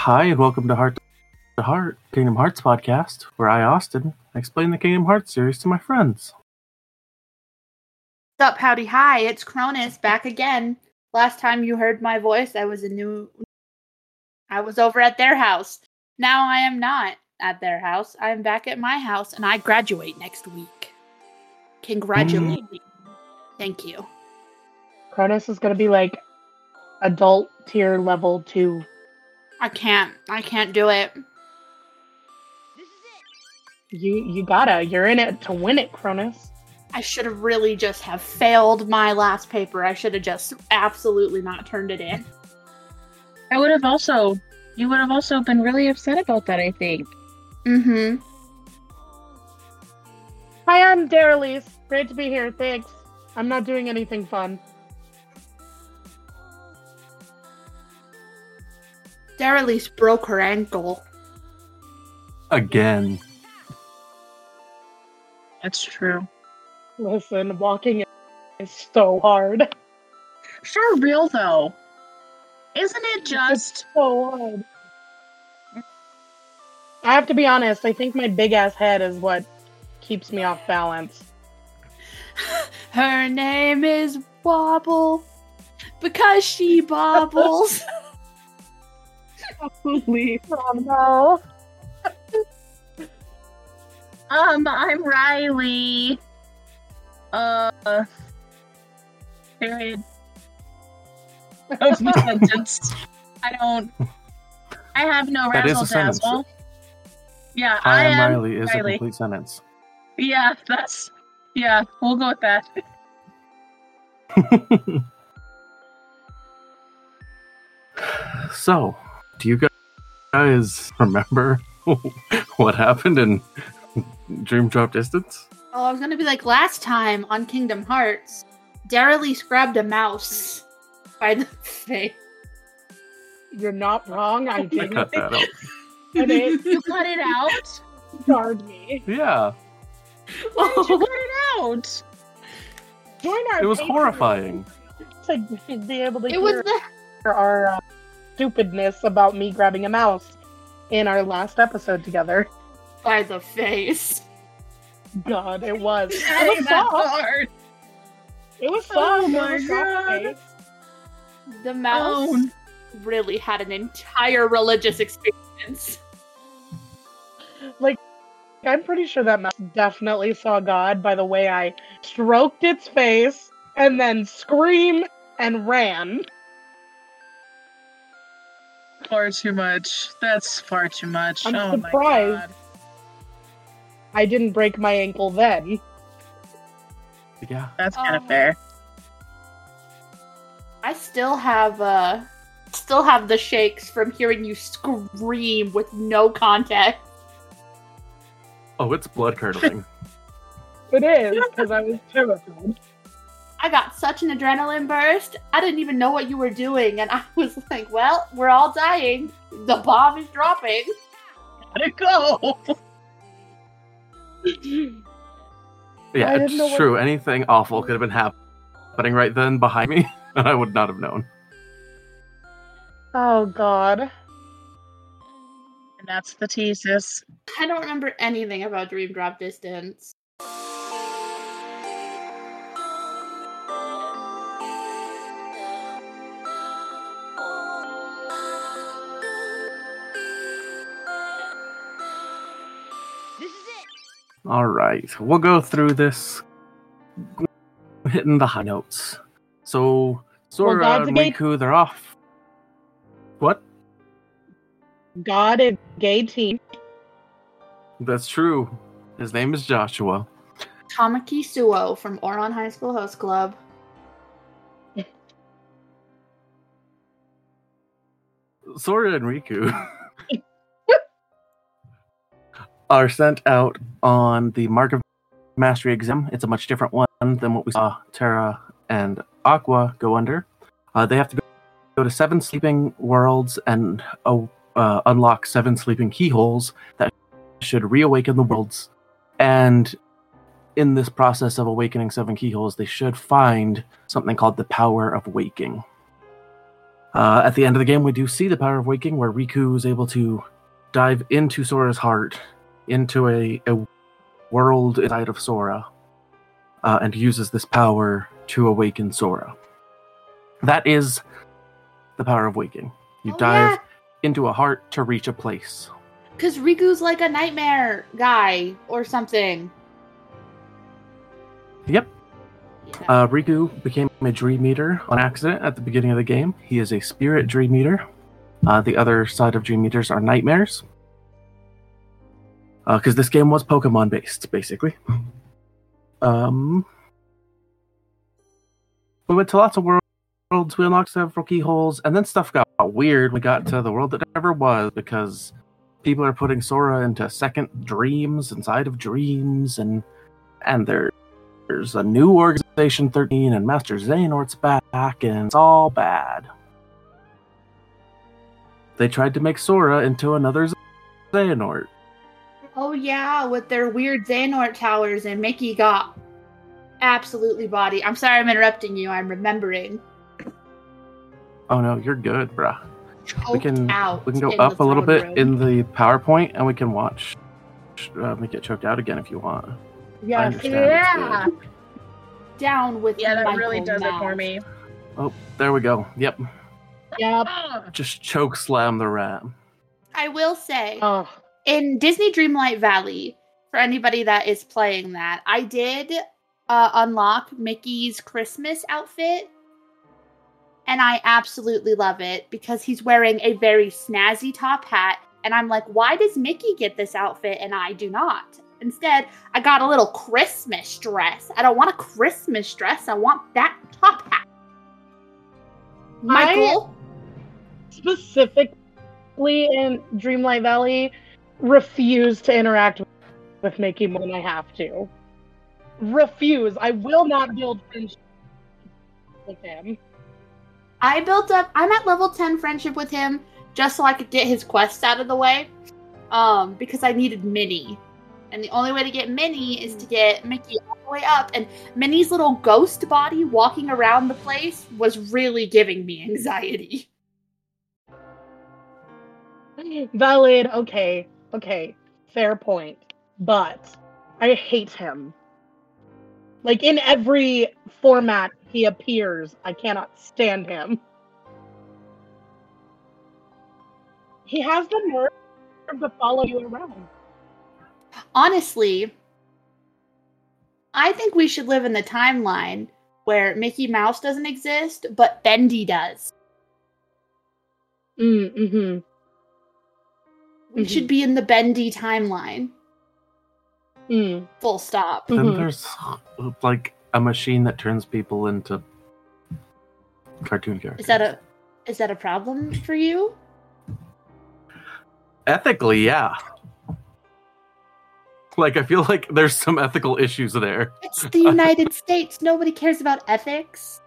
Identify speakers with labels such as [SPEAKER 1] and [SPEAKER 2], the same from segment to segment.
[SPEAKER 1] Hi, and welcome to Heart to Heart, Kingdom Hearts podcast, where I, Austin, explain the Kingdom Hearts series to my friends.
[SPEAKER 2] What's up, howdy, hi, it's Cronus back again. Last time you heard my voice, I was a new. I was over at their house. Now I am not at their house. I am back at my house, and I graduate next week. Congratulate me. Thank you.
[SPEAKER 3] Cronus is gonna be like adult tier level two.
[SPEAKER 2] I can't. I can't do it.
[SPEAKER 3] You you gotta. You're in it to win it, Cronus.
[SPEAKER 2] I should have really just have failed my last paper. I should have just absolutely not turned it in.
[SPEAKER 4] I would have also, you would have also been really upset about that, I think.
[SPEAKER 2] Mm-hmm.
[SPEAKER 3] Hi, I'm Darylise. Great to be here. Thanks. I'm not doing anything fun.
[SPEAKER 2] Darylise broke her ankle.
[SPEAKER 1] Again.
[SPEAKER 4] That's true.
[SPEAKER 3] Listen, walking is so hard.
[SPEAKER 4] For real though, isn't it just
[SPEAKER 3] So hard. I have to be honest. I think my big ass head is what keeps me off balance.
[SPEAKER 2] Her name is Bobble because she bobbles.
[SPEAKER 4] Please.
[SPEAKER 3] Oh no!
[SPEAKER 4] Um, I'm Riley. Uh, period. Of my sentence. I don't. I have no
[SPEAKER 1] That is
[SPEAKER 4] razzle
[SPEAKER 1] a sentence.
[SPEAKER 4] dazzle. Yeah,
[SPEAKER 1] Hi,
[SPEAKER 4] I
[SPEAKER 1] I'm
[SPEAKER 4] am.
[SPEAKER 1] Riley is
[SPEAKER 4] Riley.
[SPEAKER 1] a complete sentence.
[SPEAKER 4] Yeah, that's. Yeah, we'll go with that.
[SPEAKER 1] So, do you guys remember what happened in Dream Drop Distance?
[SPEAKER 2] Oh, I was gonna be like last time on Kingdom Hearts, Darylise grabbed a mouse by the face.
[SPEAKER 3] You're not wrong. I
[SPEAKER 1] I
[SPEAKER 3] didn't.
[SPEAKER 1] cut that out.
[SPEAKER 3] And it
[SPEAKER 4] You cut it out.
[SPEAKER 3] scarred me.
[SPEAKER 1] Yeah,
[SPEAKER 4] Why did you
[SPEAKER 2] Oh.
[SPEAKER 4] cut it out?
[SPEAKER 3] Join our
[SPEAKER 1] it was
[SPEAKER 3] Patreon
[SPEAKER 1] horrifying.
[SPEAKER 3] To be able to
[SPEAKER 2] It was
[SPEAKER 3] hear
[SPEAKER 2] the
[SPEAKER 3] our uh, stupidness about me grabbing a mouse in our last episode together.
[SPEAKER 2] by the face.
[SPEAKER 3] God, it was. It
[SPEAKER 4] That ain't
[SPEAKER 3] was
[SPEAKER 4] that
[SPEAKER 3] soft.
[SPEAKER 4] hard.
[SPEAKER 3] It was soft.
[SPEAKER 4] Oh
[SPEAKER 3] It
[SPEAKER 4] my
[SPEAKER 3] was
[SPEAKER 4] God.
[SPEAKER 3] soft-faced.
[SPEAKER 2] The mouse
[SPEAKER 4] Oh.
[SPEAKER 2] really had an entire religious experience.
[SPEAKER 3] I'm pretty sure that mouse definitely saw God by the way I stroked its face and then screamed and ran.
[SPEAKER 4] Far too much. That's far too much.
[SPEAKER 3] I'm
[SPEAKER 4] oh my
[SPEAKER 3] surprised.
[SPEAKER 4] god.
[SPEAKER 3] I didn't break my ankle then.
[SPEAKER 1] Yeah,
[SPEAKER 4] That's kind
[SPEAKER 2] Oh.
[SPEAKER 4] of fair.
[SPEAKER 2] I still have uh still have the shakes from hearing you scream with no context.
[SPEAKER 1] oh, it's blood curdling.
[SPEAKER 3] It is because I was terrified.
[SPEAKER 2] I got such an adrenaline burst. I didn't even know what you were doing and I was like, well, we're all dying. The bomb is dropping.
[SPEAKER 4] Gotta go.
[SPEAKER 3] I
[SPEAKER 1] Yeah,
[SPEAKER 3] didn't
[SPEAKER 1] it's
[SPEAKER 3] know what-
[SPEAKER 1] true. Anything awful could have been happening right then behind me, and I would not have known.
[SPEAKER 3] Oh God.
[SPEAKER 4] And that's the thesis.
[SPEAKER 2] I don't remember anything about Dream Drop Distance.
[SPEAKER 1] All right, we'll go through this, hitting the high notes. So Sora
[SPEAKER 3] God's
[SPEAKER 1] and
[SPEAKER 3] a gate-
[SPEAKER 1] Riku, they're off. What?
[SPEAKER 3] God is gay teen.
[SPEAKER 1] That's true. His name is Joshua.
[SPEAKER 2] Tamaki Suo from Oron High School Host Club.
[SPEAKER 1] Sora and Riku are sent out on the Mark of Mastery exam. It's a much different one than what we saw Terra and Aqua go under. Uh, they have to go, go to seven sleeping worlds and uh, uh, unlock seven sleeping keyholes that should reawaken the worlds. And in this process of awakening seven keyholes, they should find something called the power of waking. Uh, at the end of the game, we do see the power of waking, where Riku is able to dive into Sora's heart, into a, a world inside of Sora, uh, and uses this power to awaken Sora. That is the power of waking. You
[SPEAKER 2] Oh,
[SPEAKER 1] dive
[SPEAKER 2] yeah.
[SPEAKER 1] into a heart to reach a place.
[SPEAKER 2] Because Riku's like a nightmare guy or something.
[SPEAKER 1] Yep.
[SPEAKER 2] Yeah.
[SPEAKER 1] Uh, Riku became a Dream Eater on accident at the beginning of the game. He is a Spirit Dream Eater. Uh, the other side of Dream Eaters are Nightmares. Because this game was Pokemon based, basically. Um, we went to lots of wor- worlds, we unlocked several keyholes, and then stuff got weird. We got to the world that never was because people are putting Sora into second dreams inside of dreams, and and they're there's a new organization 13 and master xehanort's back and it's all bad they tried to make sora into another xehanort
[SPEAKER 2] oh yeah, with their weird Xehanort towers and Mickey got absolutely body. I'm sorry I'm interrupting you. I'm remembering.
[SPEAKER 1] oh no you're good bruh we
[SPEAKER 2] Choked
[SPEAKER 1] can
[SPEAKER 2] out
[SPEAKER 1] we can go
[SPEAKER 2] in the
[SPEAKER 1] up a little
[SPEAKER 2] throne
[SPEAKER 1] bit
[SPEAKER 2] room.
[SPEAKER 1] in the powerpoint and we can watch uh, make it choked out again if you want I
[SPEAKER 3] Yes.
[SPEAKER 1] understand.
[SPEAKER 4] Yeah.
[SPEAKER 1] It's good.
[SPEAKER 2] down with
[SPEAKER 4] Yeah, that
[SPEAKER 2] Michael
[SPEAKER 4] really does it for
[SPEAKER 2] Mouse.
[SPEAKER 4] me.
[SPEAKER 1] oh there we go yep
[SPEAKER 3] Yep.
[SPEAKER 4] Ah,
[SPEAKER 1] just choke slam the rat
[SPEAKER 2] I will say
[SPEAKER 3] Oh,
[SPEAKER 2] in Disney Dreamlight Valley, for anybody that is playing that, I did uh, unlock Mickey's Christmas outfit. And I absolutely love it because he's wearing a very snazzy top hat. And I'm like, why does Mickey get this outfit and I do not? Instead, I got a little Christmas dress. I don't want a Christmas dress. I want that top hat. Michael?
[SPEAKER 3] specifically in Dreamlight Valley, refuse to interact with Mickey more than I have to. Refuse. I will not build friendship with him.
[SPEAKER 2] I built up. I'm at level 10 friendship with him just so I could get his quests out of the way. Um, because I needed Minnie. And the only way to get Minnie is to get Mickey all the way up. And Minnie's little ghost body walking around the place was really giving me anxiety.
[SPEAKER 3] Valid. Okay. Okay. Fair point. But I hate him. Like in every format he appears, I cannot stand him. He has the nerve to follow you around.
[SPEAKER 2] Honestly, I think we should live in the timeline where Mickey Mouse doesn't exist, but Bendy does.
[SPEAKER 3] Mm-hmm.
[SPEAKER 2] We
[SPEAKER 3] Mhm.
[SPEAKER 2] should be in the Bendy timeline.
[SPEAKER 3] Mm.
[SPEAKER 2] Full stop.
[SPEAKER 1] then
[SPEAKER 3] Mhm.
[SPEAKER 1] there's like a machine that turns people into cartoon characters
[SPEAKER 2] Is that a is that a problem for you?
[SPEAKER 1] Ethically, yeah. Like I feel like there's some ethical issues there.
[SPEAKER 2] It's the United States. Nobody cares about ethics.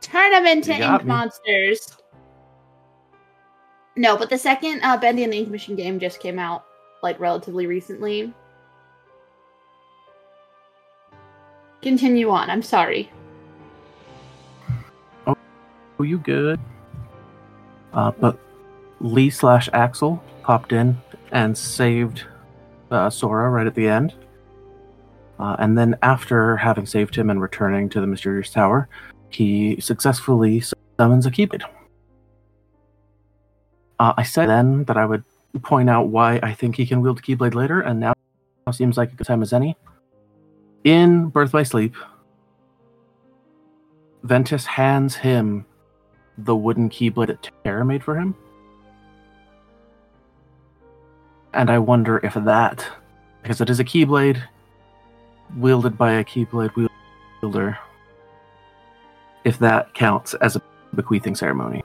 [SPEAKER 2] Turn them into
[SPEAKER 1] You got
[SPEAKER 2] ink
[SPEAKER 1] me.
[SPEAKER 2] monsters. No, but the second uh, Bendy and the Ink Machine game just came out like relatively recently. Continue on. I'm sorry.
[SPEAKER 1] Are Oh, you good? Uh, but Lee slash Axel popped in and saved uh, Sora right at the end. Uh, and then after having saved him and returning to the mysterious tower, he successfully summons a Cupid. Uh, I said then that I would point out why I think he can wield a Keyblade later, and now seems like a good time as any. In Birth by Sleep, Ventus hands him the wooden keyblade that Terra made for him. And I wonder if that, because it is a keyblade wielded by a keyblade wielder, if that counts as a bequeathing ceremony.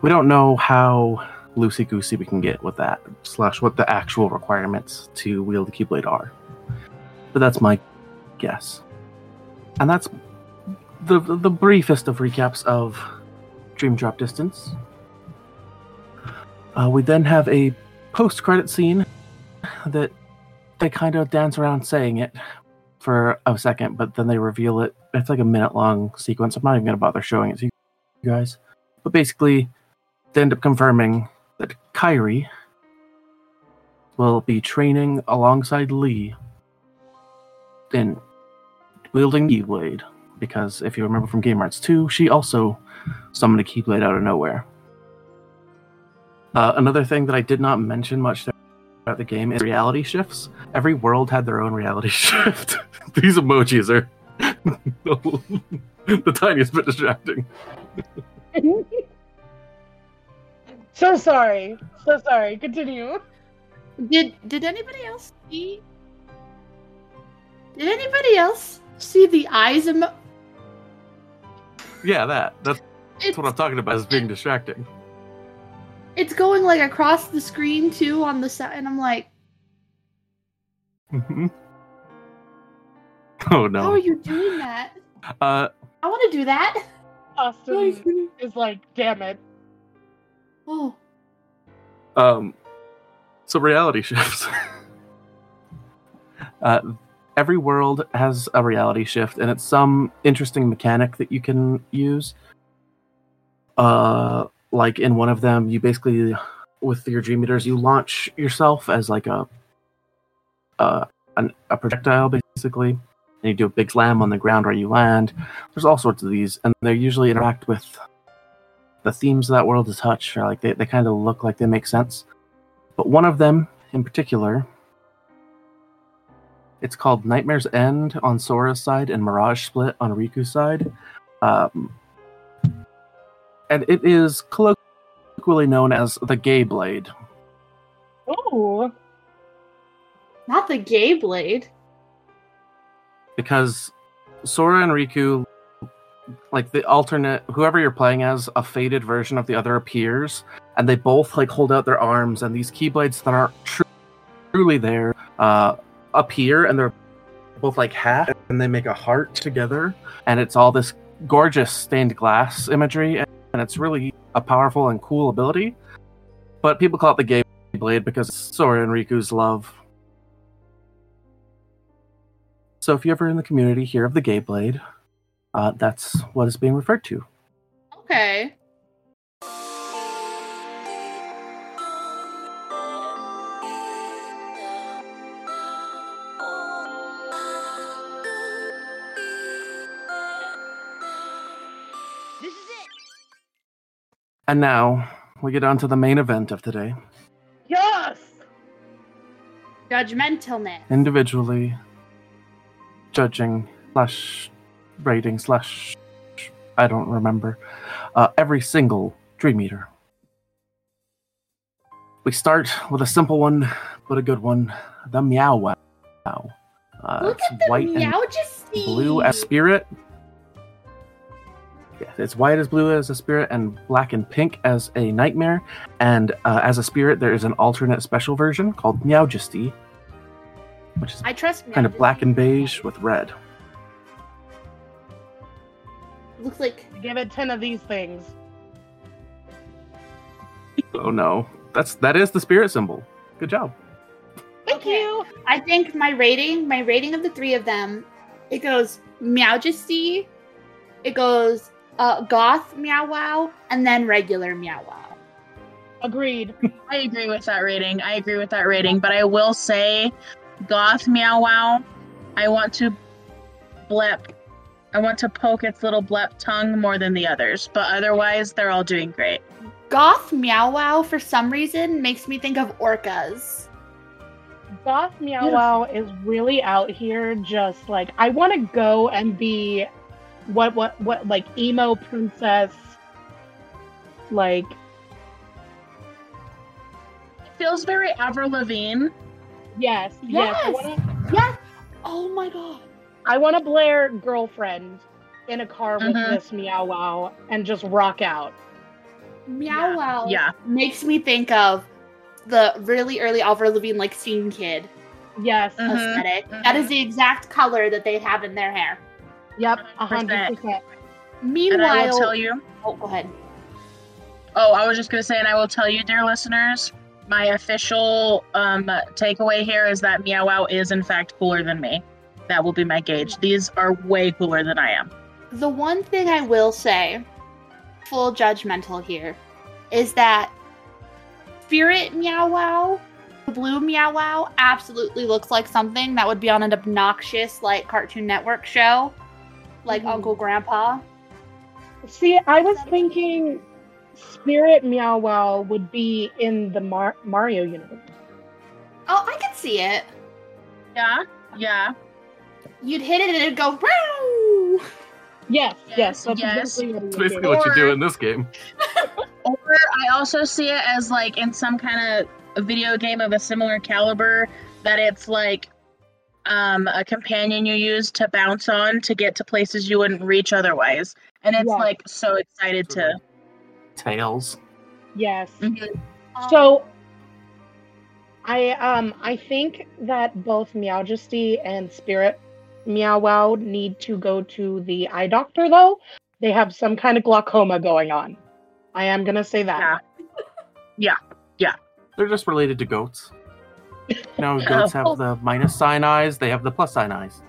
[SPEAKER 1] We don't know how loosey goosey we can get with that, slash, what the actual requirements to wield the keyblade are. But that's my guess. And that's the, the briefest of recaps of Dream Drop Distance. Uh, we then have a post credit scene that they kind of dance around saying it for a second, but then they reveal it. It's like a minute long sequence. I'm not even going to bother showing it so you you guys. But basically, they end up confirming that Kyrie will be training alongside Lee in wielding the Keyblade. Because if you remember from Game Arts 2, she also summoned a Keyblade out of nowhere. Uh, another thing that I did not mention much throughout the game is reality shifts. Every world had their own reality shift. These emojis are the tiniest bit distracting.
[SPEAKER 3] So sorry. So sorry. Continue.
[SPEAKER 2] Did did anybody else see? Did anybody else see the eyes emo-
[SPEAKER 1] Yeah, that. That's
[SPEAKER 2] it's,
[SPEAKER 1] what I'm talking about is being distracting.
[SPEAKER 2] it's going like across the screen too on the side, and I'm like,
[SPEAKER 1] Mhm. oh
[SPEAKER 2] Mm-hmm. how are
[SPEAKER 1] no.
[SPEAKER 2] you doing that?
[SPEAKER 1] Uh,
[SPEAKER 2] I want to do that.
[SPEAKER 3] Austin is like, damn it.
[SPEAKER 2] Oh,
[SPEAKER 1] um, so reality shifts. uh, every world has a reality shift, and it's some interesting mechanic that you can use. Uh, like in one of them, you basically, with your dream eaters, you launch yourself as like a uh, an, a projectile, basically, and you do a big slam on the ground where you land. There's all sorts of these, and they usually interact with the themes of that world is Hutch. Or like they, they kind of look like they make sense. But one of them in particular, it's called Nightmare's End on Sora's side and Mirage Split on Riku's side. Um, and it is colloquially known as the Gay Blade.
[SPEAKER 3] Ooh.
[SPEAKER 2] not the gay blade.
[SPEAKER 1] because Sora and Riku, like the alternate, whoever you're playing as, a faded version of the other appears, and they both like hold out their arms, and these keyblades that aren't tru- truly there uh, appear, and they're both like half, and they make a heart together, and it's all this gorgeous stained glass imagery, and it's really a powerful and cool ability. But people call it the Gay Blade because it's Sora and Riku's love so if you're ever in the community here of the Gay Blade, uh, that's what is being referred to.
[SPEAKER 2] Okay.
[SPEAKER 5] This is it.
[SPEAKER 1] And now we get on to the main event of today.
[SPEAKER 3] Yes.
[SPEAKER 2] Judgmentalness.
[SPEAKER 1] Individually judging slash rating slash I don't remember uh, every single Dream Eater. We start with a simple one, but a good one: the Meow Wow. Uh,
[SPEAKER 2] Look
[SPEAKER 1] it's
[SPEAKER 2] at the
[SPEAKER 1] white and
[SPEAKER 2] meow just
[SPEAKER 1] blue as spirit. Yeah, it's white as blue as a spirit, and black and pink as a nightmare. And uh, as a spirit, there is an alternate special version called Meowjesty, which is
[SPEAKER 2] I trust
[SPEAKER 1] kind of
[SPEAKER 2] Meowjesty.
[SPEAKER 1] black and beige with red.
[SPEAKER 2] Looks like
[SPEAKER 3] Give it ten of these things.
[SPEAKER 1] Oh no, that's that is the spirit symbol. Good job.
[SPEAKER 3] Thank
[SPEAKER 2] Okay.
[SPEAKER 3] you.
[SPEAKER 2] I think my rating, my rating of the three of them, it goes Meowjesty, it goes uh, Goth Meow Wow, and then regular Meow Wow.
[SPEAKER 3] Agreed.
[SPEAKER 4] I agree with that rating. I agree with that rating, but I will say, Goth Meow Wow, I want to blep. I want to poke its little blep tongue more than the others, but otherwise, they're all doing great.
[SPEAKER 2] Goth Meow Wow, for some reason, makes me think of orcas.
[SPEAKER 3] Goth Meow
[SPEAKER 4] Beautiful.
[SPEAKER 3] Wow is really out here just like I want to go and be what what what like emo princess like
[SPEAKER 4] It feels very Avril Lavigne.
[SPEAKER 3] yes yes, I
[SPEAKER 2] Yes.
[SPEAKER 3] wanna-
[SPEAKER 2] Yes. Oh my god.
[SPEAKER 3] I want to blare girlfriend in a car with
[SPEAKER 4] Mhm.
[SPEAKER 3] this Meow Wow and just rock out.
[SPEAKER 2] Meow Wow
[SPEAKER 4] Yeah,
[SPEAKER 2] makes me think of the really early Avril Lavigne like scene kid
[SPEAKER 3] Yes.
[SPEAKER 4] Mhm.
[SPEAKER 2] aesthetic. That is the exact color that they have in their hair.
[SPEAKER 3] Yep. A
[SPEAKER 4] 100%.
[SPEAKER 3] hundred percent.
[SPEAKER 4] and
[SPEAKER 2] Meanwhile,
[SPEAKER 4] I will tell you.
[SPEAKER 2] oh, go ahead.
[SPEAKER 4] Oh, I was just going to say, and I will tell you, dear listeners, my official um, takeaway here is that Meow Wow is, in fact, cooler than me. That will be my gauge. These are way cooler than I am.
[SPEAKER 2] The one thing I will say full judgmental here is that Spirit Meow Wow, the blue Meow Wow, absolutely looks like something that would be on an obnoxious, like, Cartoon Network show, like
[SPEAKER 3] Mhm.
[SPEAKER 4] Mm-hmm.
[SPEAKER 2] Uncle Grandpa.
[SPEAKER 3] See, I was thinking Spirit Meow Wow would be in the Mar- Mario universe.
[SPEAKER 2] Oh, I could see it.
[SPEAKER 4] Yeah, yeah.
[SPEAKER 2] You'd hit it and it'd go, Woo!
[SPEAKER 3] Yes, yes,
[SPEAKER 4] Yes,
[SPEAKER 3] that's
[SPEAKER 4] yes.
[SPEAKER 3] exactly what it
[SPEAKER 1] It's
[SPEAKER 3] would
[SPEAKER 1] basically
[SPEAKER 3] be.
[SPEAKER 1] what you do
[SPEAKER 4] Or-
[SPEAKER 1] in this game.
[SPEAKER 4] Or I also see it as like in some kind of video game of a similar caliber that it's like um, a companion you use to bounce on to get to places you wouldn't reach otherwise. And it's
[SPEAKER 3] Yeah.
[SPEAKER 4] like so excited to.
[SPEAKER 1] Tails.
[SPEAKER 3] Yes.
[SPEAKER 4] Mhm.
[SPEAKER 2] Um,
[SPEAKER 3] So I um I think that both Meowjesty and Spirit Meow Wow need to go to the eye doctor though. They have some kind of glaucoma going on. I am gonna say
[SPEAKER 4] Yeah.
[SPEAKER 3] that.
[SPEAKER 1] They're just related to goats. You know, goats
[SPEAKER 2] Oh.
[SPEAKER 1] have the minus sign eyes, they have the plus sign eyes.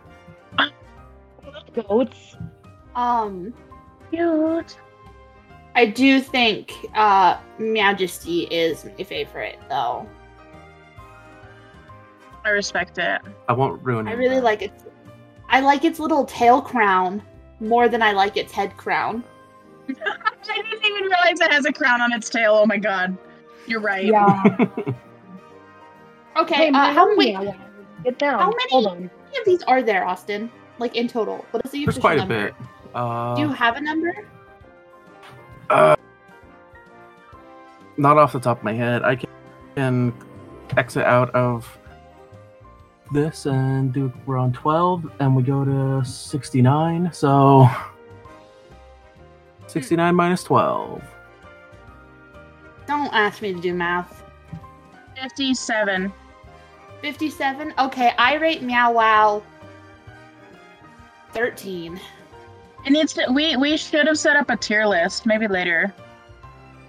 [SPEAKER 3] Goats.
[SPEAKER 2] um,
[SPEAKER 4] Cute.
[SPEAKER 2] I do think uh, Majesty is my favorite, though.
[SPEAKER 4] I respect it.
[SPEAKER 1] I won't ruin it.
[SPEAKER 2] I really like it. I like its little tail crown more than I like its head crown.
[SPEAKER 4] I didn't even realize it has a crown on its tail. Oh my god. You're right.
[SPEAKER 3] Yeah.
[SPEAKER 2] Okay,
[SPEAKER 3] Hey,
[SPEAKER 2] uh, how,
[SPEAKER 3] Meow
[SPEAKER 2] wait, how
[SPEAKER 3] Meow Wow, Get down.
[SPEAKER 2] how many-
[SPEAKER 3] Hold on.
[SPEAKER 2] many of these are there, Austin? Like in total? What is the
[SPEAKER 1] There's
[SPEAKER 2] official
[SPEAKER 1] quite a
[SPEAKER 2] number?
[SPEAKER 1] bit. Uh,
[SPEAKER 2] Do you have a number?
[SPEAKER 1] uh, not off the top of my head. I can, can exit out of this and do. We're on 12, and we go to 69. So 69 minus 12.
[SPEAKER 2] Don't ask me to do math.
[SPEAKER 4] 57.
[SPEAKER 2] 57? Okay, I rate Meow Wow 13.
[SPEAKER 4] It needs to. We we should have set up a tier list. Maybe later.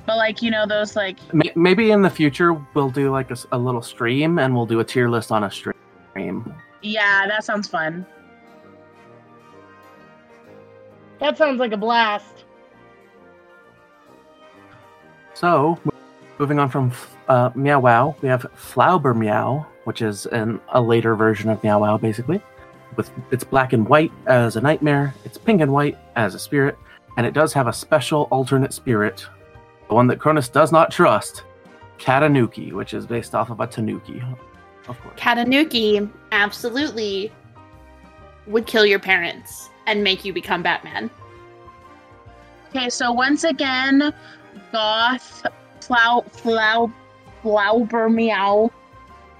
[SPEAKER 4] But like you know those like
[SPEAKER 1] May- Maybe in the future we'll do like a, s- a little stream, and we'll do a tier list on a stream.
[SPEAKER 4] yeah that sounds fun.
[SPEAKER 3] That sounds like a blast.
[SPEAKER 1] So, moving on from uh, Meow Wow, we have Flauber Meow, which is an, a later version of Meow Wow, basically. With it's black and white as a nightmare, it's pink and white as a spirit, and it does have a special alternate spirit, the one that Cronus does not trust, Katanuki, which is based off of a Tanuki, of course.
[SPEAKER 2] Katanuki absolutely would kill your parents and make you become Batman.
[SPEAKER 4] Okay, so once again, Goth Flau Flau Flauber Meow.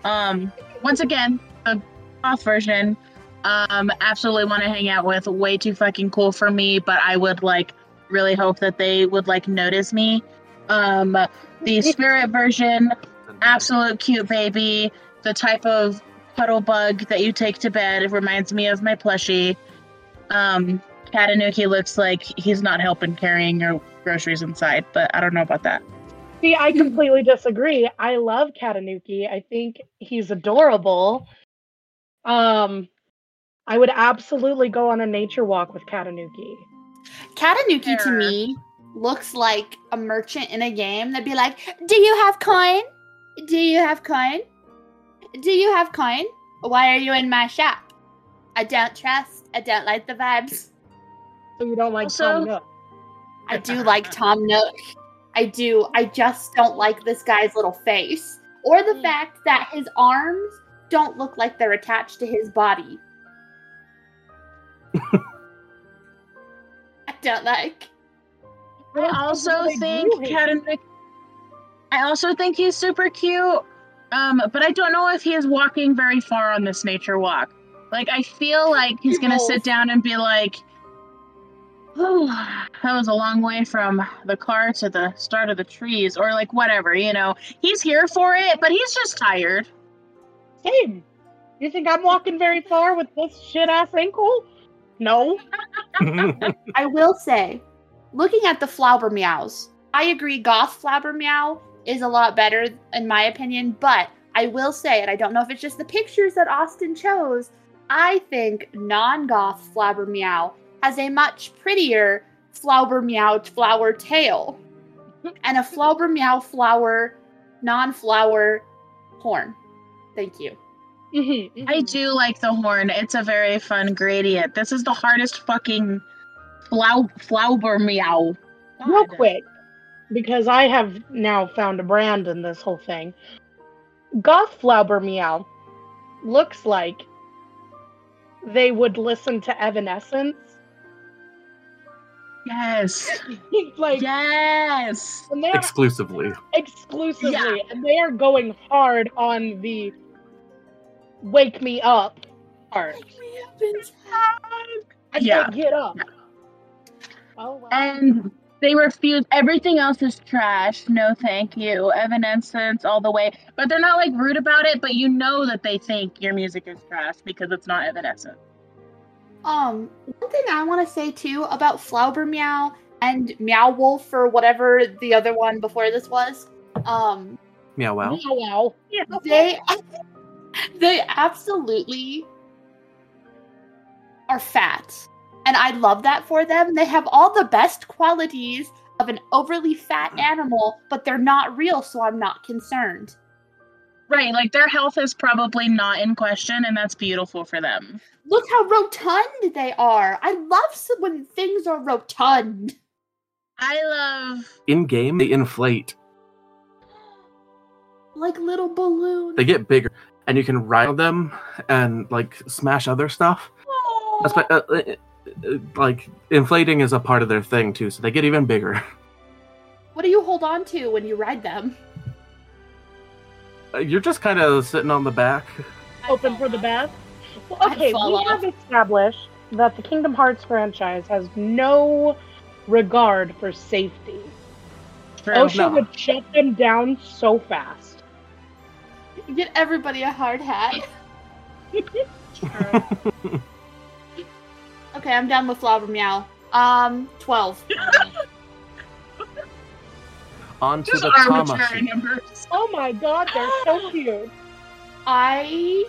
[SPEAKER 4] Um, once again, the Goth version. Um, absolutely want to hang out with. Way too fucking cool for me, but I would like really hope that they would like notice me. Um, the spirit version, absolute cute baby. The type of cuddle bug that you take to bed. It reminds me of my plushie. Um, Katanuki looks like he's not helping carrying your groceries inside, but I don't know about that.
[SPEAKER 3] See, I completely disagree. I love Katanuki. I think he's adorable. Um, I would absolutely go on a nature walk with Katanuki.
[SPEAKER 2] Katanuki to
[SPEAKER 4] Fair.
[SPEAKER 2] me looks like a merchant in a game that'd be like, Do you have coin? Do you have coin? Do you have coin? Why are you in my shop? I don't trust. I don't like the vibes.
[SPEAKER 3] So you don't like
[SPEAKER 4] Also-
[SPEAKER 3] Tom Nook.
[SPEAKER 2] I do like Tom Nook. I do. I just don't like this guy's little face. Or the
[SPEAKER 4] Mm.
[SPEAKER 2] fact that his arms don't look like they're attached to his body. I don't like.
[SPEAKER 3] Well,
[SPEAKER 4] I also
[SPEAKER 3] they
[SPEAKER 4] think
[SPEAKER 3] drew him.
[SPEAKER 4] Katanuki. I also think he's super cute, um, but I don't know if he is walking very far on this nature walk. Like I feel like he's
[SPEAKER 2] He
[SPEAKER 4] gonna
[SPEAKER 2] rolls.
[SPEAKER 4] sit down and be like, "Oh, that was a long way from the car to the start of the trees," or like whatever. You know, he's here for it, but he's just tired.
[SPEAKER 3] Same. You think I'm walking very far with this shit ass ankle? No.
[SPEAKER 2] I will say, looking at the Flauber Meows, I agree Goth Flauber Meow is a lot better, in my opinion, but I will say, and I don't know if it's just the pictures that Austin chose, I think non Goth Flauber Meow has a much prettier Flauber Meowed Flower tail and a Flauber Meow Flower non flower horn. Thank you.
[SPEAKER 3] Mhm,
[SPEAKER 4] I
[SPEAKER 3] mhm.
[SPEAKER 4] do like the horn. It's a very fun gradient. This is the hardest fucking flau- flauber meow.
[SPEAKER 3] Real
[SPEAKER 4] God.
[SPEAKER 3] quick, because I have now found a brand in this whole thing. Gothflauber Meow looks like they would listen to Evanescence.
[SPEAKER 4] Yes.
[SPEAKER 3] like,
[SPEAKER 4] Yes.
[SPEAKER 3] and they are
[SPEAKER 1] exclusively.
[SPEAKER 3] exclusively,
[SPEAKER 4] Yeah.
[SPEAKER 3] and they are going hard on the wake me up part. I
[SPEAKER 4] Yeah.
[SPEAKER 3] can't get up. Oh, wow.
[SPEAKER 4] And they refuse everything else is trash. No thank you. Evanescence all the way. But they're not like rude about it, but you know that they think your music is trash because it's not Evanescence.
[SPEAKER 2] Um, one thing I want to say too about Flauber Meow and Meow Wolf or whatever the other one before this was, um,
[SPEAKER 1] Meow wow.
[SPEAKER 3] Meow wow.
[SPEAKER 2] they they absolutely are fat, and I love that for them. They have all the best qualities of an overly fat animal, but they're not real, so I'm not concerned.
[SPEAKER 4] Right, like their health is probably not in question, and that's beautiful for them.
[SPEAKER 2] Look how rotund they are. I love s- when things are rotund.
[SPEAKER 4] I love
[SPEAKER 1] In game, they inflate.
[SPEAKER 2] Like little balloons.
[SPEAKER 1] They get bigger, and you can ride them and like smash other stuff. That's why, uh, uh, uh, like inflating is a part of their thing too, so they get even bigger.
[SPEAKER 2] What do you hold on to when you ride them?
[SPEAKER 1] Uh, You're just kind of sitting on the back.
[SPEAKER 3] open for the best. Well,
[SPEAKER 2] I
[SPEAKER 3] okay, we
[SPEAKER 2] follow.
[SPEAKER 3] have established that the Kingdom Hearts franchise has no regard for safety. OSHA
[SPEAKER 1] no.
[SPEAKER 3] would shut them down so fast.
[SPEAKER 2] Get everybody a hard hat. Okay, I'm done with Flower Meow. Um, 12.
[SPEAKER 1] Onto
[SPEAKER 4] Just
[SPEAKER 1] the
[SPEAKER 4] arbitrary
[SPEAKER 1] Tama.
[SPEAKER 4] numbers.
[SPEAKER 3] Oh my god, they're so cute.
[SPEAKER 2] I.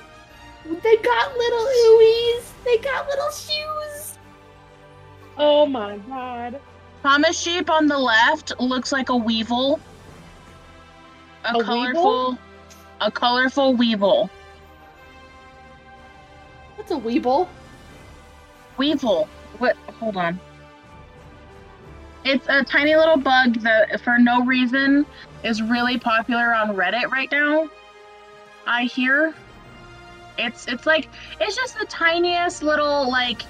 [SPEAKER 2] They got little ooies. They got little shoes.
[SPEAKER 3] Oh my god.
[SPEAKER 4] Thomas sheep on the left looks like a weevil. A,
[SPEAKER 3] A weevil?
[SPEAKER 4] colorful, a colorful weevil.
[SPEAKER 2] That's a weeble.
[SPEAKER 4] Weevil. What? Hold on. It's a tiny little bug that, for no reason, is really popular on Reddit right now. I hear. It's it's like it's just the tiniest little like.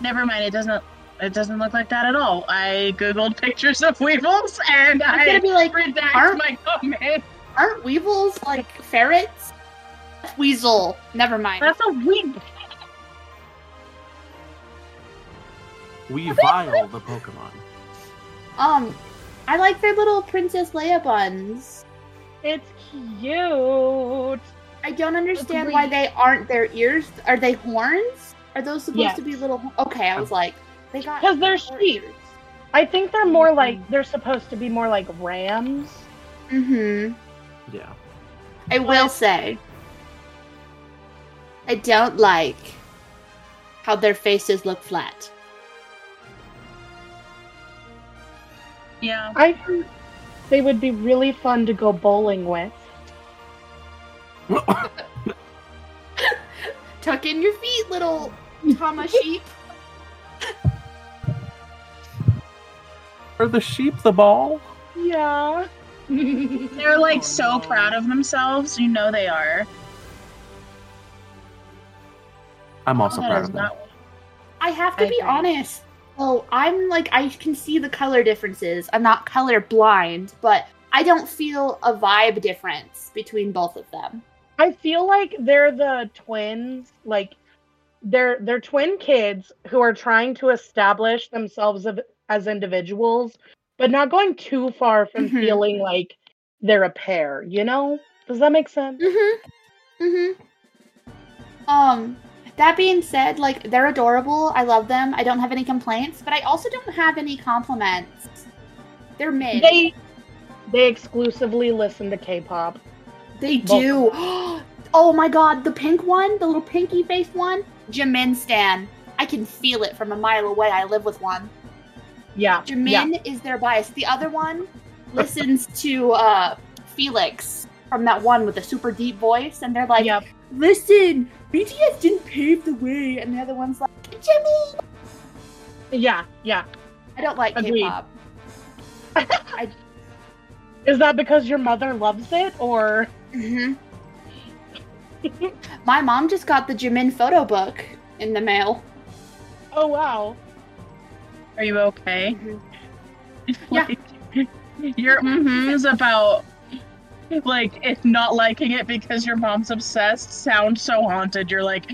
[SPEAKER 4] Never mind. It doesn't. It doesn't look like that at all. I googled pictures of weevils and
[SPEAKER 2] I'm gonna
[SPEAKER 4] I
[SPEAKER 2] be like,
[SPEAKER 4] redact
[SPEAKER 2] aren't-
[SPEAKER 4] my comment.
[SPEAKER 2] aren't weevils like ferrets? Weasel. Never mind.
[SPEAKER 4] That's a weevil.
[SPEAKER 1] We vile the Pokemon.
[SPEAKER 2] Um, I like their little Princess Leia buns.
[SPEAKER 3] It's cute.
[SPEAKER 2] I don't understand
[SPEAKER 4] Agreed.
[SPEAKER 2] why they aren't their ears. Are they horns? Are those supposed
[SPEAKER 3] Yes.
[SPEAKER 2] to be little? Okay, I was like, they got
[SPEAKER 3] 'Cause they're
[SPEAKER 2] four
[SPEAKER 3] sheep.
[SPEAKER 2] ears.
[SPEAKER 3] I think they're more like they're supposed to be more like rams.
[SPEAKER 2] Mm-hmm.
[SPEAKER 1] Yeah.
[SPEAKER 2] I will say, I don't like how their faces look flat.
[SPEAKER 4] Yeah.
[SPEAKER 3] I think they would be really fun to go bowling with.
[SPEAKER 2] Tuck in your feet, little Tama sheep.
[SPEAKER 1] Are the sheep the ball?
[SPEAKER 3] Yeah.
[SPEAKER 4] They're like so proud of themselves. You know they are.
[SPEAKER 1] I'm also
[SPEAKER 4] That
[SPEAKER 1] proud
[SPEAKER 4] is
[SPEAKER 1] of them.
[SPEAKER 4] not-
[SPEAKER 2] I have to
[SPEAKER 4] I
[SPEAKER 2] be
[SPEAKER 4] agree.
[SPEAKER 2] honest. Oh, I'm like I can see the color differences. I'm not color blind, but I don't feel a vibe difference between both of them.
[SPEAKER 3] I feel like they're the twins, like they're they're twin kids who are trying to establish themselves of, as individuals, but not going too far from
[SPEAKER 2] Mhm.
[SPEAKER 3] feeling like they're a pair, you know? Does that make sense?
[SPEAKER 2] Mm-hmm. Mm-hmm. Um, that being said, like they're adorable. I love them. I don't have any complaints, but I also don't have any compliments. They're mid.
[SPEAKER 3] They they exclusively listen to K-pop.
[SPEAKER 2] They do. oh my god, the pink one, the little pinky faced one, Jimin Stan. I can feel it from a mile away. I live with one.
[SPEAKER 3] Yeah. yeah.
[SPEAKER 2] Jamin is their bias. The other one listens to uh, Felix from that one with the super deep voice, and they're like,
[SPEAKER 3] Yep.
[SPEAKER 2] "Listen, BTS didn't pave the way," and the other one's like, "Jimmy,
[SPEAKER 3] Yeah. Yeah.
[SPEAKER 2] I don't like
[SPEAKER 3] Agreed.
[SPEAKER 2] K-pop."
[SPEAKER 3] Is that because your mother loves it or
[SPEAKER 2] hmm My mom just got the Jimin photo book in the mail.
[SPEAKER 3] oh wow.
[SPEAKER 4] Are you okay?
[SPEAKER 2] Yeah.
[SPEAKER 4] your
[SPEAKER 2] Mm-hmm.
[SPEAKER 4] mm-hm's about like if not liking it because your mom's obsessed sounds so haunted. You're like,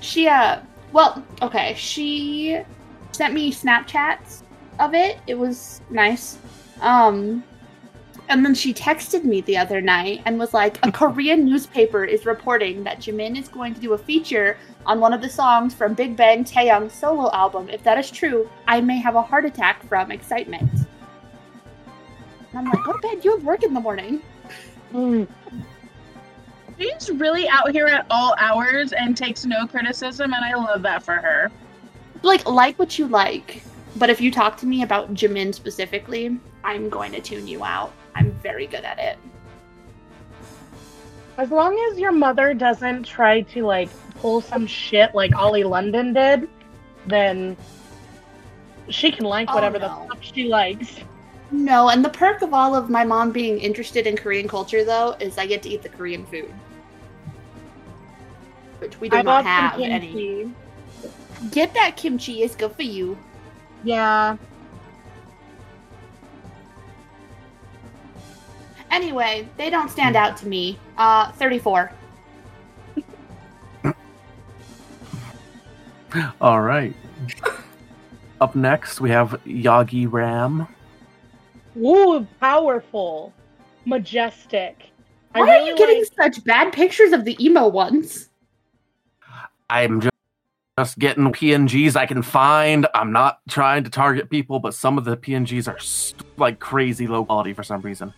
[SPEAKER 2] She, uh, well, okay, she sent me Snapchats of it. It was nice. Um, and then she texted me the other night and was like, a Korean newspaper is reporting that Jimin is going to do a feature on one of the songs from Big Bang Taeyang's solo album. If that is true, I may have a heart attack from excitement. And I'm like, go to bed. You have work in the morning.
[SPEAKER 3] Mm.
[SPEAKER 4] she's really out here at all hours and takes no criticism, and I love that for her.
[SPEAKER 2] like like what you like but if you talk to me about jimin specifically i'm going to tune you out i'm very good at it
[SPEAKER 3] As long as your mother doesn't try to like pull some shit like Ollie London did, then she can like
[SPEAKER 2] Oh,
[SPEAKER 3] whatever
[SPEAKER 2] no.
[SPEAKER 3] the fuck she likes.
[SPEAKER 2] no and the perk of all of my mom being interested in korean culture though is i get to eat the korean food which we do
[SPEAKER 3] I
[SPEAKER 2] not
[SPEAKER 3] bought
[SPEAKER 2] have
[SPEAKER 3] some
[SPEAKER 2] any
[SPEAKER 3] kimchi.
[SPEAKER 2] get that kimchi it's good for you
[SPEAKER 3] Yeah.
[SPEAKER 2] anyway they don't stand out to me uh 34
[SPEAKER 1] All right. Up next, we have Yagi Ram.
[SPEAKER 3] Ooh, powerful, majestic.
[SPEAKER 2] why are you getting such bad pictures of the emo ones
[SPEAKER 1] I'm just, just getting PNGs I can find. I'm not trying to target people, but some of the PNGs are s like crazy low quality for some reason.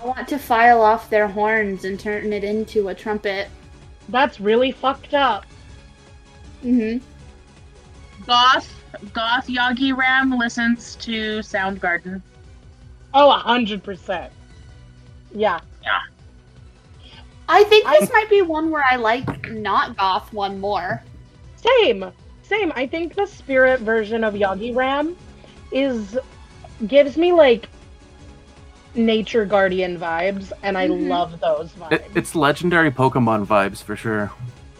[SPEAKER 2] i want to file off their horns and turn it into a trumpet
[SPEAKER 3] That's really fucked up.
[SPEAKER 2] mm-hmm
[SPEAKER 4] Goth, goth Yagi Ram listens to Soundgarden.
[SPEAKER 3] Oh, a hundred percent. Yeah.
[SPEAKER 2] I think
[SPEAKER 3] I-
[SPEAKER 2] this might be one where I like not goth one more.
[SPEAKER 3] Same. Same. I think the spirit version of Yagi Ram is gives me like nature guardian vibes and I
[SPEAKER 2] Mhm.
[SPEAKER 3] love those vibes.
[SPEAKER 1] It, it's legendary Pokemon vibes for sure.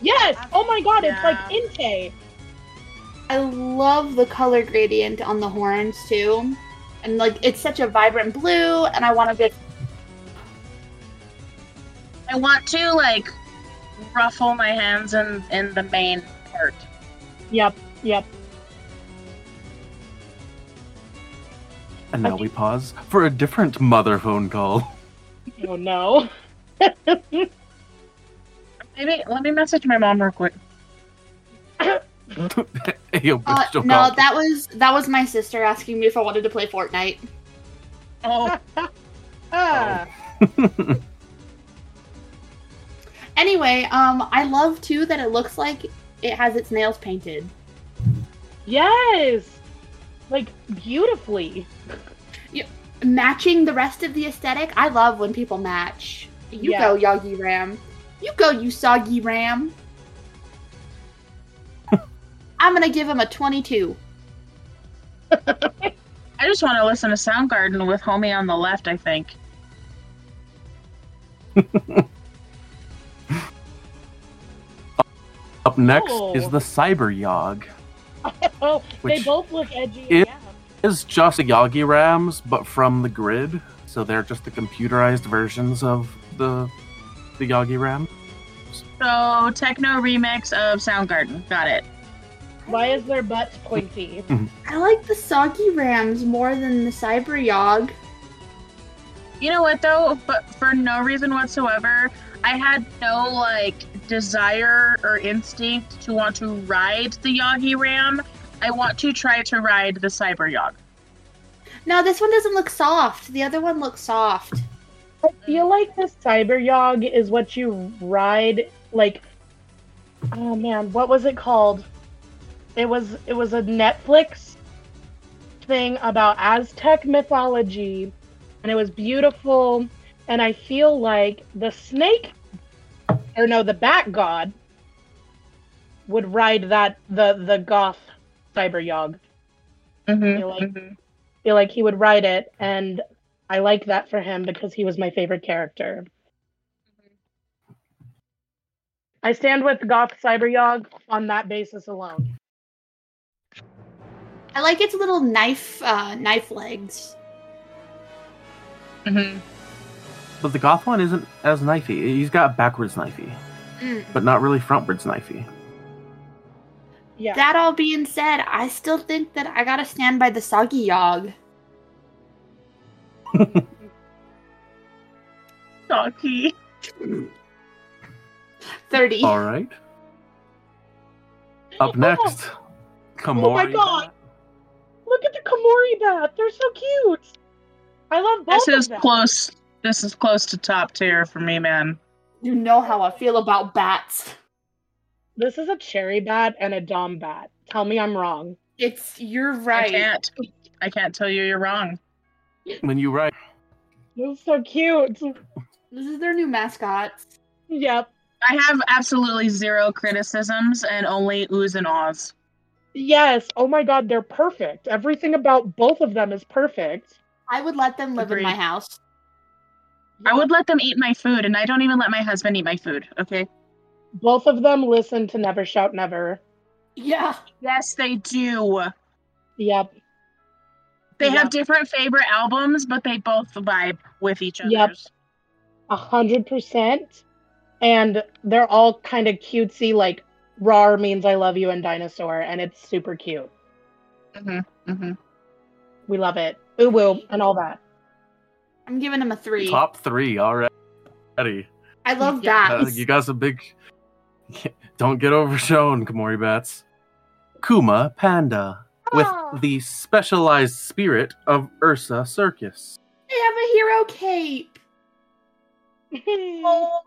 [SPEAKER 3] yes. Oh my god, it's like
[SPEAKER 4] Yeah.
[SPEAKER 3] Inte.
[SPEAKER 2] I love the color gradient on the horns too. And like it's such a vibrant blue and I want to bit
[SPEAKER 4] I want to like ruffle my hands in in the main part.
[SPEAKER 3] Yep. Yep.
[SPEAKER 1] And now we pause for a different mother phone call.
[SPEAKER 3] Oh no.
[SPEAKER 4] Maybe let me message my mom real quick.
[SPEAKER 1] Yo,
[SPEAKER 2] uh,
[SPEAKER 1] bitch, don't
[SPEAKER 2] no,
[SPEAKER 1] call.
[SPEAKER 2] that was that was my sister asking me if I wanted to play Fortnite.
[SPEAKER 4] Oh,
[SPEAKER 3] Ah.
[SPEAKER 2] Anyway, um I love too that it looks like it has its nails painted.
[SPEAKER 3] Yes. Like beautifully.
[SPEAKER 2] Matching the rest of the aesthetic, I love when people match. You
[SPEAKER 3] Yeah.
[SPEAKER 2] go, Yagi Ram. You go, you soggy Ram. I'm gonna give him a 22.
[SPEAKER 4] I just want to listen to Soundgarden with homie on the left. I think.
[SPEAKER 1] Up next
[SPEAKER 3] Oh.
[SPEAKER 1] is the Cyber Yog.
[SPEAKER 3] Oh, they
[SPEAKER 1] Which
[SPEAKER 3] both look edgy.
[SPEAKER 1] is-
[SPEAKER 3] yeah.
[SPEAKER 1] It's just the Yagi Rams, but from the grid. So they're just the computerized versions of the the Yagi Ram.
[SPEAKER 4] So techno remix of Soundgarden. Got it.
[SPEAKER 3] Why is their butts pointy?
[SPEAKER 2] I like the soggy Rams more than the Cyber Yog.
[SPEAKER 4] You know what though? But for no reason whatsoever, I had no like desire or instinct to want to ride the Yagi Ram. I want to try to ride the Cyber Yog.
[SPEAKER 2] No, this one doesn't look soft. The other one looks soft.
[SPEAKER 3] I feel like the cyber yog is what you ride like oh man, what was it called? It was it was a Netflix thing about Aztec mythology, and it was beautiful. And I feel like the snake, or no, the bat god, would ride that the the goth cyber yog.
[SPEAKER 4] Mhm,
[SPEAKER 3] You're like-
[SPEAKER 4] mhm.
[SPEAKER 3] feel like he would write it and i like that for him because he was my favorite character Mm-hmm. i stand with goth cyberyog on that basis alone
[SPEAKER 2] I like its little knife uh, knife legs.
[SPEAKER 3] mm-hmm.
[SPEAKER 4] Mhm.
[SPEAKER 1] But the goth one isn't as knifey. He's got backwards knifey,
[SPEAKER 2] Mm.
[SPEAKER 1] but not really frontwards knifey.
[SPEAKER 3] yeah
[SPEAKER 2] That all being said, I still think that I gotta stand by the soggy yog.
[SPEAKER 4] Donkey.
[SPEAKER 2] Thirty.
[SPEAKER 1] All right. Up next, Kamori.
[SPEAKER 3] oh my god look at the komori bat they're so cute i love both
[SPEAKER 4] This is
[SPEAKER 3] of them.
[SPEAKER 4] close. This is close to top tier for me, man.
[SPEAKER 2] You know how I feel about bats.
[SPEAKER 3] this is a cherry bat and a dom bat tell me i'm wrong
[SPEAKER 2] It's you're
[SPEAKER 4] I
[SPEAKER 2] right.
[SPEAKER 4] can't. I can't tell you you're wrong.
[SPEAKER 1] When you write,
[SPEAKER 3] this is so cute
[SPEAKER 2] This is their new mascot.
[SPEAKER 3] yep
[SPEAKER 4] I have absolutely zero criticisms and only oohs and ahs.
[SPEAKER 3] yes oh my god they're perfect everything about both of them is perfect
[SPEAKER 2] I would let them live in
[SPEAKER 4] Agreed.
[SPEAKER 2] my house.
[SPEAKER 4] I would let them eat my food, and I don't even let my husband eat my food. Okay.
[SPEAKER 3] Both of them listen to Never Shout Never.
[SPEAKER 2] Yeah.
[SPEAKER 4] Yes, they do.
[SPEAKER 3] Yep.
[SPEAKER 4] They
[SPEAKER 3] Yep.
[SPEAKER 4] have different favorite albums, but they both vibe with each other's.
[SPEAKER 3] Yep. A hundred percent. And they're all kind of cutesy, like RAR means I love you and dinosaur, and it's super cute.
[SPEAKER 4] hmm
[SPEAKER 3] We love it. Ooh woo and all that.
[SPEAKER 2] I'm giving them a three.
[SPEAKER 1] top three already.
[SPEAKER 2] I love
[SPEAKER 4] Yeah.
[SPEAKER 1] Uh,
[SPEAKER 2] bats.
[SPEAKER 1] you got some big. Don't get overshown, Kamori Bats. Kuma Panda with
[SPEAKER 2] Aw.
[SPEAKER 1] the specialized spirit of Ursa Circus.
[SPEAKER 2] They have a hero cape.
[SPEAKER 3] oh,
[SPEAKER 4] Oh,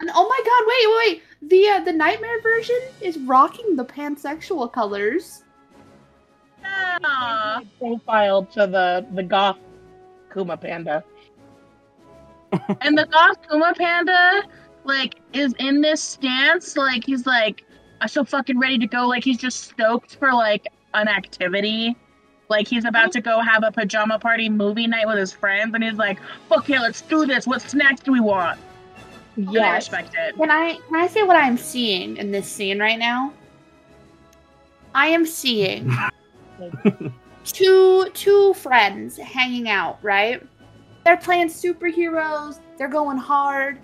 [SPEAKER 2] And oh my god, wait, wait, wait. The uh, the nightmare version is rocking the pansexual colors.
[SPEAKER 4] yeah.
[SPEAKER 3] profile to the the goth Kuma panda.
[SPEAKER 4] and the goth Kuma Panda, like, is in this stance. Like, he's like, I'm so fucking ready to go. Like, he's just stoked for like an activity. Like, he's about to go have a pajama party movie night with his friends, and he's like, "Fuck yeah, let's do this. What snacks do we want?" And I
[SPEAKER 3] Yes.
[SPEAKER 4] respect it.
[SPEAKER 2] Can I can I say what I'm seeing in this scene right now? I am seeing two two friends hanging out, right? They're playing superheroes, they're going hard,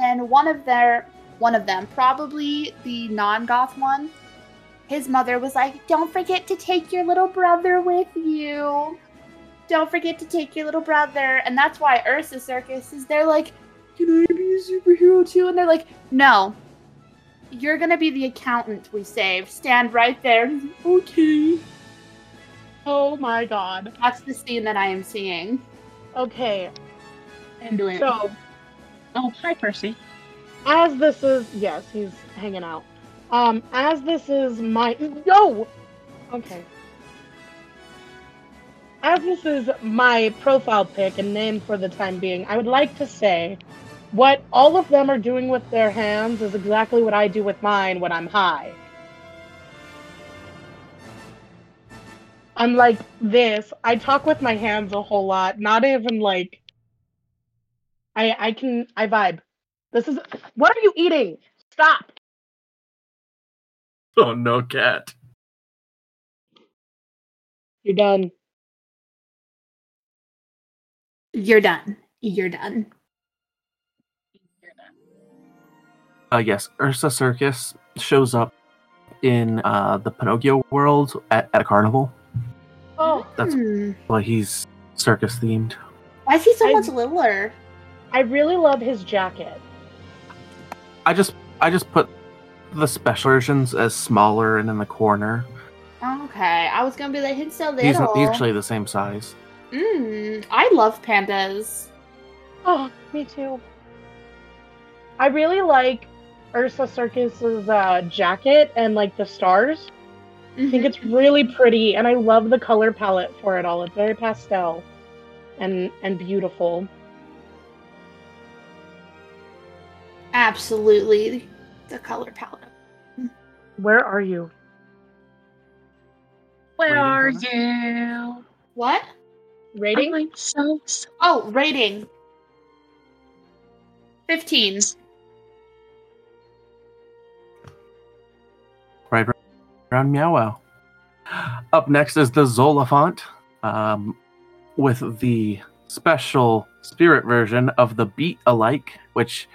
[SPEAKER 2] and one of their one of them, probably the non-goth one, his mother was like, "Don't forget to take your little brother with you. Don't forget to take your little brother." And that's why Ursa Circus is they're like, "Can I be a superhero too?" And they're like, "No. You're going to be the accountant we save. Stand right there." Okay.
[SPEAKER 3] Oh my god.
[SPEAKER 2] That's the scene that I am seeing.
[SPEAKER 3] Okay.
[SPEAKER 4] Into it.
[SPEAKER 3] So
[SPEAKER 4] oh, hi, Percy.
[SPEAKER 3] as this is yes, he's hanging out. Um, as this is my yo, okay. As this is my profile pick and name for the time being, I would like to say what all of them are doing with their hands is exactly what I do with mine when I'm high. I'm like this. I talk with my hands a whole lot. Not even like I I can I vibe. This is what are you eating? Stop.
[SPEAKER 1] Oh no, cat.
[SPEAKER 3] You're done.
[SPEAKER 2] You're done. You're done.
[SPEAKER 1] Uh, yes, Ursa Circus shows up in uh, the Pinocchio world at, at a carnival.
[SPEAKER 3] Oh,
[SPEAKER 1] That's-
[SPEAKER 2] Hmm.
[SPEAKER 1] Well, he's circus themed.
[SPEAKER 2] Why is he so
[SPEAKER 3] I-
[SPEAKER 2] much littler?
[SPEAKER 3] I really love his jacket.
[SPEAKER 1] I just I just put the special versions as smaller and in the corner.
[SPEAKER 2] Okay, I was gonna be like, he's so little.
[SPEAKER 1] He's, he's actually the same size.
[SPEAKER 2] Mm, I love pandas.
[SPEAKER 3] Oh, me too. I really like Ursa Circus's uh, jacket and like the stars. I
[SPEAKER 2] Mm-hmm.
[SPEAKER 3] think it's really pretty, and I love the color palette for it all. It's very pastel, and and beautiful.
[SPEAKER 2] Absolutely. The color palette.
[SPEAKER 3] Where are you?
[SPEAKER 4] Where
[SPEAKER 1] Rating,
[SPEAKER 4] are
[SPEAKER 1] Hannah?
[SPEAKER 4] you?
[SPEAKER 2] What?
[SPEAKER 3] Rating?
[SPEAKER 4] I'm so sorry.
[SPEAKER 2] Oh, rating. 15.
[SPEAKER 1] Right around Meow Wow. Up next is the Zola font um, with the special spirit version of the Beat Alike, which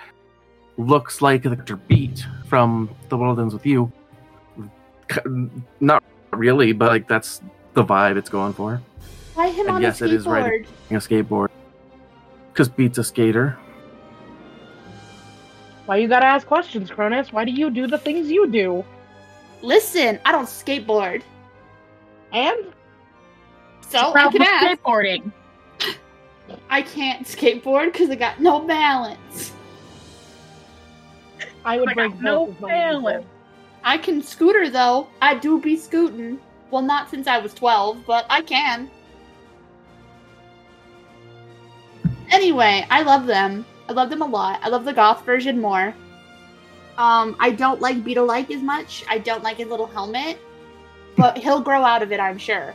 [SPEAKER 1] looks like the character Beat from The World Ends With You. K- Not really, but like that's the vibe it's going for.
[SPEAKER 2] Why him
[SPEAKER 1] And
[SPEAKER 2] on
[SPEAKER 1] yes,
[SPEAKER 2] a skateboard?
[SPEAKER 1] it is rated. A skateboard. Because Beat's a skater.
[SPEAKER 3] Why you gotta ask questions, Cronus? Why do you do the things you do?
[SPEAKER 2] Listen, I don't skateboard.
[SPEAKER 3] And
[SPEAKER 2] So I can ask.
[SPEAKER 4] skateboarding.
[SPEAKER 2] I can't skateboard because I got no balance.
[SPEAKER 3] I would
[SPEAKER 4] I got
[SPEAKER 3] break both
[SPEAKER 4] no
[SPEAKER 3] of my ankles.
[SPEAKER 4] balance.
[SPEAKER 2] I can scooter though. I do be scooting. Well, not since I was 12, but I can. Anyway, I love them. I love them a lot. I love the goth version more. Um, I don't like Beetle like as much. I don't like his little helmet, but he'll grow out of it, I'm sure.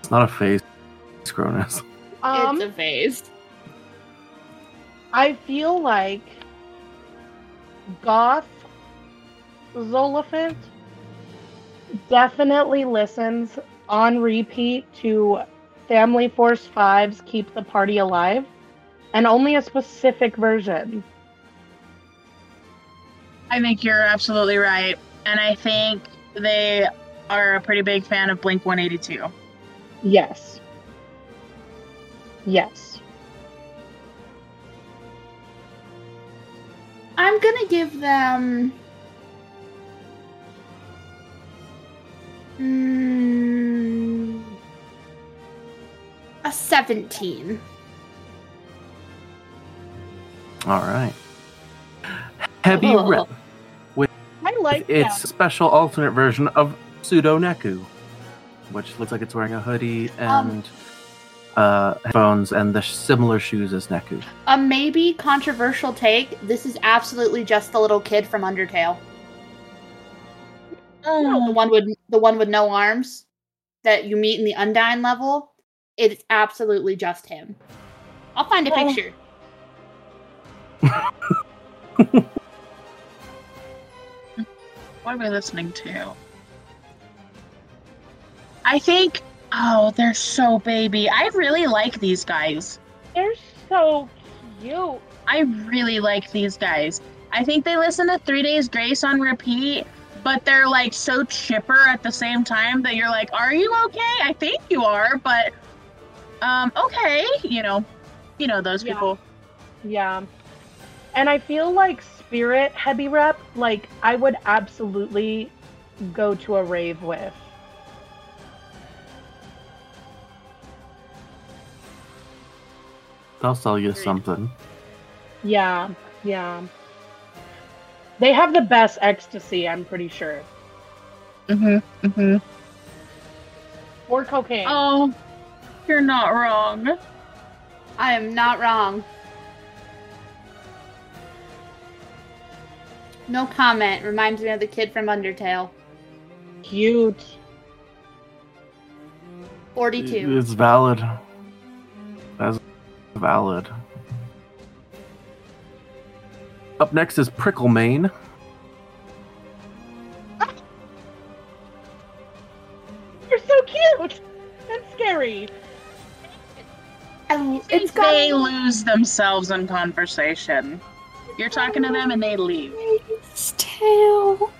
[SPEAKER 1] It's not a phase, Cronus.
[SPEAKER 3] Um,
[SPEAKER 2] it's a phase.
[SPEAKER 3] I feel like Goth Zolophant definitely listens on repeat to Family Force 5's Keep the Party Alive and only a specific version.
[SPEAKER 4] I think you're absolutely right. And I think they are a pretty big fan of Blink 182.
[SPEAKER 3] Yes. Yes.
[SPEAKER 2] I'm gonna give them. Mm, a 17.
[SPEAKER 1] All right. Heavy Rip.
[SPEAKER 3] I like
[SPEAKER 1] it's a special alternate version of Pseudo Neku, which looks like it's wearing a hoodie
[SPEAKER 4] Um,
[SPEAKER 1] and uh, headphones and the similar shoes as Neku.
[SPEAKER 2] A maybe controversial take. This is absolutely just the little kid from Undertale.
[SPEAKER 3] Oh.
[SPEAKER 2] The
[SPEAKER 4] Oh,
[SPEAKER 2] one with the one with no arms that you meet in the Undyne level. It's absolutely just him. I'll find a
[SPEAKER 4] Oh.
[SPEAKER 2] picture.
[SPEAKER 4] What are we listening to? I think. Oh, they're so baby. I really like these guys.
[SPEAKER 3] They're so cute.
[SPEAKER 4] I really like these guys. I think they listen to Three Days Grace on repeat, but they're like so chipper at the same time that you're like, "Are you okay? I think you are, but um, okay." You know, you know those
[SPEAKER 3] Yeah.
[SPEAKER 4] people.
[SPEAKER 3] Yeah. And I feel like spirit heavy rep, like I would absolutely go to a rave with.
[SPEAKER 1] They'll sell you
[SPEAKER 4] Agreed.
[SPEAKER 1] something.
[SPEAKER 3] Yeah, yeah. They have the best ecstasy, I'm pretty sure.
[SPEAKER 4] Mm-hmm. Mm-hmm.
[SPEAKER 3] Or cocaine.
[SPEAKER 4] Oh, you're not wrong.
[SPEAKER 2] I am not wrong. No comment. Reminds me of the kid from Undertale.
[SPEAKER 3] Cute.
[SPEAKER 2] 42.
[SPEAKER 1] It's valid. That's valid. Up next is Pricklemane.
[SPEAKER 3] They're so cute and scary.
[SPEAKER 2] I,
[SPEAKER 4] It's
[SPEAKER 2] it's got
[SPEAKER 4] they lose themselves in conversation. You're talking to them and they leave.
[SPEAKER 2] tail.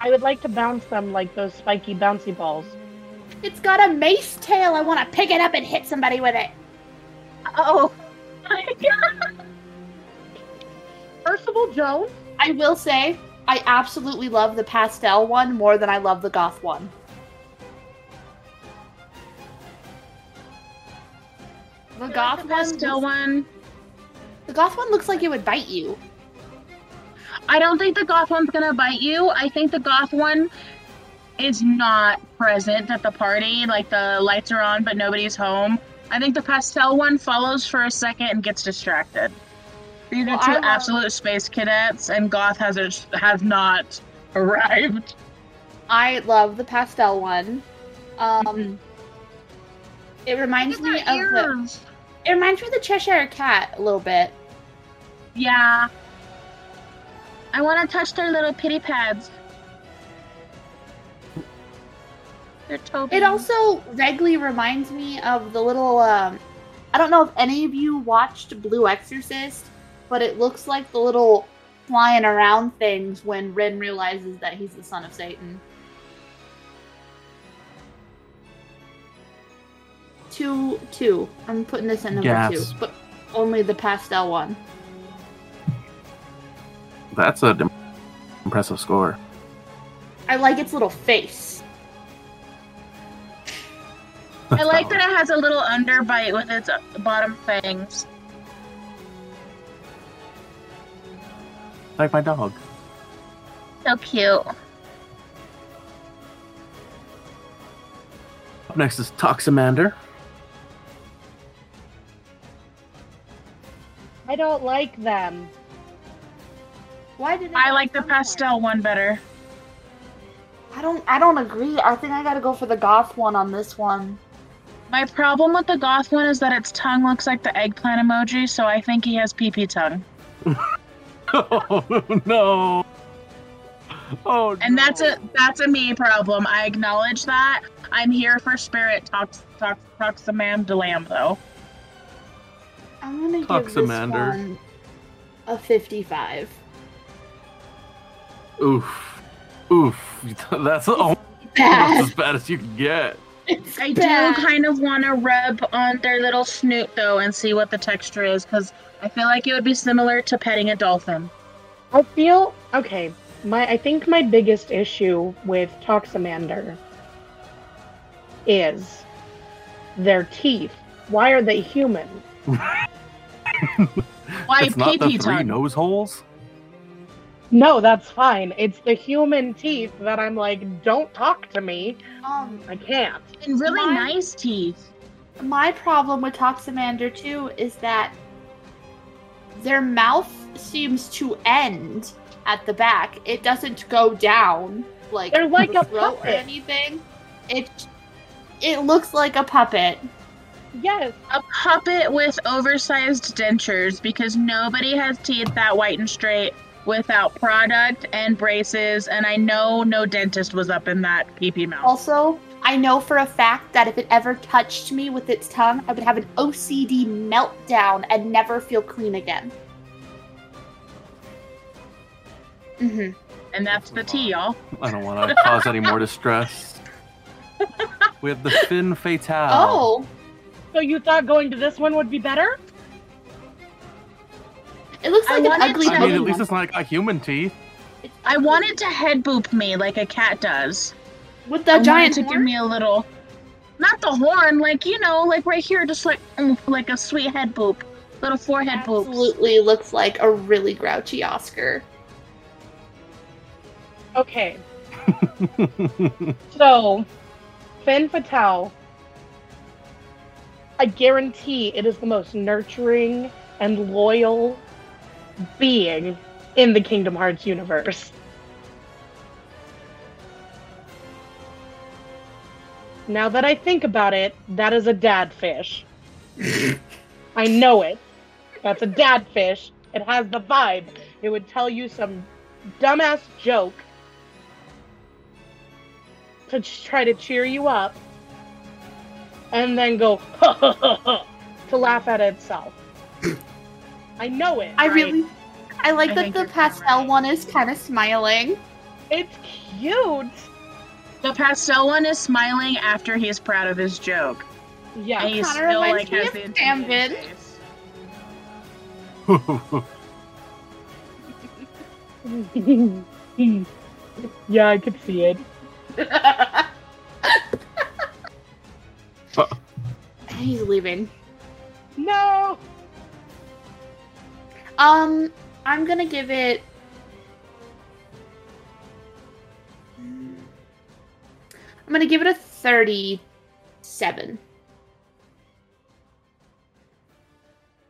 [SPEAKER 3] I would like to bounce them like those spiky bouncy balls.
[SPEAKER 2] It's got a mace tail. I want to pick it up and hit somebody with it.
[SPEAKER 4] Oh my god.
[SPEAKER 3] Percival Jones?
[SPEAKER 2] I will say, I absolutely love the pastel one more than I love the goth one. The goth
[SPEAKER 4] Goth
[SPEAKER 2] one,
[SPEAKER 4] pastel one.
[SPEAKER 2] the goth one looks like it would bite you.
[SPEAKER 4] I don't think the goth one's gonna bite you. I think the goth one is not present at the party. Like the lights are on, but nobody's home. I think the pastel one follows for a second and gets distracted. These
[SPEAKER 2] Well,
[SPEAKER 4] are two
[SPEAKER 2] I love-
[SPEAKER 4] absolute space cadets, and goth has a, has not arrived.
[SPEAKER 2] I love the pastel one. Um,
[SPEAKER 4] Mhm.
[SPEAKER 2] It reminds
[SPEAKER 4] Mm-hmm. Look
[SPEAKER 2] me
[SPEAKER 4] at their
[SPEAKER 2] of the,
[SPEAKER 4] ears.
[SPEAKER 2] it reminds me of the Cheshire Cat a little bit.
[SPEAKER 4] Yeah. I want to touch their little pity pads. Their toe.
[SPEAKER 2] It
[SPEAKER 4] beans.
[SPEAKER 2] also vaguely reminds me of the little. Um, I don't know if any of you watched Blue Exorcist, but it looks like the little flying around things when Ren realizes that he's the son of Satan. Two, two. I'm putting this in number
[SPEAKER 1] Yes.
[SPEAKER 2] two, but only the pastel one.
[SPEAKER 1] That's an im- impressive score.
[SPEAKER 2] I like its little face.
[SPEAKER 4] I like that it has a little underbite with its bottom fangs.
[SPEAKER 1] Like my dog.
[SPEAKER 4] So cute.
[SPEAKER 1] Up next is Toximander.
[SPEAKER 3] I don't like them.
[SPEAKER 2] Why did
[SPEAKER 4] I like the pastel one better.
[SPEAKER 2] I don't. I don't agree. I think I gotta go for the goth one on this one.
[SPEAKER 4] My problem with the goth one is that its tongue looks like the eggplant emoji, so I think he has pee pee tongue.
[SPEAKER 1] oh no! Oh,
[SPEAKER 4] And that's
[SPEAKER 1] no.
[SPEAKER 4] a that's a me problem. I acknowledge that. I'm here for spirit tox tox toxamam delam though.
[SPEAKER 2] I'm gonna give this
[SPEAKER 1] Toximander.
[SPEAKER 2] one a 55.
[SPEAKER 1] Oof, oof. That's almost
[SPEAKER 2] Bad.
[SPEAKER 1] as bad as you can get.
[SPEAKER 2] It's
[SPEAKER 4] I
[SPEAKER 2] bad.
[SPEAKER 4] do kind of want to rub on their little snoot though and see what the texture is because I feel like it would be similar to petting a dolphin.
[SPEAKER 3] I feel okay. My I think my biggest issue with Toximander is their teeth. Why are they human?
[SPEAKER 4] Why
[SPEAKER 1] it's not the
[SPEAKER 4] pee-pee
[SPEAKER 1] three
[SPEAKER 4] tongue?
[SPEAKER 1] nose holes.
[SPEAKER 3] No, that's fine. It's the human teeth that I'm like, don't talk to me.
[SPEAKER 2] Um,
[SPEAKER 3] I can't.
[SPEAKER 4] And really
[SPEAKER 2] Mine-
[SPEAKER 4] nice teeth.
[SPEAKER 2] my problem with Toximander too is that their mouth seems to end at the back. It doesn't go down like
[SPEAKER 3] They're like
[SPEAKER 2] the
[SPEAKER 3] a
[SPEAKER 2] throat or
[SPEAKER 3] puppet.
[SPEAKER 2] anything. It it looks like a puppet.
[SPEAKER 3] Yes.
[SPEAKER 4] A puppet with oversized dentures because nobody has teeth that white and straight without product and braces. And I know no dentist was up in that pee pee mouth.
[SPEAKER 2] Also, I know for a fact that if it ever touched me with its tongue, I would have an OCD meltdown and never feel clean again. hmm
[SPEAKER 4] and that's the tea, y'all.
[SPEAKER 1] I don't want to cause any more distress. We have the fin fatale.
[SPEAKER 2] Oh,
[SPEAKER 3] So you thought going to this one would be better?
[SPEAKER 2] it looks
[SPEAKER 4] I
[SPEAKER 2] like an
[SPEAKER 4] wanted
[SPEAKER 2] ugly
[SPEAKER 4] to-
[SPEAKER 1] I mean, at
[SPEAKER 2] pudding.
[SPEAKER 1] least it's not like a human teeth.
[SPEAKER 4] I wanted to head boop me like a cat does.
[SPEAKER 2] with
[SPEAKER 4] I
[SPEAKER 2] the
[SPEAKER 4] wanted
[SPEAKER 2] giant
[SPEAKER 4] to give
[SPEAKER 2] horn.
[SPEAKER 4] me a little, not the horn, like you know, like right here, just like mm, like a sweet head boop, little forehead boop.
[SPEAKER 2] Absolutely looks like a really grouchy Oscar.
[SPEAKER 3] Okay. So, Finn Fatale, I guarantee it is the most nurturing and loyal being in the Kingdom Hearts universe. Now that I think about it, that is a dad fish. I know it. That's a dad fish. It has the vibe. It would tell you some dumbass joke to ch- try to cheer you up and then go to laugh at itself. I know it.
[SPEAKER 2] I
[SPEAKER 3] right?
[SPEAKER 2] really, I like
[SPEAKER 4] I
[SPEAKER 2] that
[SPEAKER 4] think
[SPEAKER 2] the
[SPEAKER 4] you're kinda
[SPEAKER 2] pastel
[SPEAKER 4] right.
[SPEAKER 2] one is kind of smiling.
[SPEAKER 3] It's cute.
[SPEAKER 4] The pastel one is smiling after he's proud of his joke, and
[SPEAKER 3] Yeah.
[SPEAKER 4] he
[SPEAKER 2] kinda
[SPEAKER 4] still like
[SPEAKER 2] reminds me
[SPEAKER 4] has
[SPEAKER 2] of
[SPEAKER 4] the intimidating
[SPEAKER 2] Gambit.
[SPEAKER 4] face.
[SPEAKER 3] yeah, I could see it.
[SPEAKER 2] He's leaving.
[SPEAKER 3] No.
[SPEAKER 2] Um, I'm gonna give it I'm gonna give it a 37.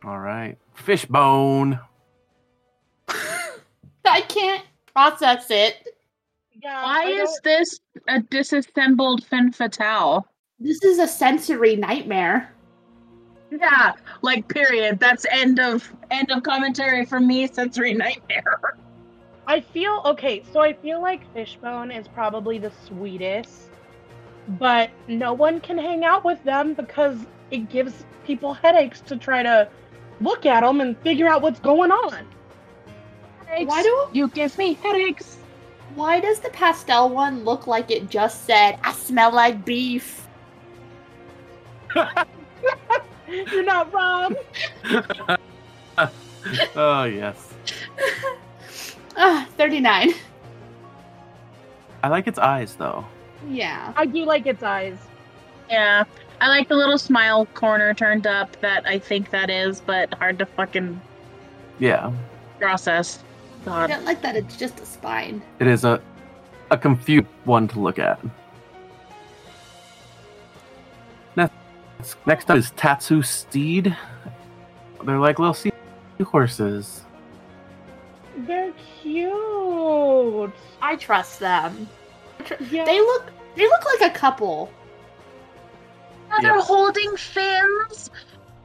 [SPEAKER 1] All right. Fishbone.
[SPEAKER 2] I can't process it.
[SPEAKER 3] Yeah, I
[SPEAKER 4] Why is
[SPEAKER 3] don't-
[SPEAKER 4] this a disassembled fin fatale?
[SPEAKER 2] This is a sensory nightmare.
[SPEAKER 4] Yeah, like period. That's end of end of commentary for me. Sensory nightmare.
[SPEAKER 3] I feel okay, so I feel like Fishbone is probably the sweetest, but no one can hang out with them because it gives people headaches to try to look at them and figure out what's going on.
[SPEAKER 2] Why do
[SPEAKER 4] you give me headaches?
[SPEAKER 2] why does the pastel one look like it just said I smell like beef?
[SPEAKER 3] You're not wrong.
[SPEAKER 1] Oh, yes.
[SPEAKER 2] Ah, 39.
[SPEAKER 1] I like its eyes, though.
[SPEAKER 2] Yeah.
[SPEAKER 3] I do like its eyes.
[SPEAKER 4] Yeah, I like the little smile corner turned up. That I think that is, but hard to fucking
[SPEAKER 1] Yeah,
[SPEAKER 4] process.
[SPEAKER 2] I
[SPEAKER 4] God.
[SPEAKER 2] don't like that it's just a spine.
[SPEAKER 1] it is a a confused one to look at. Next, next up is Tatsu Steed. They're like little seahorses.
[SPEAKER 3] They're cute.
[SPEAKER 2] I trust them.
[SPEAKER 3] Yeah.
[SPEAKER 2] They look they look like a couple.
[SPEAKER 4] Yeah, they're
[SPEAKER 1] Yep.
[SPEAKER 4] holding fins,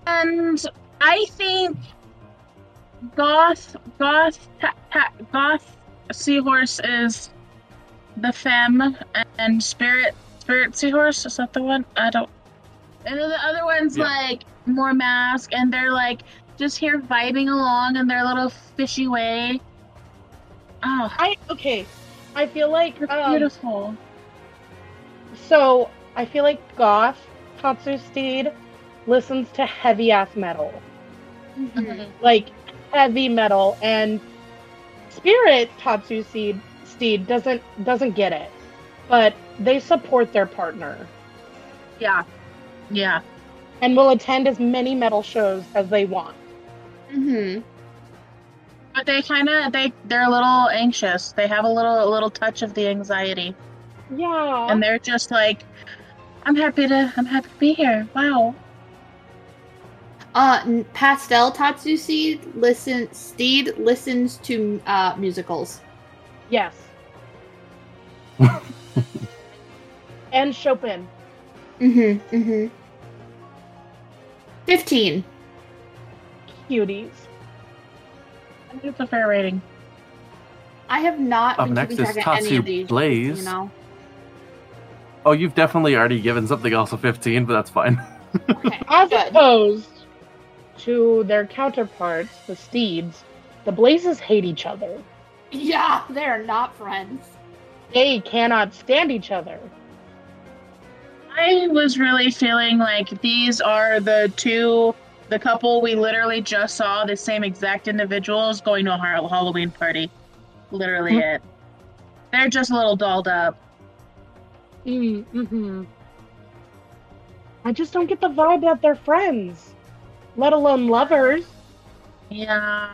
[SPEAKER 4] and I think goth, goth, ta- ta- goth seahorse is the femme, and spirit, spirit seahorse is that the one? I don't. And then the other one's
[SPEAKER 1] Yeah.
[SPEAKER 4] like more mask, and they're like just here vibing along in their little fishy way. Oh,
[SPEAKER 3] I okay. I feel like
[SPEAKER 4] they're
[SPEAKER 3] um,
[SPEAKER 4] beautiful.
[SPEAKER 3] so. I feel like Goth Tatsu Steed listens to heavy ass metal,
[SPEAKER 2] Mm-hmm.
[SPEAKER 3] like heavy metal, and Spirit Tatsu Steed Steed doesn't doesn't get it, but they support their partner
[SPEAKER 4] Yeah, yeah.
[SPEAKER 3] and will attend as many metal shows as they want.
[SPEAKER 2] Mm-hmm.
[SPEAKER 4] But they kind of they they're a little anxious. They have a little a little touch of the anxiety,
[SPEAKER 3] Yeah.
[SPEAKER 4] and they're just like, "I'm happy to I'm happy to be here." Wow.
[SPEAKER 2] Uh, n- Pastel Tatsu Seed listen Steed listens to uh, musicals.
[SPEAKER 3] yes. and Chopin.
[SPEAKER 2] Mm-hmm. Mm-hmm. Fifteen.
[SPEAKER 3] Cuties.
[SPEAKER 4] I think it's a fair rating.
[SPEAKER 2] I have not
[SPEAKER 1] Up
[SPEAKER 2] been
[SPEAKER 1] next
[SPEAKER 2] keeping
[SPEAKER 1] is
[SPEAKER 2] track of any
[SPEAKER 1] Tatsu
[SPEAKER 2] of these. just so
[SPEAKER 1] Blaze.
[SPEAKER 2] You know.
[SPEAKER 1] Oh, you've definitely already given something else a 15, but that's fine.
[SPEAKER 2] Okay.
[SPEAKER 3] As
[SPEAKER 2] good.
[SPEAKER 3] opposed to their counterparts, the steeds, the blazes hate each other.
[SPEAKER 2] Yeah, they are not friends.
[SPEAKER 3] They cannot stand each other.
[SPEAKER 4] I was really feeling like these are the two, the couple we literally just saw, the same exact individuals going to a Har- Halloween party. Literally it. They're just a little dolled up.
[SPEAKER 3] Mm-hmm. I just don't get the vibe that they're friends, let alone lovers.
[SPEAKER 4] Yeah.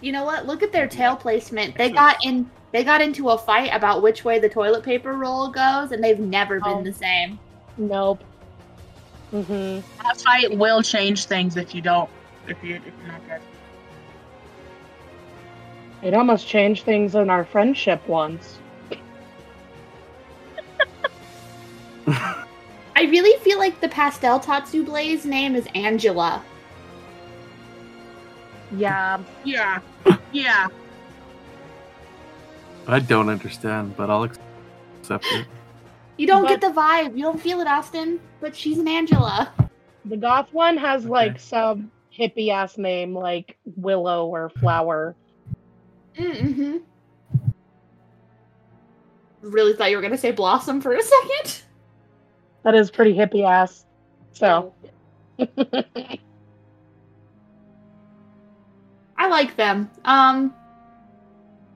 [SPEAKER 2] You know what? Look at their tail placement. They got in. They got into a fight about which way the toilet paper roll goes, and they've never
[SPEAKER 3] Oh.
[SPEAKER 2] been the same.
[SPEAKER 3] Nope. Mm-hmm.
[SPEAKER 4] That fight will change things if you don't. If you if you're not careful.
[SPEAKER 3] It almost changed things in our friendship once.
[SPEAKER 2] I really feel like the pastel Tatsu Blaze name is Angela.
[SPEAKER 3] Yeah.
[SPEAKER 4] Yeah. Yeah.
[SPEAKER 1] I don't understand, but I'll accept it.
[SPEAKER 2] You don't get
[SPEAKER 3] But-
[SPEAKER 2] the vibe. You don't feel it, Austin. But she's an Angela.
[SPEAKER 3] The goth one has
[SPEAKER 1] Okay.
[SPEAKER 3] like some hippie ass name like Willow or Flower.
[SPEAKER 2] Mm-hmm. Really thought you were gonna say Blossom for a second.
[SPEAKER 3] That is pretty hippie ass. So
[SPEAKER 2] I like them. Um,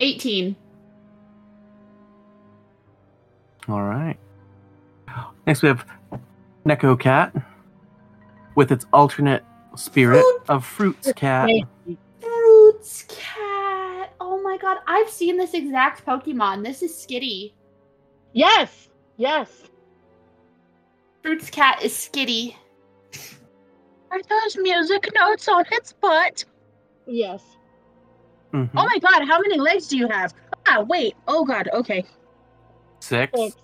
[SPEAKER 2] eighteen.
[SPEAKER 1] All right. Next, we have Neko Cat with its alternate spirit
[SPEAKER 2] Fruit.
[SPEAKER 1] of Fruits Cat.
[SPEAKER 3] Hey.
[SPEAKER 2] Fruits cat. Oh my god, I've seen this exact Pokemon. This is Skitty.
[SPEAKER 3] yes, yes.
[SPEAKER 2] Fruit's cat is skitty.
[SPEAKER 4] Are those music notes on its butt?
[SPEAKER 3] Yes.
[SPEAKER 1] Mhm.
[SPEAKER 4] Oh my god, how many legs do you have? Ah, wait. Oh god, okay.
[SPEAKER 1] Six.
[SPEAKER 3] Six.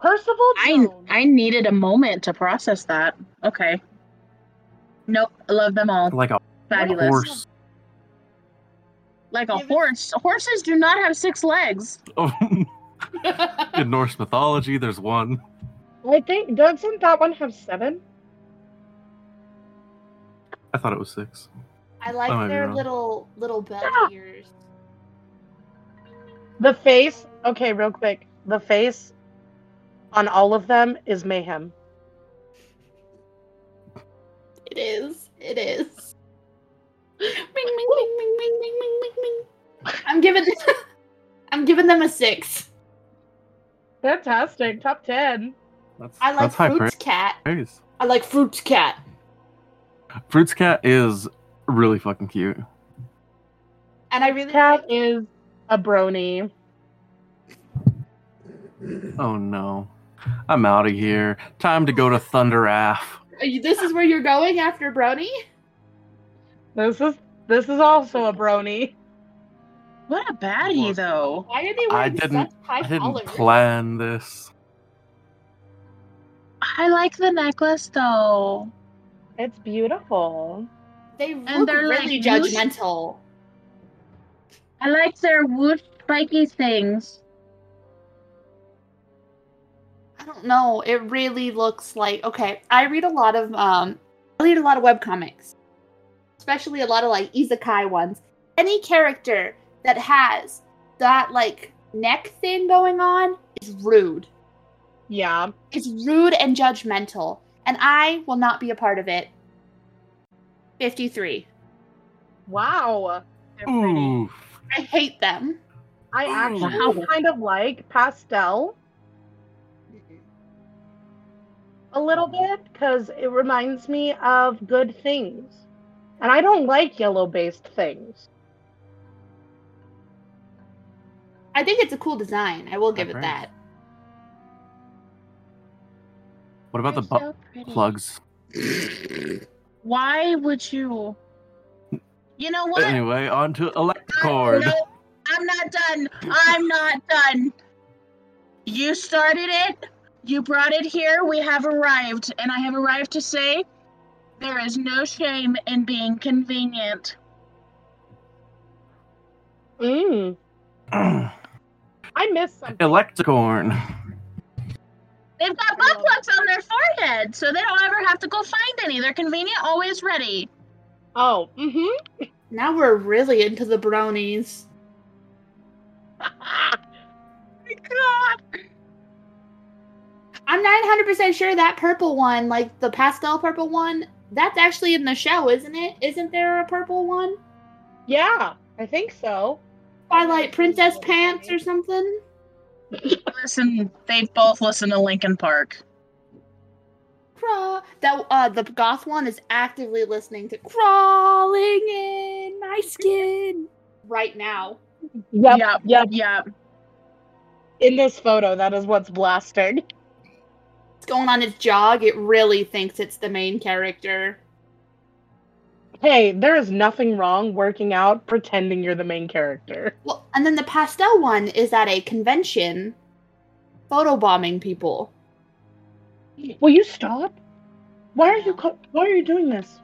[SPEAKER 3] Percival
[SPEAKER 4] I
[SPEAKER 3] Jones.
[SPEAKER 4] I needed a moment to process that. Okay. Nope, I love them all.
[SPEAKER 1] Like a
[SPEAKER 4] Fabulous.
[SPEAKER 1] horse.
[SPEAKER 4] Like a
[SPEAKER 2] Yeah, but-
[SPEAKER 4] horse. Horses do not have six legs.
[SPEAKER 1] Oh, in Norse mythology, there's one.
[SPEAKER 3] I think doesn't that one have seven?
[SPEAKER 1] I thought it was six.
[SPEAKER 2] I like
[SPEAKER 1] I might be
[SPEAKER 2] their
[SPEAKER 1] wrong.
[SPEAKER 2] little little bell
[SPEAKER 3] Ah.
[SPEAKER 2] ears.
[SPEAKER 3] The face. Okay, real quick. The face on all of them is mayhem.
[SPEAKER 2] It is. It is. Ming ming ming ming ming ming ming ming ming. I'm giving I'm giving them a six.
[SPEAKER 3] Fantastic. Top ten.
[SPEAKER 1] That's,
[SPEAKER 2] I like
[SPEAKER 1] that's high
[SPEAKER 2] Fruit's cat.
[SPEAKER 1] praise.
[SPEAKER 2] I like Fruit's cat.
[SPEAKER 1] Fruits cat is really fucking cute.
[SPEAKER 2] And I really
[SPEAKER 3] Cat is a brony.
[SPEAKER 1] Oh no. I'm out of here. Time to go to Thunderaff.
[SPEAKER 2] Are you- this is where you're going after Brony?
[SPEAKER 3] This is this is also a brony.
[SPEAKER 4] What a baddie though.
[SPEAKER 2] Why are they
[SPEAKER 1] I
[SPEAKER 2] wearing
[SPEAKER 1] didn't-
[SPEAKER 2] such high
[SPEAKER 1] I didn't
[SPEAKER 2] collars?
[SPEAKER 1] plan this.
[SPEAKER 4] I like the necklace though.
[SPEAKER 3] It's beautiful.
[SPEAKER 2] They
[SPEAKER 4] And
[SPEAKER 2] look
[SPEAKER 4] they're, like,
[SPEAKER 2] really
[SPEAKER 4] loose.
[SPEAKER 2] judgmental.
[SPEAKER 4] I like their wood spiky things.
[SPEAKER 2] I don't know. It really looks like okay. I read a lot of um, I read a lot of web comics, especially a lot of like izakai ones. Any character that has that like neck thing going on is rude.
[SPEAKER 3] Yeah.
[SPEAKER 2] It's rude and judgmental, and I will not be a part of it. Fifty-three.
[SPEAKER 3] Wow.
[SPEAKER 4] They're pretty.
[SPEAKER 1] Oof.
[SPEAKER 2] I hate them.
[SPEAKER 3] I actually
[SPEAKER 4] Oh, Wow.
[SPEAKER 3] kind of like pastel
[SPEAKER 2] Mm-hmm.
[SPEAKER 3] a little bit because it reminds me of good things. And I don't like yellow based things.
[SPEAKER 2] I think it's a cool design. I will give it
[SPEAKER 1] Alright.
[SPEAKER 2] that.
[SPEAKER 1] What about the
[SPEAKER 4] They're
[SPEAKER 1] butt
[SPEAKER 4] so pretty.
[SPEAKER 1] plugs?
[SPEAKER 4] Why would you? You
[SPEAKER 1] Uh,
[SPEAKER 4] know what?
[SPEAKER 1] Anyway, on to
[SPEAKER 4] I-
[SPEAKER 1] Electricord.
[SPEAKER 4] No, I'm not done. I'm not done. You started it. You brought it here. We have arrived, and I have arrived to say there is no shame in being convenient.
[SPEAKER 3] Mm. I missed something.
[SPEAKER 1] Electricorn.
[SPEAKER 4] They've got butt plugs on their forehead, so they don't ever have to go find any. They're convenient, always ready.
[SPEAKER 3] Oh, mm-hmm.
[SPEAKER 2] Now we're really into the bronies.
[SPEAKER 4] my God.
[SPEAKER 2] I'm 900% sure that purple one, like the pastel purple one, that's actually in the show, isn't it? Isn't there a purple one?
[SPEAKER 3] Yeah, I think so.
[SPEAKER 2] Twilight Princess Pants or something?
[SPEAKER 4] Listen, they both listen to Linkin Park.
[SPEAKER 2] Craw. That uh the goth one is actively listening to crawling in my skin right now.
[SPEAKER 3] Yep,
[SPEAKER 4] Yep.
[SPEAKER 3] yep.
[SPEAKER 4] Yeah.
[SPEAKER 3] In this photo, that is what's blasting.
[SPEAKER 2] It's going on its jog. It really thinks it's the main character.
[SPEAKER 3] Hey, there is nothing wrong working out pretending you're the main character.
[SPEAKER 2] Well, and then the pastel one is at a convention photobombing people.
[SPEAKER 3] Will you stop? Why are you co- why are you doing this?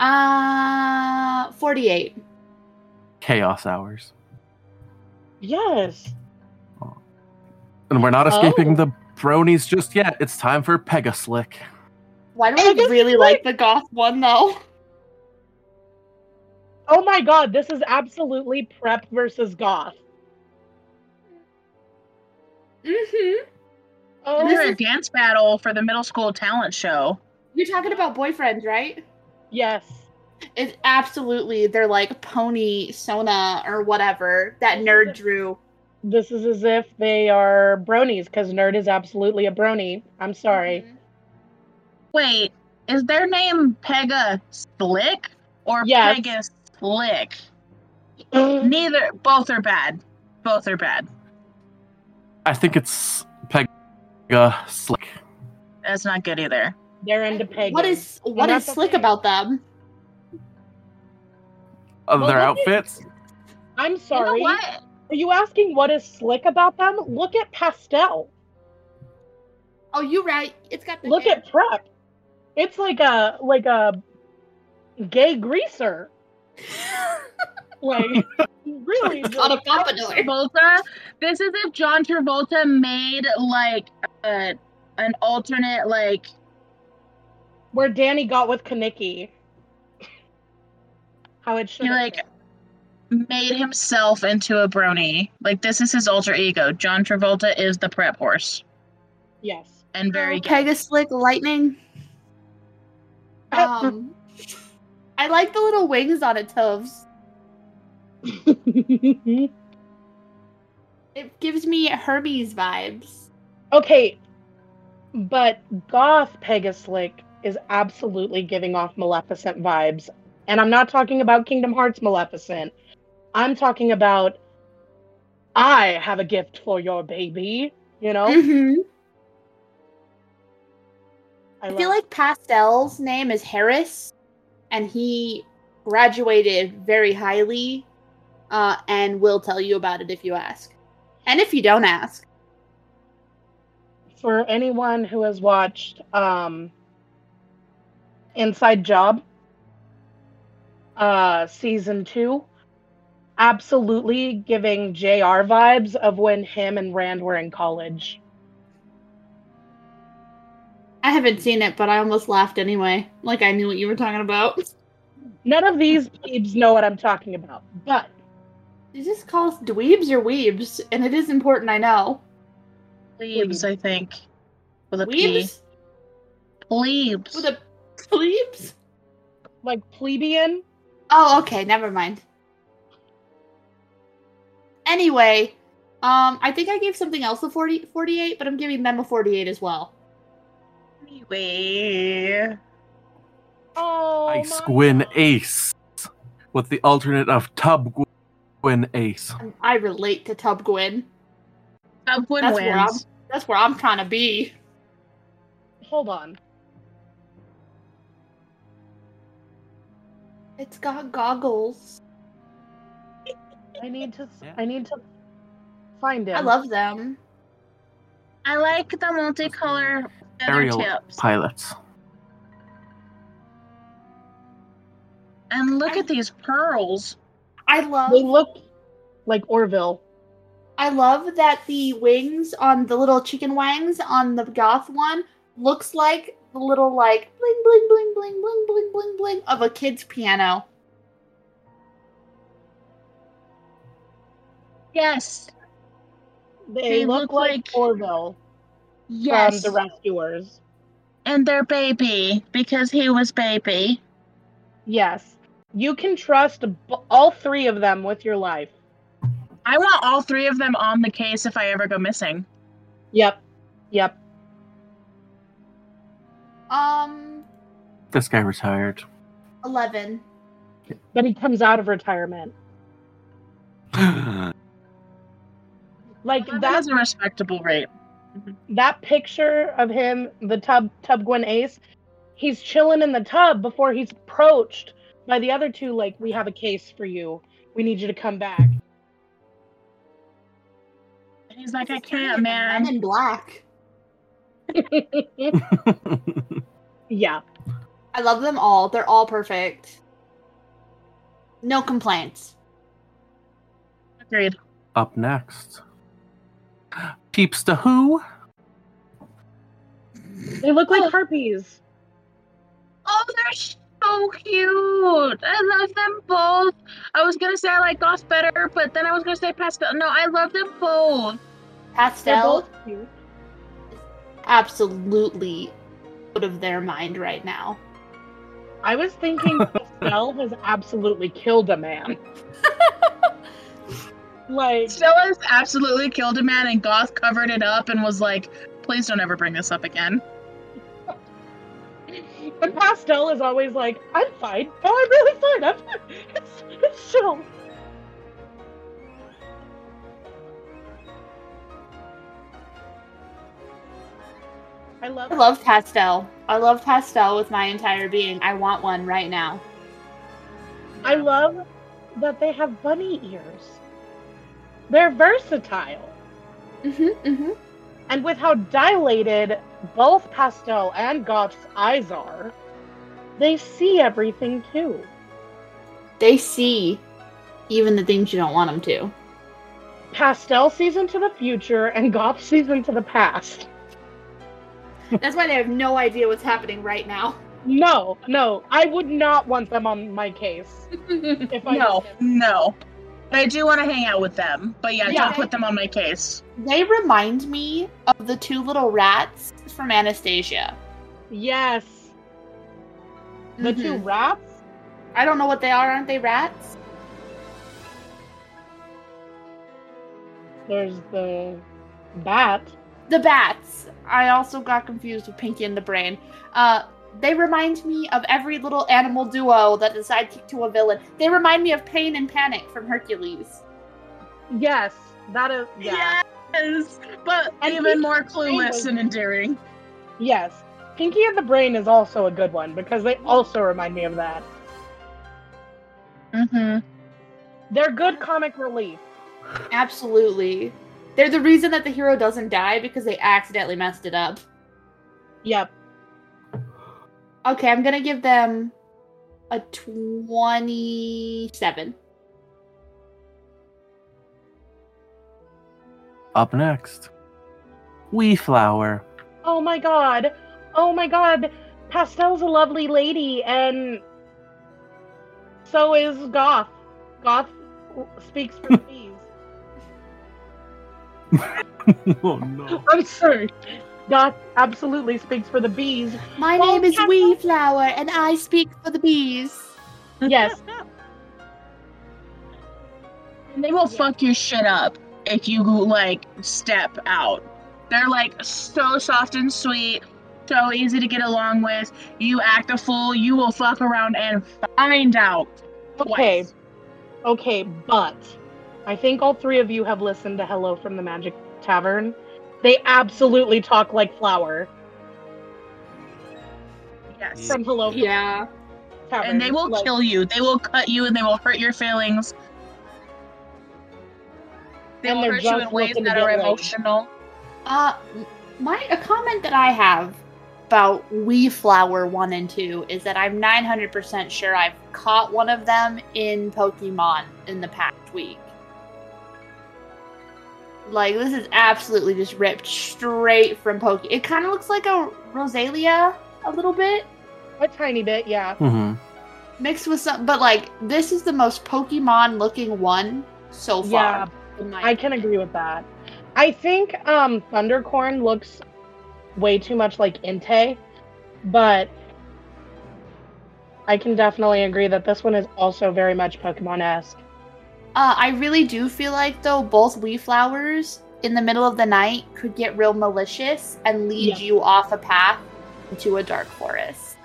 [SPEAKER 2] Uh 48.
[SPEAKER 1] Chaos hours.
[SPEAKER 3] Yes.
[SPEAKER 1] And we're not escaping
[SPEAKER 3] Oh.
[SPEAKER 1] the bronies just yet. It's time for Pegaslick.
[SPEAKER 2] Why do
[SPEAKER 3] Hey,
[SPEAKER 2] I
[SPEAKER 3] this
[SPEAKER 2] really
[SPEAKER 3] is
[SPEAKER 2] like the goth one though?
[SPEAKER 3] Oh my god, this is absolutely prep versus goth.
[SPEAKER 2] Mm-hmm.
[SPEAKER 3] Oh,
[SPEAKER 4] They're a dance battle for the middle school talent show.
[SPEAKER 2] You're talking about boyfriends, right?
[SPEAKER 3] yes.
[SPEAKER 2] It's absolutely they're like pony Sona or whatever that nerd drew.
[SPEAKER 3] This is as if they are bronies because nerd is absolutely a brony. I'm sorry.
[SPEAKER 2] Mm-hmm.
[SPEAKER 4] Wait, is their name Pega Slick or
[SPEAKER 3] Yes.
[SPEAKER 4] Pega Slick? Neither, both are bad. Both are bad.
[SPEAKER 1] I think it's Pega Slick.
[SPEAKER 4] That's not good either.
[SPEAKER 3] They're into pagan.
[SPEAKER 2] What is what
[SPEAKER 3] And
[SPEAKER 2] is
[SPEAKER 3] that's
[SPEAKER 2] slick
[SPEAKER 3] okay.
[SPEAKER 2] about them?
[SPEAKER 1] Of
[SPEAKER 3] Well,
[SPEAKER 1] their
[SPEAKER 3] look at-
[SPEAKER 1] outfits,
[SPEAKER 3] I'm
[SPEAKER 4] You know
[SPEAKER 3] sorry.
[SPEAKER 4] what?
[SPEAKER 3] Are you asking what is slick about them? Look at pastel.
[SPEAKER 2] Oh, you right. It's got the
[SPEAKER 3] Look
[SPEAKER 2] hair.
[SPEAKER 3] at prep. It's like a like a gay greaser. Like really
[SPEAKER 2] It's on a
[SPEAKER 3] just-
[SPEAKER 2] pompadour.
[SPEAKER 4] Travolta. This is if John Travolta made like a, an alternate like
[SPEAKER 3] where Danny got with Kaniki. How it should
[SPEAKER 4] he like made himself into a brony. Like this is his alter ego. John Travolta is the prep horse
[SPEAKER 3] yes.
[SPEAKER 4] and very gay.
[SPEAKER 2] Pegasus Slick Lightning. Um, I like the little wings on its hooves. It gives me Hermes vibes.
[SPEAKER 3] okay, but goth Pegaslick is absolutely giving off Maleficent vibes, and I'm not talking about Kingdom Hearts Maleficent. I'm talking about I have a gift for your baby. You know,
[SPEAKER 2] Mhm. I feel
[SPEAKER 3] love-
[SPEAKER 2] like Pastel's name is Harris, and he graduated very highly, uh, and will tell you about it if you ask, and if you don't ask.
[SPEAKER 3] for anyone who has watched um Inside Job uh season 2 absolutely giving JR vibes of when him and Rand were in college.
[SPEAKER 2] I haven't seen it, but I almost laughed anyway. Like I knew what you were talking about.
[SPEAKER 3] None of these peeps know what I'm talking about, but
[SPEAKER 2] You just call us dweebs or weebs, and it is important, I know.
[SPEAKER 4] Plebes, I think. With a P.
[SPEAKER 2] Weebs?
[SPEAKER 4] Plebes.
[SPEAKER 2] With a plebes?
[SPEAKER 3] like plebeian,
[SPEAKER 2] Oh, okay, never mind. Anyway, um, I think I gave something else a 40, 48, but I'm giving them a 48 as well.
[SPEAKER 4] Anyway.
[SPEAKER 3] oh,
[SPEAKER 1] I
[SPEAKER 3] my
[SPEAKER 1] Gwyn
[SPEAKER 3] God.
[SPEAKER 1] Ace with the alternate of Tub Gwyn Ace.
[SPEAKER 2] And I relate to Tub Gwyn.
[SPEAKER 4] Up win
[SPEAKER 2] That's where I'm-
[SPEAKER 4] wins.
[SPEAKER 2] That's where I'm trying to be.
[SPEAKER 3] Hold on.
[SPEAKER 2] It's got goggles.
[SPEAKER 3] I need to
[SPEAKER 1] Yeah.
[SPEAKER 3] I need to find it.
[SPEAKER 2] I love them.
[SPEAKER 4] I like the multicolor feather
[SPEAKER 1] Ariel.
[SPEAKER 4] tips.
[SPEAKER 1] Pilots.
[SPEAKER 4] And look at these pearls.
[SPEAKER 2] I love
[SPEAKER 3] They look like Orville.
[SPEAKER 2] I love that the wings on the little chicken wangs on the goth one looks like the little like bling bling bling bling bling bling bling bling of a kid's piano.
[SPEAKER 4] Yes.
[SPEAKER 3] They,
[SPEAKER 4] They
[SPEAKER 3] look,
[SPEAKER 4] look
[SPEAKER 3] like,
[SPEAKER 4] like-
[SPEAKER 3] Orville
[SPEAKER 4] Yes.
[SPEAKER 3] from the rescuers.
[SPEAKER 4] and their baby because he was baby.
[SPEAKER 3] Yes. You can trust b- all three of them with your life.
[SPEAKER 4] I want all three of them on the case if I ever go missing.
[SPEAKER 3] Yep. Yep.
[SPEAKER 2] Um,
[SPEAKER 1] This guy retired.
[SPEAKER 2] eleven.
[SPEAKER 3] But he comes out of retirement.
[SPEAKER 1] That's
[SPEAKER 3] Like that
[SPEAKER 4] That's a respectable rate.
[SPEAKER 3] that picture of him, the tub tub Gwen Ace, he's chilling in the tub before he's approached by the other two like we have a case for you. We need you to come back.
[SPEAKER 4] And he's like, I
[SPEAKER 2] This is turning
[SPEAKER 4] can't,
[SPEAKER 2] into Men
[SPEAKER 4] man.
[SPEAKER 2] in black.
[SPEAKER 3] yeah.
[SPEAKER 2] I love them all. They're all perfect. No complaints.
[SPEAKER 4] Agreed.
[SPEAKER 1] Up next. Peeps to who?
[SPEAKER 3] They look like harpies.
[SPEAKER 4] Oh, they're so cute. I love them both. I was gonna say I like Goth better, but then I was gonna say Pastel. No, I love them both.
[SPEAKER 3] They're
[SPEAKER 2] Pastel
[SPEAKER 3] both cute.
[SPEAKER 2] absolutely out of their mind right now.
[SPEAKER 3] I was thinking Pastel has absolutely killed a man. like
[SPEAKER 4] Stella's absolutely killed a man, and Goth covered it up and was like, please don't ever bring this up again.
[SPEAKER 3] And Pastel is always like, I'm fine. No, I'm really fine. I'm It's, it's chill. I love.
[SPEAKER 2] I love pastel. I love pastel with my entire being. I want one right now.
[SPEAKER 3] I love that they have bunny ears. They're versatile.
[SPEAKER 2] Mm-hmm, mm-hmm.
[SPEAKER 3] And with how dilated both Pastel and Goth's eyes are, they see everything too.
[SPEAKER 2] They see even the things you don't want them to.
[SPEAKER 3] Pastel sees into the future, and Goth sees into the past.
[SPEAKER 2] That's why they have no idea what's happening right now.
[SPEAKER 3] No, no, I would not want them on my case. If I
[SPEAKER 4] no,
[SPEAKER 3] was them.
[SPEAKER 4] no. But I do want to hang out with them. But yeah,
[SPEAKER 2] Yeah.
[SPEAKER 4] don't put them on my case.
[SPEAKER 2] They remind me of the two little rats from Anastasia.
[SPEAKER 3] Yes, the two
[SPEAKER 2] Mhm.
[SPEAKER 3] rats.
[SPEAKER 2] I don't know what they are. Aren't they rats?
[SPEAKER 3] There's the bat.
[SPEAKER 2] The bats. I also got confused with Pinky and the Brain. Uh, they remind me of every little animal duo that is sidekick to a villain. They remind me of Pain and Panic from Hercules.
[SPEAKER 3] Yes, that is. Yeah.
[SPEAKER 4] Yes, but
[SPEAKER 3] And Oh
[SPEAKER 4] even
[SPEAKER 3] we-
[SPEAKER 4] more clueless and endearing.
[SPEAKER 3] Yes. Pinky and the Brain is also a good one because they also remind me of that.
[SPEAKER 4] Mm-hmm.
[SPEAKER 3] They're good comic relief.
[SPEAKER 2] Absolutely. They're the reason that the hero doesn't die because they accidentally messed it up.
[SPEAKER 3] Yep.
[SPEAKER 2] Okay, I'm gonna give them a 27.
[SPEAKER 1] Up next, Wee Flower.
[SPEAKER 3] Oh my god. Oh my god. Pastel's a lovely lady, and so is Goth. Goth speaks for bees.
[SPEAKER 1] oh no.
[SPEAKER 3] I'm sorry. Goth absolutely speaks for the bees.
[SPEAKER 2] My
[SPEAKER 3] Well,
[SPEAKER 2] name is
[SPEAKER 3] Cat-
[SPEAKER 2] Wee Flower, and I speak for the bees.
[SPEAKER 3] Yes.
[SPEAKER 4] And they will fuck your shit up if you like step out. They're like so soft and sweet, so easy to get along with. You act a fool, you will fuck around and find out.
[SPEAKER 3] Okay.
[SPEAKER 4] Twice.
[SPEAKER 3] Okay, but I think all three of you have listened to Hello from the Magic Tavern. They absolutely talk like flower
[SPEAKER 4] Yes.
[SPEAKER 3] from Hello from
[SPEAKER 2] Yeah.
[SPEAKER 3] the Tavern.
[SPEAKER 4] And they will
[SPEAKER 3] Like,
[SPEAKER 4] kill you. They will cut you and they will hurt your feelings. They
[SPEAKER 3] And
[SPEAKER 4] will
[SPEAKER 3] they're
[SPEAKER 4] hurt you in
[SPEAKER 3] just
[SPEAKER 4] ways
[SPEAKER 3] looking to
[SPEAKER 4] that are
[SPEAKER 3] get laid.
[SPEAKER 4] emotional.
[SPEAKER 2] Uh, my a comment that I have about Wee Flower one and two is that I'm 900% sure I've caught one of them in Pokemon in the past week. Like this is absolutely just ripped straight from Poke. It kind of looks like a Rosalia a little bit
[SPEAKER 3] a tiny bit, yeah.
[SPEAKER 1] hmm
[SPEAKER 2] mixed with some, but like this is the most Pokemon looking one so
[SPEAKER 3] Yeah,
[SPEAKER 2] far. in my
[SPEAKER 3] I can agree with that. I think um Thundercorn looks way too much like Inte, but I can definitely agree that this one is also very much Pokemon esque.
[SPEAKER 2] Uh, I really do feel like though both wee flowers in the middle of the night could get real malicious and lead you off a path into a dark forest.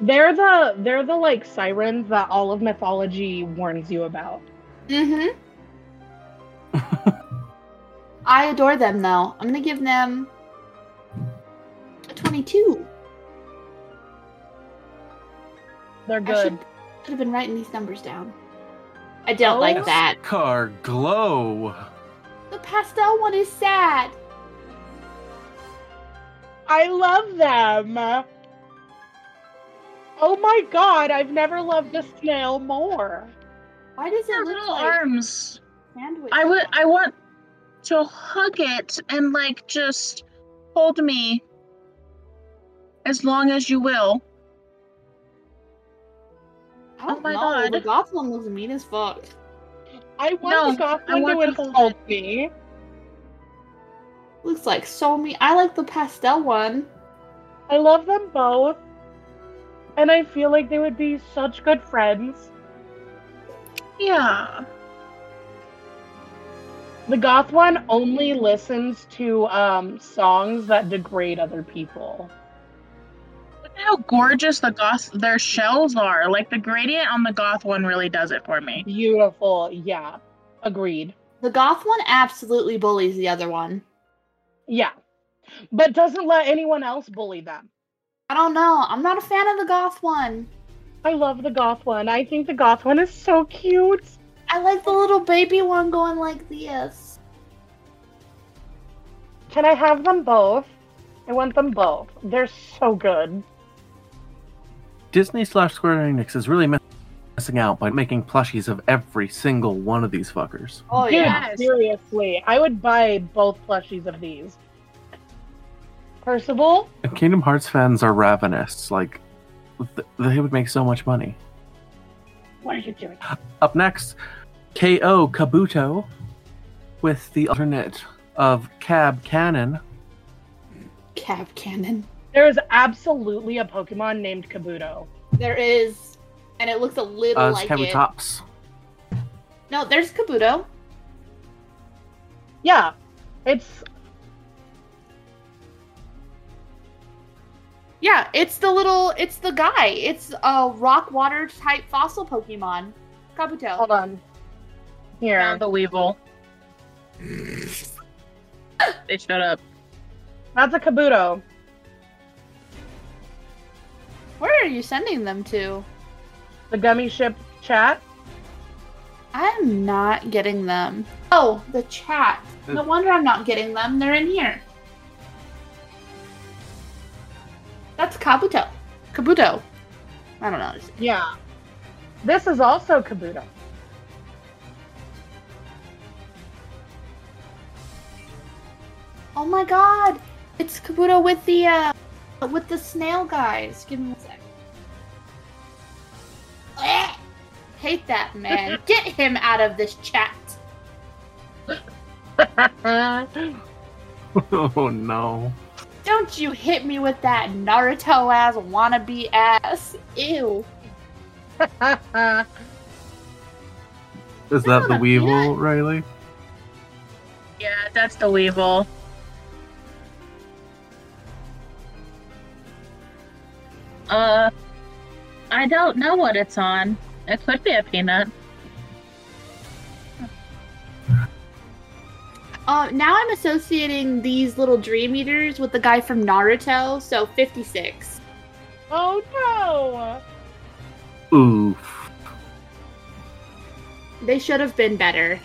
[SPEAKER 3] They're the they're the like sirens that all of mythology warns you about.
[SPEAKER 2] Mm-hmm. I adore them though. I'm gonna give them a 22.
[SPEAKER 3] They're
[SPEAKER 2] I
[SPEAKER 3] good.
[SPEAKER 2] should, should have been writing these numbers down. I don't
[SPEAKER 3] Oh.
[SPEAKER 2] like that.
[SPEAKER 1] Car glow.
[SPEAKER 2] The pastel one is sad.
[SPEAKER 3] I love them. Oh my god, I've never loved a snail more.
[SPEAKER 2] Why does
[SPEAKER 4] Their
[SPEAKER 2] it look
[SPEAKER 4] little
[SPEAKER 2] like
[SPEAKER 4] arms.
[SPEAKER 2] sandwich?
[SPEAKER 4] I would I want to hug it and like just hold me as long as you will.
[SPEAKER 2] I don't
[SPEAKER 4] oh my
[SPEAKER 2] know.
[SPEAKER 4] God.
[SPEAKER 2] The goblin looks mean as fuck.
[SPEAKER 3] I
[SPEAKER 4] No,
[SPEAKER 3] want
[SPEAKER 4] I
[SPEAKER 3] Gotham
[SPEAKER 4] want
[SPEAKER 3] to
[SPEAKER 4] to hold
[SPEAKER 3] insult me.
[SPEAKER 2] Looks like so me. I like the pastel one.
[SPEAKER 3] I love them both. And I feel like they would be such good friends.
[SPEAKER 4] Yeah.
[SPEAKER 3] The goth one only listens to um, songs that degrade other people.
[SPEAKER 4] Look at how gorgeous the goth their shells are. Like the gradient on the goth one really does it for me.
[SPEAKER 3] Beautiful, yeah. Agreed.
[SPEAKER 2] The goth one absolutely bullies the other one.
[SPEAKER 3] Yeah. but doesn't let anyone else bully them.
[SPEAKER 2] I don't know. I'm not a fan of the goth one.
[SPEAKER 3] I love the goth one. I think the goth one is so cute.
[SPEAKER 2] I like the little baby one going like this.
[SPEAKER 3] Can I have them both? I want them both. They're so good.
[SPEAKER 1] Disney slash Square Enix is really miss- missing out by making plushies of every single one of these fuckers.
[SPEAKER 2] Oh
[SPEAKER 3] Dude,
[SPEAKER 2] yeah.
[SPEAKER 4] Yes.
[SPEAKER 3] seriously, I would buy both plushies of these. Percival,
[SPEAKER 1] And Kingdom Hearts fans are ravenous. Like, th- they would make so much money.
[SPEAKER 3] what are you doing?
[SPEAKER 1] Up next, KO Kabuto with the alternate of Cab Cannon.
[SPEAKER 2] Cab cannon.
[SPEAKER 3] There is absolutely a Pokemon named Kabuto.
[SPEAKER 2] There is, and it looks a little
[SPEAKER 1] Uh,
[SPEAKER 2] like
[SPEAKER 1] it's
[SPEAKER 2] it.
[SPEAKER 1] Kabutops.
[SPEAKER 2] No, there's Kabuto.
[SPEAKER 3] Yeah, it's
[SPEAKER 2] Yeah, it's the little, it's the guy. It's a rock water type fossil Pokemon, Kabuto.
[SPEAKER 3] hold on. Here,
[SPEAKER 4] Found the Weevil. they shut up.
[SPEAKER 3] that's a Kabuto.
[SPEAKER 2] Where are you sending them to?
[SPEAKER 3] The gummy ship chat.
[SPEAKER 2] I'm not getting them. Oh, the chat. No wonder I'm not getting them. They're in here. That's Kabuto. Kabuto. I don't know.
[SPEAKER 3] Yeah, this is also Kabuto.
[SPEAKER 2] Oh my god! It's Kabuto with the uh with the snail guys. Give me one sec. Eh! Hate that man. Get him out of this chat.
[SPEAKER 1] oh no.
[SPEAKER 2] Don't you hit me with that Naruto ass wannabe ass. Ew.
[SPEAKER 1] Is
[SPEAKER 2] I
[SPEAKER 1] that
[SPEAKER 2] don't
[SPEAKER 1] the
[SPEAKER 2] know,
[SPEAKER 1] Weevil, Riley?
[SPEAKER 4] Yeah, that's the Weevil. Uh, I don't know what it's on. It could be a peanut.
[SPEAKER 2] Uh, now I'm associating these little dream eaters with the guy from Naruto, so 56.
[SPEAKER 3] oh no!
[SPEAKER 1] Oof.
[SPEAKER 2] They should have been better.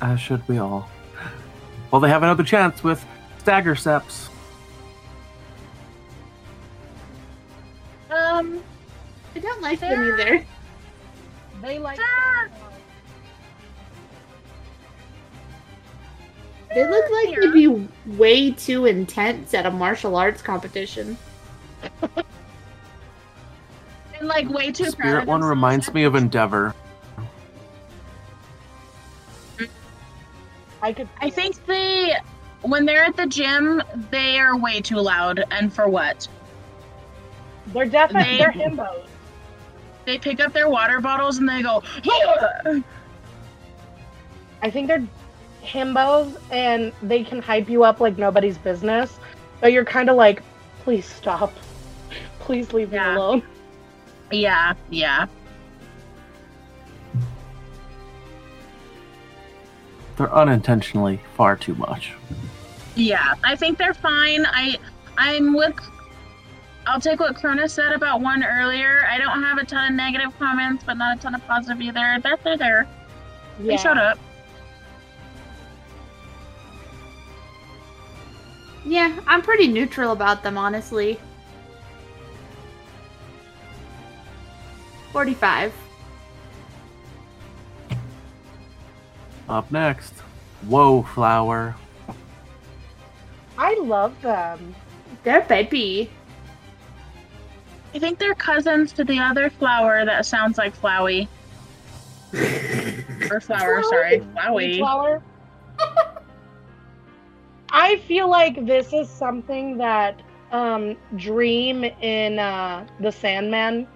[SPEAKER 1] As should we all. Well, they have another chance with Stagger Steps.
[SPEAKER 4] Um,
[SPEAKER 2] I don't like them either.
[SPEAKER 3] They like.
[SPEAKER 2] They look like they'd be way too intense at a martial arts competition.
[SPEAKER 4] and like way too proud
[SPEAKER 1] Spirit
[SPEAKER 4] of
[SPEAKER 1] one
[SPEAKER 4] themselves.
[SPEAKER 1] reminds me of Endeavor.
[SPEAKER 3] I could.
[SPEAKER 4] I think they, when they're at the gym, they are way too loud. And for what?
[SPEAKER 3] They're definitely
[SPEAKER 4] They-
[SPEAKER 3] they're himbos.
[SPEAKER 4] They pick up their water bottles and they go,
[SPEAKER 3] I think they're himbos, and they can hype you up like nobody's business. But you're kind of like, please stop, please leave me
[SPEAKER 4] Yeah.
[SPEAKER 3] alone.
[SPEAKER 4] yeah, yeah.
[SPEAKER 1] They're unintentionally far too much.
[SPEAKER 4] Yeah, I think they're fine. I I'm with I'll take what Krona said about one earlier. I don't have a ton of negative comments, but not a ton of positive either. They're they're there. They showed up.
[SPEAKER 2] Yeah, I'm pretty neutral about them, honestly. 45.
[SPEAKER 1] Up next, Whoa Flower.
[SPEAKER 3] I love them.
[SPEAKER 2] They're baby.
[SPEAKER 4] I think they're cousins to the other flower that sounds like Flowey. or flower, sorry. Flowey.
[SPEAKER 3] Flower. I feel like this is something that um, Dream in uh, The Sandman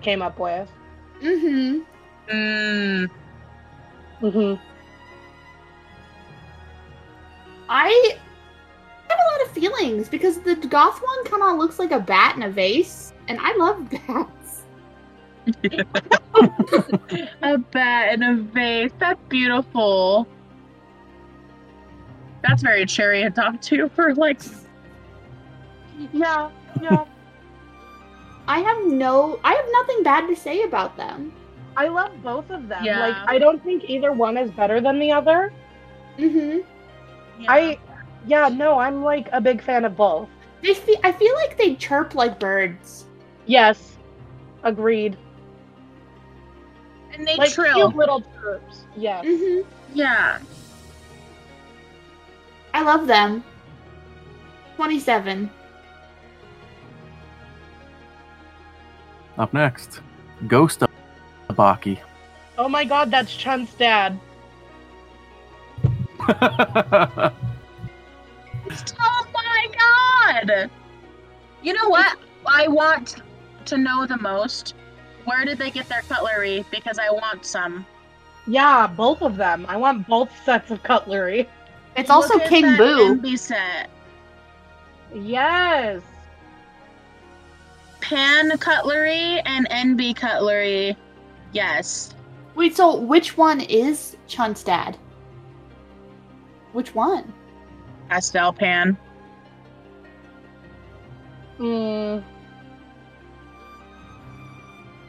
[SPEAKER 3] came up with.
[SPEAKER 2] Mm-hmm.
[SPEAKER 4] Mm,
[SPEAKER 3] Mm-hmm.
[SPEAKER 2] I have a lot of feelings because the goth one kind of looks like a bat in a vase, and I love bats.
[SPEAKER 4] a bat in a vase. That's beautiful. That's very cherry to talk to for like
[SPEAKER 3] Yeah, yeah.
[SPEAKER 2] I have no, I have nothing bad to say about them.
[SPEAKER 3] I love both of them.
[SPEAKER 4] Yeah.
[SPEAKER 3] Like I don't think either one is better than the other.
[SPEAKER 2] Mm-hmm.
[SPEAKER 3] I yeah, no, I'm like a big fan of both.
[SPEAKER 2] They fe- I feel like they chirp like birds.
[SPEAKER 3] Yes. Agreed.
[SPEAKER 4] and they
[SPEAKER 3] like
[SPEAKER 4] trill.
[SPEAKER 3] cute little chirps. Yes.
[SPEAKER 2] Mm-hmm.
[SPEAKER 4] Yeah.
[SPEAKER 2] I love them. 27.
[SPEAKER 1] Up next, Ghost of Abaki.
[SPEAKER 3] Oh my god, that's Chun's dad.
[SPEAKER 4] Oh my god! You know what? I want to know the most. Where did they get their cutlery? Because I want some.
[SPEAKER 3] Yeah, both of them. I want both sets of cutlery.
[SPEAKER 2] It's also
[SPEAKER 4] Look at
[SPEAKER 2] King
[SPEAKER 4] that
[SPEAKER 2] Boo.
[SPEAKER 4] MB set.
[SPEAKER 3] Yes.
[SPEAKER 4] Pan cutlery and NB cutlery. Yes.
[SPEAKER 2] Wait, so which one is Chun's dad? Which one?
[SPEAKER 4] Pastel pan.
[SPEAKER 3] Mm.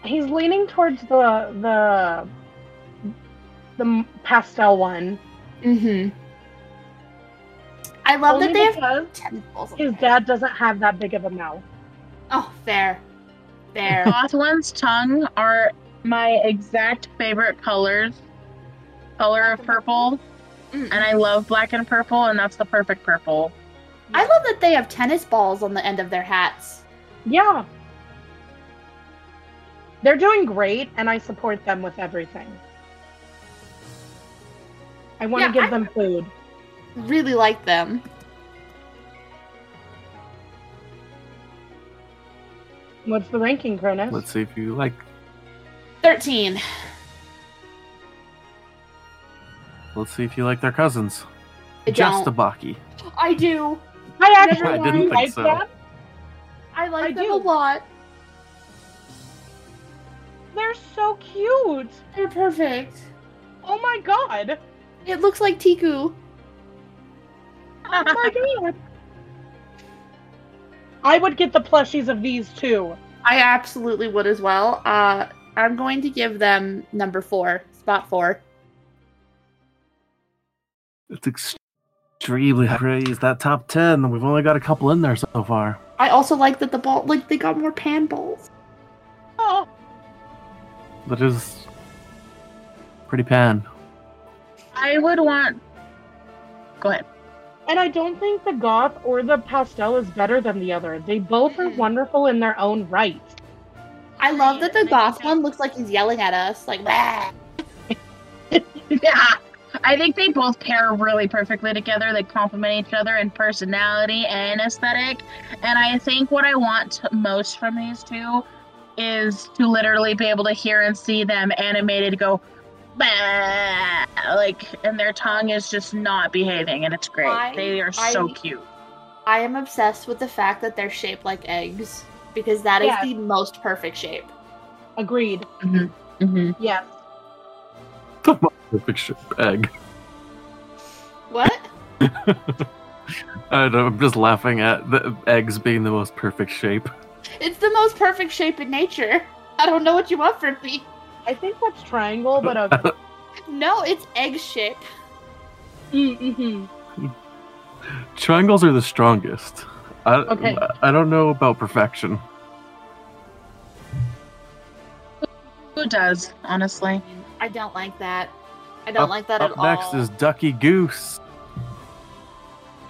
[SPEAKER 3] He's leaning towards the the the m- pastel one.
[SPEAKER 2] Mm-hmm. I love
[SPEAKER 3] Only
[SPEAKER 2] that they have
[SPEAKER 3] because
[SPEAKER 2] tentacles.
[SPEAKER 3] his dad doesn't have that big of a mouth.
[SPEAKER 2] Oh, fair. Fair.
[SPEAKER 4] Gothwan's tongue are my exact favorite colors. Color of purple.
[SPEAKER 2] Mm.
[SPEAKER 4] And I love black and purple, and that's the perfect purple.
[SPEAKER 2] I love that they have tennis balls on the end of their hats.
[SPEAKER 3] Yeah. They're doing great, and I support them with everything. I want to
[SPEAKER 2] Yeah,
[SPEAKER 3] give
[SPEAKER 2] I-
[SPEAKER 3] them food.
[SPEAKER 2] Really like them.
[SPEAKER 3] What's the ranking, Cronus?
[SPEAKER 1] Let's see if you like.
[SPEAKER 2] 13.
[SPEAKER 1] Let's see if you like their cousins.
[SPEAKER 2] I
[SPEAKER 1] Just
[SPEAKER 2] don't.
[SPEAKER 1] Abaki.
[SPEAKER 2] I do.
[SPEAKER 3] I actually
[SPEAKER 1] I didn't think
[SPEAKER 3] like
[SPEAKER 1] so.
[SPEAKER 3] them.
[SPEAKER 2] I like
[SPEAKER 3] I
[SPEAKER 2] them
[SPEAKER 3] do.
[SPEAKER 2] a lot.
[SPEAKER 3] They're so cute.
[SPEAKER 2] They're perfect.
[SPEAKER 3] Oh my god.
[SPEAKER 2] It looks like Tiku.
[SPEAKER 3] Oh my god. I would get the plushies of these two.
[SPEAKER 2] I absolutely would as well. Uh, I'm going to give them number four, spot four.
[SPEAKER 1] It's ex- extremely high praise. That top 10, we've only got a couple in there so far.
[SPEAKER 2] I also like that the ball, like they got more pan balls.
[SPEAKER 3] Oh,
[SPEAKER 1] That is pretty pan.
[SPEAKER 4] I would want. Go ahead.
[SPEAKER 3] and I don't think the goth or the pastel is better than the other. They both are
[SPEAKER 2] Mhm.
[SPEAKER 3] wonderful in their own right.
[SPEAKER 2] I love that the
[SPEAKER 4] Agreed.
[SPEAKER 2] goth one looks like he's yelling at us, like, "Bah."
[SPEAKER 4] Yeah. I think they both pair really perfectly together. They complement each other in personality and aesthetic. And I think what I want most from these two is to literally be able to hear and see them animated go, bah! like, and their tongue is just not behaving, and it's great.
[SPEAKER 2] I-
[SPEAKER 4] they are so
[SPEAKER 2] I-
[SPEAKER 4] cute.
[SPEAKER 2] I am obsessed with the fact that they're shaped like eggs because that is
[SPEAKER 3] Yeah.
[SPEAKER 2] the most perfect shape.
[SPEAKER 3] Agreed.
[SPEAKER 4] Mm-hmm.
[SPEAKER 3] Yes.
[SPEAKER 1] Perfect shape egg.
[SPEAKER 2] What?
[SPEAKER 1] I don't know, I'm just laughing at the eggs being the most perfect shape.
[SPEAKER 2] It's the most perfect shape in nature. I don't know what you want from me.
[SPEAKER 3] I think that's triangle, but okay.
[SPEAKER 2] No, it's egg shape.
[SPEAKER 3] Mm-hmm.
[SPEAKER 1] Triangles are the strongest. I,
[SPEAKER 3] Okay.
[SPEAKER 1] I don't know about perfection.
[SPEAKER 4] Who does, honestly?
[SPEAKER 2] I don't like that. I don't like that
[SPEAKER 1] Up
[SPEAKER 2] at
[SPEAKER 1] next
[SPEAKER 2] all.
[SPEAKER 1] is Ducky Goose.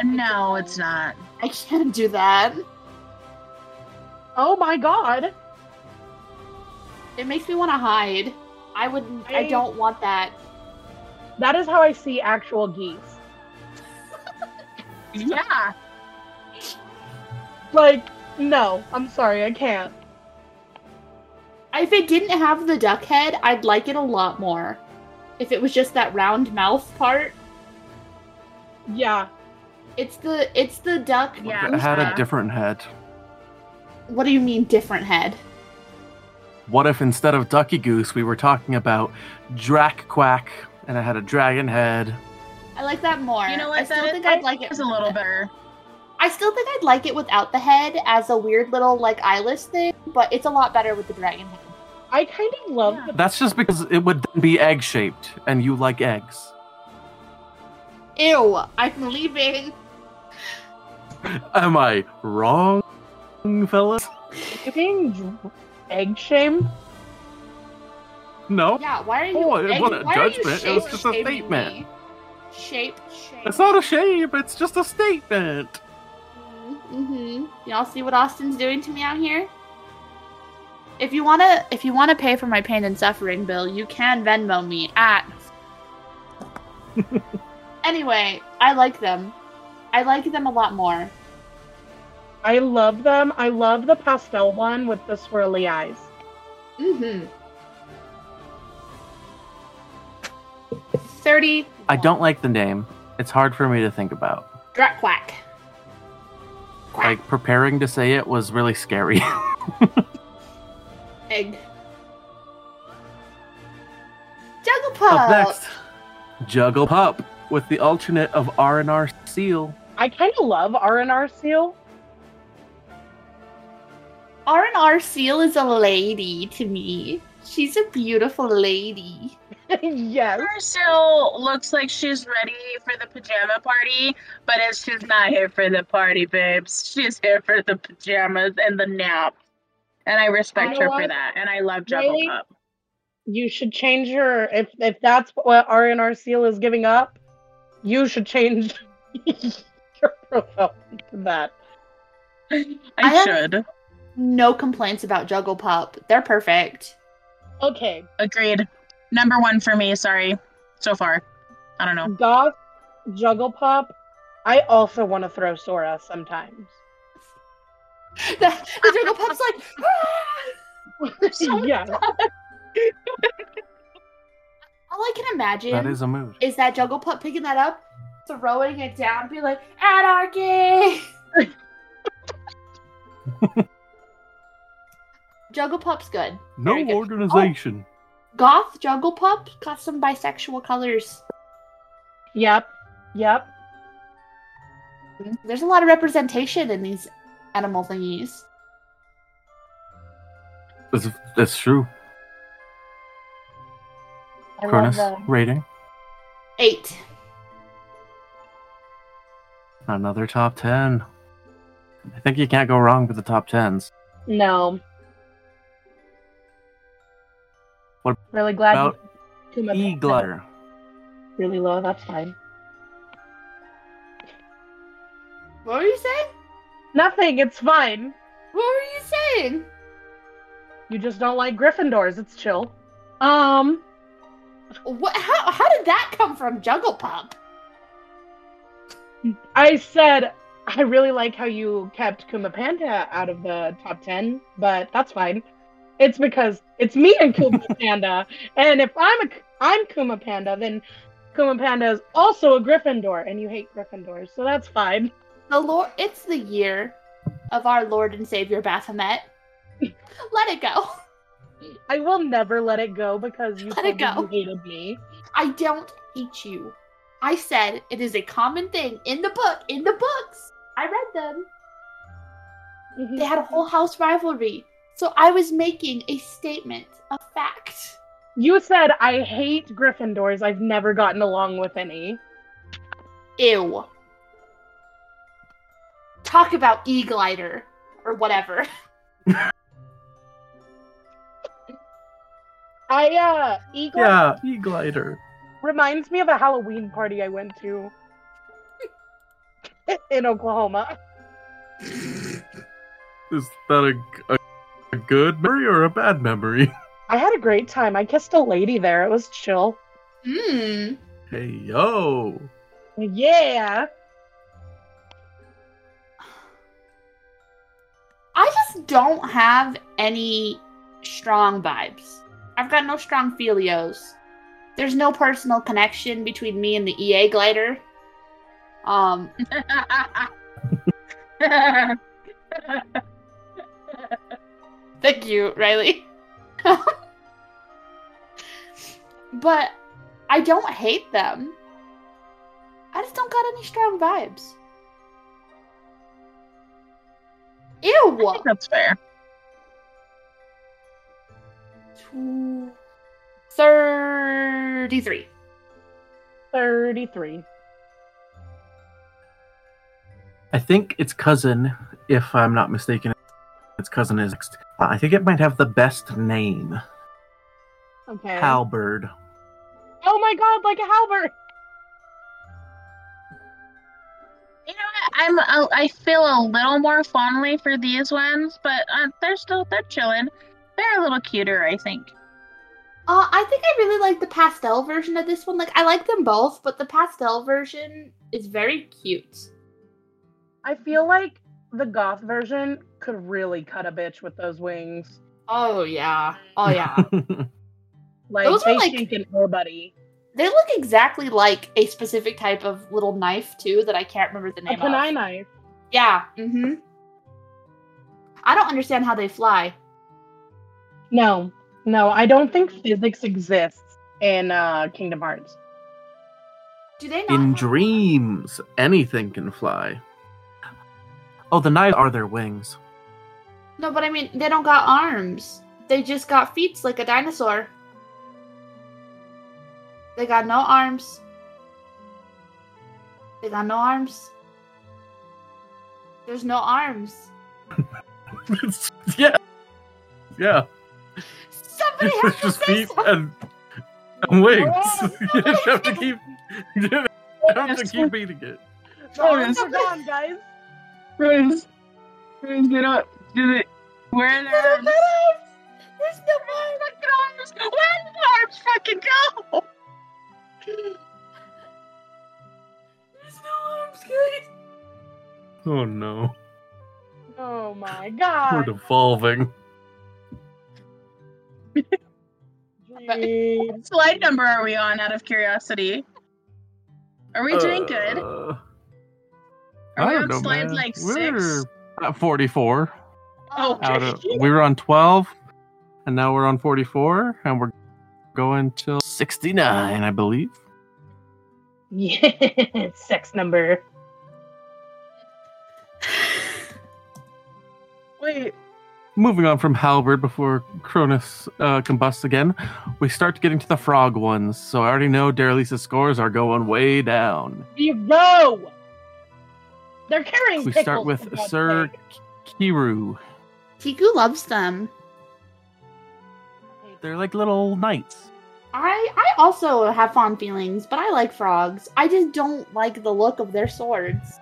[SPEAKER 4] No, it's not.
[SPEAKER 2] I can't do that.
[SPEAKER 3] Oh my god.
[SPEAKER 2] It makes me want to hide. I would. I,
[SPEAKER 3] I-
[SPEAKER 2] don't want that.
[SPEAKER 3] That is how I see actual geese.
[SPEAKER 4] Yeah.
[SPEAKER 3] Like, no, I'm sorry, I can't.
[SPEAKER 2] If it didn't have the duck head, I'd like it a lot more. If it was just that round mouth part,
[SPEAKER 3] Yeah.
[SPEAKER 2] it's the it's the duck.
[SPEAKER 1] What
[SPEAKER 4] Yeah.
[SPEAKER 1] if it had
[SPEAKER 4] Yeah.
[SPEAKER 1] a different head?
[SPEAKER 2] What do you mean different head?
[SPEAKER 1] What if instead of Ducky Goose, we were talking about Drac Quack and it had a dragon head
[SPEAKER 2] I like that more.
[SPEAKER 4] You know what?
[SPEAKER 2] I still
[SPEAKER 4] that
[SPEAKER 2] think
[SPEAKER 4] is-
[SPEAKER 2] I'd like it.
[SPEAKER 4] is a little better.
[SPEAKER 2] I still think I'd like it without the head as a weird little like eyeless thing, but it's a lot better with the dragon head.
[SPEAKER 3] I kind of love
[SPEAKER 4] Yeah.
[SPEAKER 3] the
[SPEAKER 1] That's just because it would then be egg shaped, and you like eggs.
[SPEAKER 2] Ew! I'm leaving.
[SPEAKER 1] Am I wrong, fellas?
[SPEAKER 3] You're being dr- egg shame.
[SPEAKER 1] No,
[SPEAKER 2] Yeah, why are you?
[SPEAKER 1] Oh, it
[SPEAKER 2] egg-
[SPEAKER 1] wasn't a
[SPEAKER 2] why are you
[SPEAKER 1] judgment, it was just a
[SPEAKER 2] shape-shaming
[SPEAKER 1] statement.
[SPEAKER 2] me? Shape shape.
[SPEAKER 1] it's not a shape. It's just a statement.
[SPEAKER 2] Mm-hmm. Y'all see what Austin's doing to me out here? If you wanna, if you wanna pay for my pain and suffering bill, you can Venmo me at. anyway, I like them. I like them a lot more.
[SPEAKER 3] I love them. I love the pastel one with the swirly eyes.
[SPEAKER 2] Mm-hmm. Thirty.
[SPEAKER 1] I don't like the name. It's hard for me to think about.
[SPEAKER 2] Drat quack. Quack.
[SPEAKER 1] Like preparing to say it was really scary.
[SPEAKER 2] Egg. Jugglepuff.
[SPEAKER 1] Up next, Juggle Pup with the alternate of R and R Seal.
[SPEAKER 3] I kind of love R and R seal.
[SPEAKER 2] R and R Seal is a lady to me. She's a beautiful lady.
[SPEAKER 3] yes.
[SPEAKER 4] Her still looks like she's ready for the pajama party, but it's, she's not here for the party, babes. She's here for the pajamas and the nap. And I respect
[SPEAKER 3] You know
[SPEAKER 4] her for
[SPEAKER 3] what?
[SPEAKER 4] that. And I love Juggle
[SPEAKER 3] Really?
[SPEAKER 4] Pup.
[SPEAKER 3] You should change your if if that's what R and R seal is giving up. You should change your profile to that.
[SPEAKER 4] I,
[SPEAKER 2] I have-
[SPEAKER 4] should.
[SPEAKER 2] No complaints about Jugglepup. They're perfect.
[SPEAKER 3] Okay,
[SPEAKER 4] Agreed. Number one for me, sorry. So far. I don't know.
[SPEAKER 3] Goth Jugglepop. I also want to throw Sora sometimes.
[SPEAKER 2] The, the Jugglepup's like, "Ah!"
[SPEAKER 3] yeah,
[SPEAKER 2] all I can imagine
[SPEAKER 1] That is a mood.
[SPEAKER 2] is that Jugglepup picking that up, throwing it down, be like, anarchy. Jugglepup's good.
[SPEAKER 1] No
[SPEAKER 4] Very good. Oh.
[SPEAKER 1] organization.
[SPEAKER 2] Goth Jugglepup got some bisexual colors.
[SPEAKER 3] yep, yep.
[SPEAKER 2] There's a lot of representation in these animal thingies.
[SPEAKER 1] That's, that's true.
[SPEAKER 3] I love
[SPEAKER 1] Cronus
[SPEAKER 3] them.
[SPEAKER 1] rating.
[SPEAKER 2] Eight.
[SPEAKER 1] Another top ten. I think you can't go wrong with the top tens.
[SPEAKER 3] No.
[SPEAKER 1] What
[SPEAKER 3] Really glad.
[SPEAKER 1] about
[SPEAKER 3] you came up
[SPEAKER 1] E
[SPEAKER 3] with that.
[SPEAKER 1] Glutter.
[SPEAKER 3] Really low. That's fine.
[SPEAKER 2] What were you saying?
[SPEAKER 3] Nothing. It's fine.
[SPEAKER 2] What were you saying?
[SPEAKER 3] You just don't like Gryffindors. It's chill. Um.
[SPEAKER 2] What? How, how did that come from Jugglepop?
[SPEAKER 3] I said, I really like how you kept Kuma Panda out of the top 10, but that's fine. It's because it's me and Kuma Panda, and if I'm a I'm Kuma Panda, then Kuma Panda is also a Gryffindor, and you hate Gryffindors, so that's fine.
[SPEAKER 2] The Lord. It's the year of our Lord and Savior Baphomet. Let it go.
[SPEAKER 3] I will never let it go because you,
[SPEAKER 2] Let it
[SPEAKER 3] told me
[SPEAKER 2] go.
[SPEAKER 3] you hated me.
[SPEAKER 2] I don't hate you. I said it is a common thing in the book. In the books, I read them.
[SPEAKER 3] Mhm.
[SPEAKER 2] They had a whole house rivalry. So I was making a statement, a fact.
[SPEAKER 3] You said I hate Gryffindors. I've never gotten along with any.
[SPEAKER 2] Ew. Talk about e glider or whatever.
[SPEAKER 3] I uh Eagle
[SPEAKER 1] Yeah, E Glider.
[SPEAKER 3] reminds me of a Halloween party I went to in Oklahoma.
[SPEAKER 1] Is that a, a, a good memory or a bad memory?
[SPEAKER 3] I had a great time. I kissed a lady there. It was chill.
[SPEAKER 2] Mmm.
[SPEAKER 1] Hey yo.
[SPEAKER 3] Yeah.
[SPEAKER 2] I just don't have any strong vibes. I've got no strong filios. There's no personal connection between me and the EA glider. Um, thank you, Riley. but I don't hate them. I just don't got any strong vibes. Ew!
[SPEAKER 4] I think that's fair.
[SPEAKER 2] Two, 33.
[SPEAKER 3] 33.
[SPEAKER 1] I think its cousin, if I'm not mistaken, its cousin is next. Uh, I think it might have the best name,
[SPEAKER 3] Okay.
[SPEAKER 1] Halberd.
[SPEAKER 3] Oh my god, like a halberd.
[SPEAKER 4] You know, what? I'm. I feel a little more fondly for these ones, but uh, they're still they're chilling. They're a little cuter, I think.
[SPEAKER 2] Uh, I think I really like the pastel version of this one. Like, I like them both, but the pastel version is very cute.
[SPEAKER 3] I feel like the goth version could really cut a bitch with those wings.
[SPEAKER 2] Oh, yeah. Oh, yeah.
[SPEAKER 3] Like
[SPEAKER 2] Those are
[SPEAKER 3] they
[SPEAKER 2] like-
[SPEAKER 3] shaking everybody.
[SPEAKER 2] they look exactly like a specific type of little knife, too, that I can't remember the
[SPEAKER 3] A
[SPEAKER 2] name of.
[SPEAKER 3] canine knife.
[SPEAKER 2] Yeah. Mm-hmm. I don't understand how they fly.
[SPEAKER 3] No, no, I don't think physics exists in uh, Kingdom Hearts.
[SPEAKER 2] Do they not?
[SPEAKER 1] In
[SPEAKER 2] have-
[SPEAKER 1] dreams, anything can fly. Oh, the knives are their wings.
[SPEAKER 2] No, but I mean, they don't got arms. They just got feet like a dinosaur. They got no arms. They got no arms. There's no arms.
[SPEAKER 1] yeah, yeah.
[SPEAKER 2] Somebody has
[SPEAKER 1] It's
[SPEAKER 2] to
[SPEAKER 1] just
[SPEAKER 2] say
[SPEAKER 1] feet
[SPEAKER 2] something.
[SPEAKER 1] and, and wings.
[SPEAKER 3] Oh,
[SPEAKER 1] you just have to keep, you just have to
[SPEAKER 4] Yes.
[SPEAKER 1] keep beating it.
[SPEAKER 4] Bonus.
[SPEAKER 3] We're gone, guys.
[SPEAKER 4] Friends, friends, they don't do it. Where are
[SPEAKER 2] There's no
[SPEAKER 4] their
[SPEAKER 2] arms. There's
[SPEAKER 4] arms?
[SPEAKER 2] no arms.
[SPEAKER 4] Fucking arms! Where did the arms fucking go?
[SPEAKER 2] There's no arms, guys.
[SPEAKER 1] Oh no,
[SPEAKER 3] Oh my
[SPEAKER 1] we're
[SPEAKER 4] Uh,
[SPEAKER 3] god.
[SPEAKER 1] devolving.
[SPEAKER 3] Jeez.
[SPEAKER 4] What slide number are we on? Out of curiosity, are we doing good?
[SPEAKER 1] Uh,
[SPEAKER 4] Are we
[SPEAKER 1] I don't
[SPEAKER 4] on
[SPEAKER 1] know,
[SPEAKER 4] slide
[SPEAKER 1] man.
[SPEAKER 4] like
[SPEAKER 1] we're
[SPEAKER 4] six?
[SPEAKER 1] at 44.
[SPEAKER 4] Oh,
[SPEAKER 1] Out of, we were on 12, and now we're on 44, and we're going till 69, I believe.
[SPEAKER 3] Yeah, sex number.
[SPEAKER 4] Wait,
[SPEAKER 1] Moving on from Halberd before Cronus uh, combusts again, we start getting to the frog ones. So I already know Daralisa's scores are going way down.
[SPEAKER 3] You go. They're carrying.
[SPEAKER 1] We start
[SPEAKER 3] pickles,
[SPEAKER 1] with
[SPEAKER 3] for God's
[SPEAKER 1] Sir
[SPEAKER 3] sake.
[SPEAKER 1] Kiru.
[SPEAKER 2] Kiku loves them.
[SPEAKER 1] They're like little knights.
[SPEAKER 2] I I also have fond feelings, but I like frogs. I just don't like the look of their swords.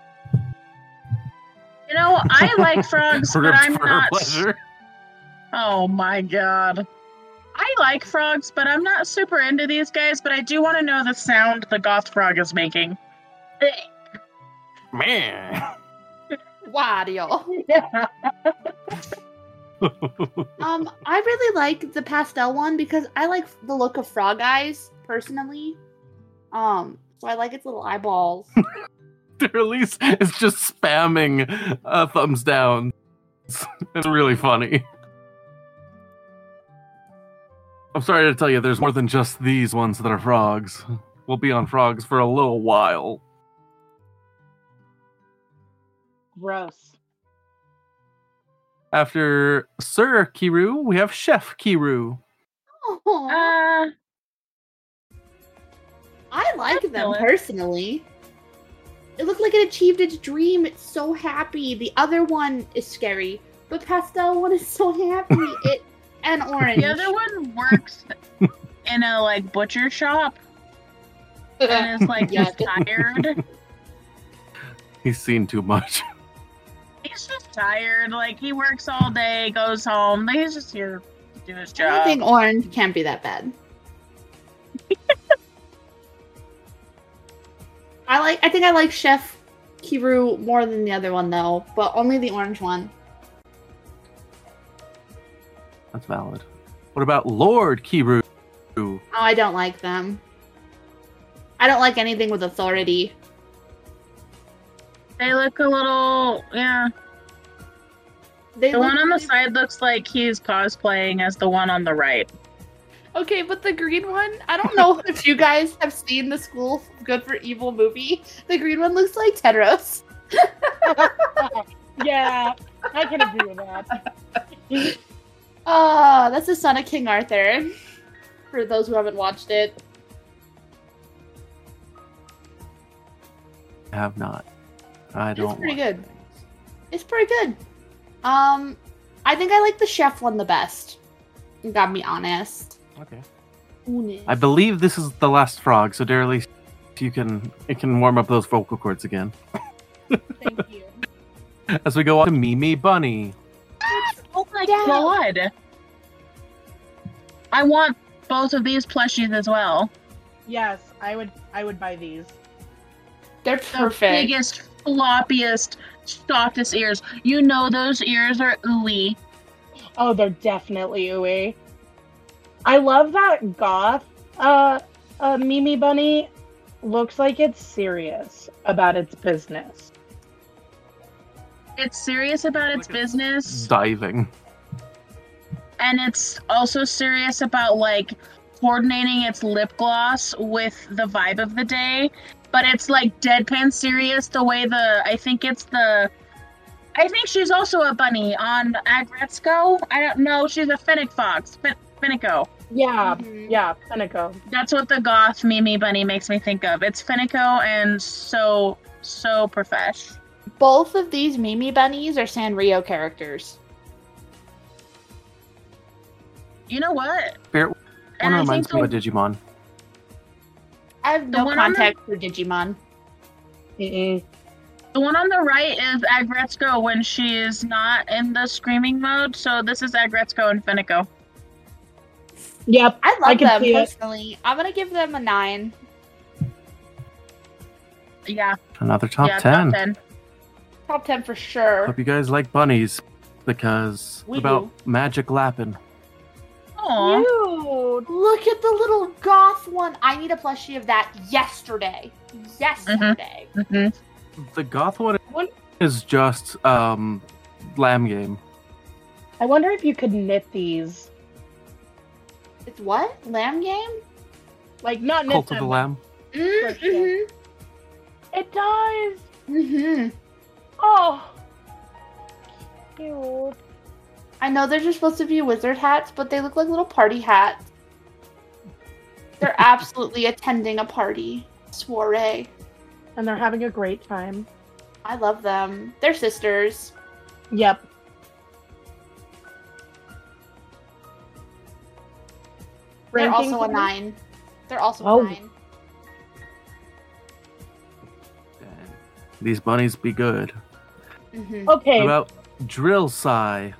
[SPEAKER 4] you know I like frogs, but
[SPEAKER 1] Ripped
[SPEAKER 4] I'm
[SPEAKER 1] for
[SPEAKER 4] not.
[SPEAKER 1] pleasure.
[SPEAKER 4] Oh my god. I like frogs, but I'm not super into these guys, but I do want to know the sound the goth frog is making.
[SPEAKER 1] Man.
[SPEAKER 2] Wario.
[SPEAKER 3] Yeah.
[SPEAKER 2] um, I really like the pastel one because I like the look of frog eyes personally. Um, so I like its little eyeballs.
[SPEAKER 1] Daralisa is just spamming uh, thumbs down. It's really funny. I'm sorry to tell you, there's more than just these ones that are frogs. We'll be on frogs for a little while.
[SPEAKER 3] Gross.
[SPEAKER 1] After Sir Kiru, we have Chef Kiru.
[SPEAKER 2] Aw,
[SPEAKER 4] Uh,
[SPEAKER 2] I like them
[SPEAKER 4] excellent.
[SPEAKER 2] personally. It looked like it achieved its dream. It's so happy. The other one is scary, but pastel one is so happy. It and orange.
[SPEAKER 4] the other one works in a like butcher shop and is like
[SPEAKER 2] Yeah.
[SPEAKER 4] just tired.
[SPEAKER 1] He's seen too much.
[SPEAKER 4] He's just tired. Like he works all day, goes home. Like, he's just here to do his
[SPEAKER 2] I don't
[SPEAKER 4] job.
[SPEAKER 2] think orange can't be that bad. I like. I think I like Chef Kiru more than the other one though, but only the orange one.
[SPEAKER 1] That's valid. What about Lord Kiru?
[SPEAKER 2] Oh, I don't like them. I don't like anything with authority.
[SPEAKER 4] They look a little yeah.
[SPEAKER 2] They
[SPEAKER 4] The
[SPEAKER 2] look
[SPEAKER 4] one on the
[SPEAKER 2] really-
[SPEAKER 4] side looks like he's cosplaying as the one on the right.
[SPEAKER 2] Okay, but the green one, I don't know if you guys have seen the School Good for Evil movie. The green one looks like Tedros.
[SPEAKER 3] yeah, I can agree with that.
[SPEAKER 2] Oh, that's the son of King Arthur. For those who haven't watched it,
[SPEAKER 1] I have not. I
[SPEAKER 2] It's
[SPEAKER 1] don't.
[SPEAKER 2] pretty
[SPEAKER 1] watch
[SPEAKER 2] good.
[SPEAKER 1] things.
[SPEAKER 2] it's pretty good. Um, I think I like the chef one the best. You got me honest.
[SPEAKER 1] Okay.
[SPEAKER 2] Honest.
[SPEAKER 1] I believe this is the last frog, so Daryl, you can it can warm up those vocal cords again
[SPEAKER 3] Thank you.
[SPEAKER 1] as we go on to Mimi Bunny.
[SPEAKER 4] Oh my
[SPEAKER 2] Yeah.
[SPEAKER 4] god! I want both of these plushies as well.
[SPEAKER 3] Yes, I would. I would buy these.
[SPEAKER 2] They're
[SPEAKER 4] The
[SPEAKER 2] perfect.
[SPEAKER 4] biggest, floppiest, softest ears. You know those ears are ooey.
[SPEAKER 3] Oh, they're definitely ooey. I love that goth uh, uh Mimi Bunny looks like it's serious about its business.
[SPEAKER 4] It's serious about its
[SPEAKER 1] Look at-
[SPEAKER 4] business,
[SPEAKER 1] Diving.
[SPEAKER 4] and it's also serious about like coordinating its lip gloss with the vibe of the day. But it's like deadpan serious the way the I think it's the I think she's also a bunny on Agretzko. I don't know. She's a Finnick fox. Fin- Finnico.
[SPEAKER 3] Yeah,
[SPEAKER 2] Mhm.
[SPEAKER 3] yeah, Seneca.
[SPEAKER 4] That's what the goth Mimi bunny makes me think of. It's Finnico and so so profesh.
[SPEAKER 2] Both of these Mimi bunnies are Sanrio characters.
[SPEAKER 4] You know what?
[SPEAKER 1] Spirit one
[SPEAKER 4] And I
[SPEAKER 1] reminds
[SPEAKER 4] think
[SPEAKER 1] me
[SPEAKER 4] the-
[SPEAKER 1] of Digimon.
[SPEAKER 2] I have
[SPEAKER 4] The
[SPEAKER 2] no
[SPEAKER 4] one on the-
[SPEAKER 2] contact for Digimon.
[SPEAKER 3] Mm-mm.
[SPEAKER 4] The one on the right is Agretzko when she's not in the screaming mode. So this is Agretzko and Finnico.
[SPEAKER 3] Yep.
[SPEAKER 2] I
[SPEAKER 3] I
[SPEAKER 2] love
[SPEAKER 3] can
[SPEAKER 2] them
[SPEAKER 3] see it.
[SPEAKER 2] personally. I'm gonna give them a nine.
[SPEAKER 4] Yeah.
[SPEAKER 1] Another top
[SPEAKER 4] yeah,
[SPEAKER 1] ten.
[SPEAKER 4] Top ten.
[SPEAKER 2] Top ten for sure.
[SPEAKER 1] Hope you guys like bunnies because
[SPEAKER 2] We
[SPEAKER 1] about magic lapping.
[SPEAKER 4] Aw.
[SPEAKER 3] Cute.
[SPEAKER 2] Look at the little goth one. I need a plushie of that yesterday. Yesterday.
[SPEAKER 3] Mm-hmm.
[SPEAKER 4] Mhm.
[SPEAKER 1] The goth one
[SPEAKER 3] One-
[SPEAKER 1] is just um lamb game.
[SPEAKER 3] I wonder if you could knit these. Mm-hmm.
[SPEAKER 2] It's what? Lamb game?
[SPEAKER 3] Like not knit
[SPEAKER 1] Cult
[SPEAKER 3] them.
[SPEAKER 1] of the Lamb.
[SPEAKER 3] For sure. It does.
[SPEAKER 2] hmm hmm
[SPEAKER 3] Mm-hmm. Oh. Cute.
[SPEAKER 2] I know they're just supposed to be wizard hats, but they look like little party hats. They're absolutely attending a party. Soiree.
[SPEAKER 3] And they're having a great time.
[SPEAKER 2] I love them. They're sisters.
[SPEAKER 3] Yep.
[SPEAKER 2] They're
[SPEAKER 3] Ranking
[SPEAKER 2] also a
[SPEAKER 3] them?
[SPEAKER 2] nine. They're also
[SPEAKER 3] Oh.
[SPEAKER 2] a nine.
[SPEAKER 1] Dang. These bunnies be good.
[SPEAKER 2] hmm
[SPEAKER 3] Okay,
[SPEAKER 1] About drill sigh.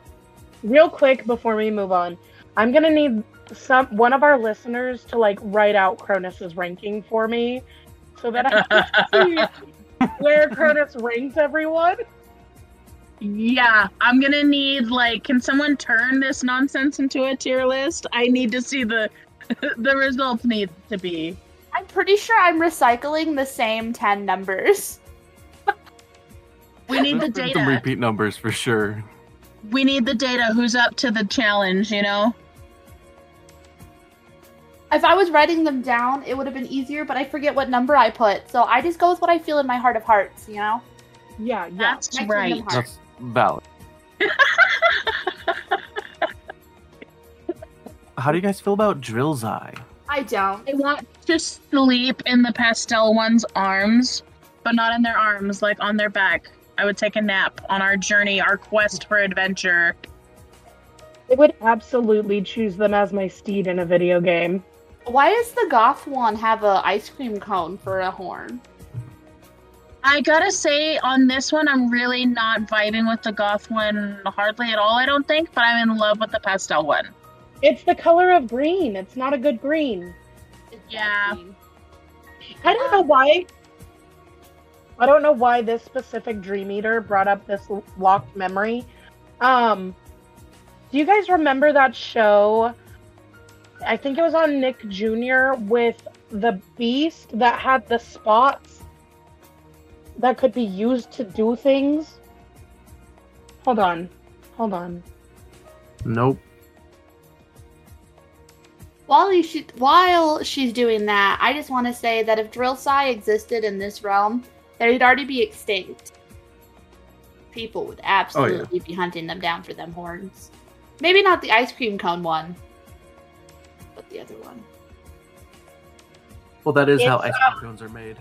[SPEAKER 3] real quick before we move on, I'm gonna need some one of our listeners to like write out Cronus's ranking for me, so that I can see where Cronus ranks everyone.
[SPEAKER 4] yeah. I'm gonna need like, can someone turn this nonsense into a tier list? I need to see the the results need to be.
[SPEAKER 2] I'm pretty sure I'm recycling the same 10 numbers.
[SPEAKER 4] We need the
[SPEAKER 1] There's been Some
[SPEAKER 4] data.
[SPEAKER 1] repeat numbers for sure.
[SPEAKER 4] We need the data. Who's up to the challenge? You know.
[SPEAKER 2] If I was writing them down, it would have been easier, but I forget what number I put. So I just go with what I feel in my heart of hearts, you know?
[SPEAKER 3] Yeah, yeah.
[SPEAKER 4] That's
[SPEAKER 2] Next
[SPEAKER 4] right.
[SPEAKER 2] kingdom heart.
[SPEAKER 1] That's valid. How do you guys feel about drill's eye?
[SPEAKER 2] I don't.
[SPEAKER 4] I want to sleep in the pastel one's arms, but not in their arms, like on their back. I would take a nap on our journey, our quest for adventure.
[SPEAKER 3] I would absolutely choose them as my steed in a video game.
[SPEAKER 2] Why does the goth one have a ice cream cone for a horn?
[SPEAKER 4] I gotta say, on this one, I'm really not vibing with the goth one hardly at all, I don't think, but I'm in love with the pastel one.
[SPEAKER 3] It's the color of green. It's not a good green.
[SPEAKER 2] It's that
[SPEAKER 4] Yeah.
[SPEAKER 2] green.
[SPEAKER 3] I don't know why. I don't know why this specific Dream Eater brought up this l- locked memory. Um, do you guys remember that show? I think it was on Nick Jr. with the beast that had the spots that could be used to do things. Hold on. Hold on.
[SPEAKER 1] Nope.
[SPEAKER 2] While, she, while she's doing that, I just want to say that if Drill Psy existed in this realm, they'd already be extinct. People would absolutely be hunting them down for them horns. Maybe not the ice cream cone one, but the other one.
[SPEAKER 1] Well, that is how
[SPEAKER 3] It's,
[SPEAKER 1] ice cream cones are made.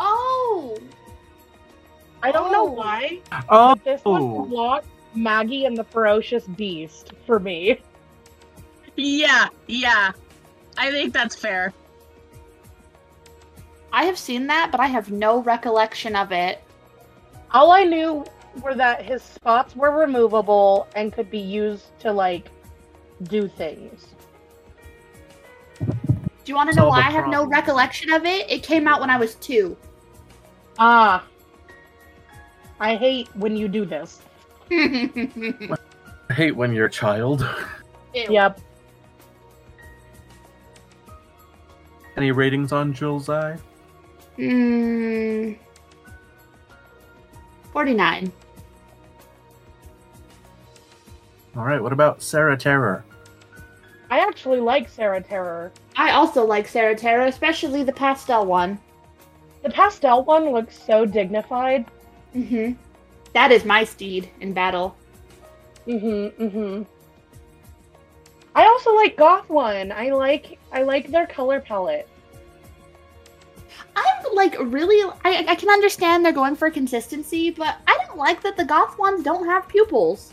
[SPEAKER 2] Oh,
[SPEAKER 3] I don't know
[SPEAKER 2] Oh.
[SPEAKER 3] why,
[SPEAKER 1] Oh,
[SPEAKER 3] but this
[SPEAKER 1] Oh.
[SPEAKER 3] one unlocked Maggie and the Ferocious Beast for me.
[SPEAKER 4] Yeah, yeah. I think that's fair.
[SPEAKER 2] I have seen that, but I have no recollection of it.
[SPEAKER 3] All I knew were that his spots were removable and could be used to like do things.
[SPEAKER 2] Do you want to know
[SPEAKER 1] Solve
[SPEAKER 2] why
[SPEAKER 1] a
[SPEAKER 2] I have no
[SPEAKER 1] problem.
[SPEAKER 2] recollection of it? It came out when I was two.
[SPEAKER 3] Ah. I hate when you do this.
[SPEAKER 2] Ew.
[SPEAKER 1] I hate when you're a child.
[SPEAKER 3] Yep.
[SPEAKER 1] Any ratings on Jill's eye?
[SPEAKER 2] Mm, 49.
[SPEAKER 1] All right. What about Sarah Terror?
[SPEAKER 3] I actually like Sarah Terror.
[SPEAKER 2] I also like Sarah Terra, especially the pastel one.
[SPEAKER 3] The pastel one looks so dignified.
[SPEAKER 2] Mm-hmm. That is my steed in battle.
[SPEAKER 3] Mm-hmm. Mm-hmm. I also like Goth one. I like I like their color palette.
[SPEAKER 2] I'm like really, I, I can understand they're going for consistency, but I don't like that the goth ones don't have pupils.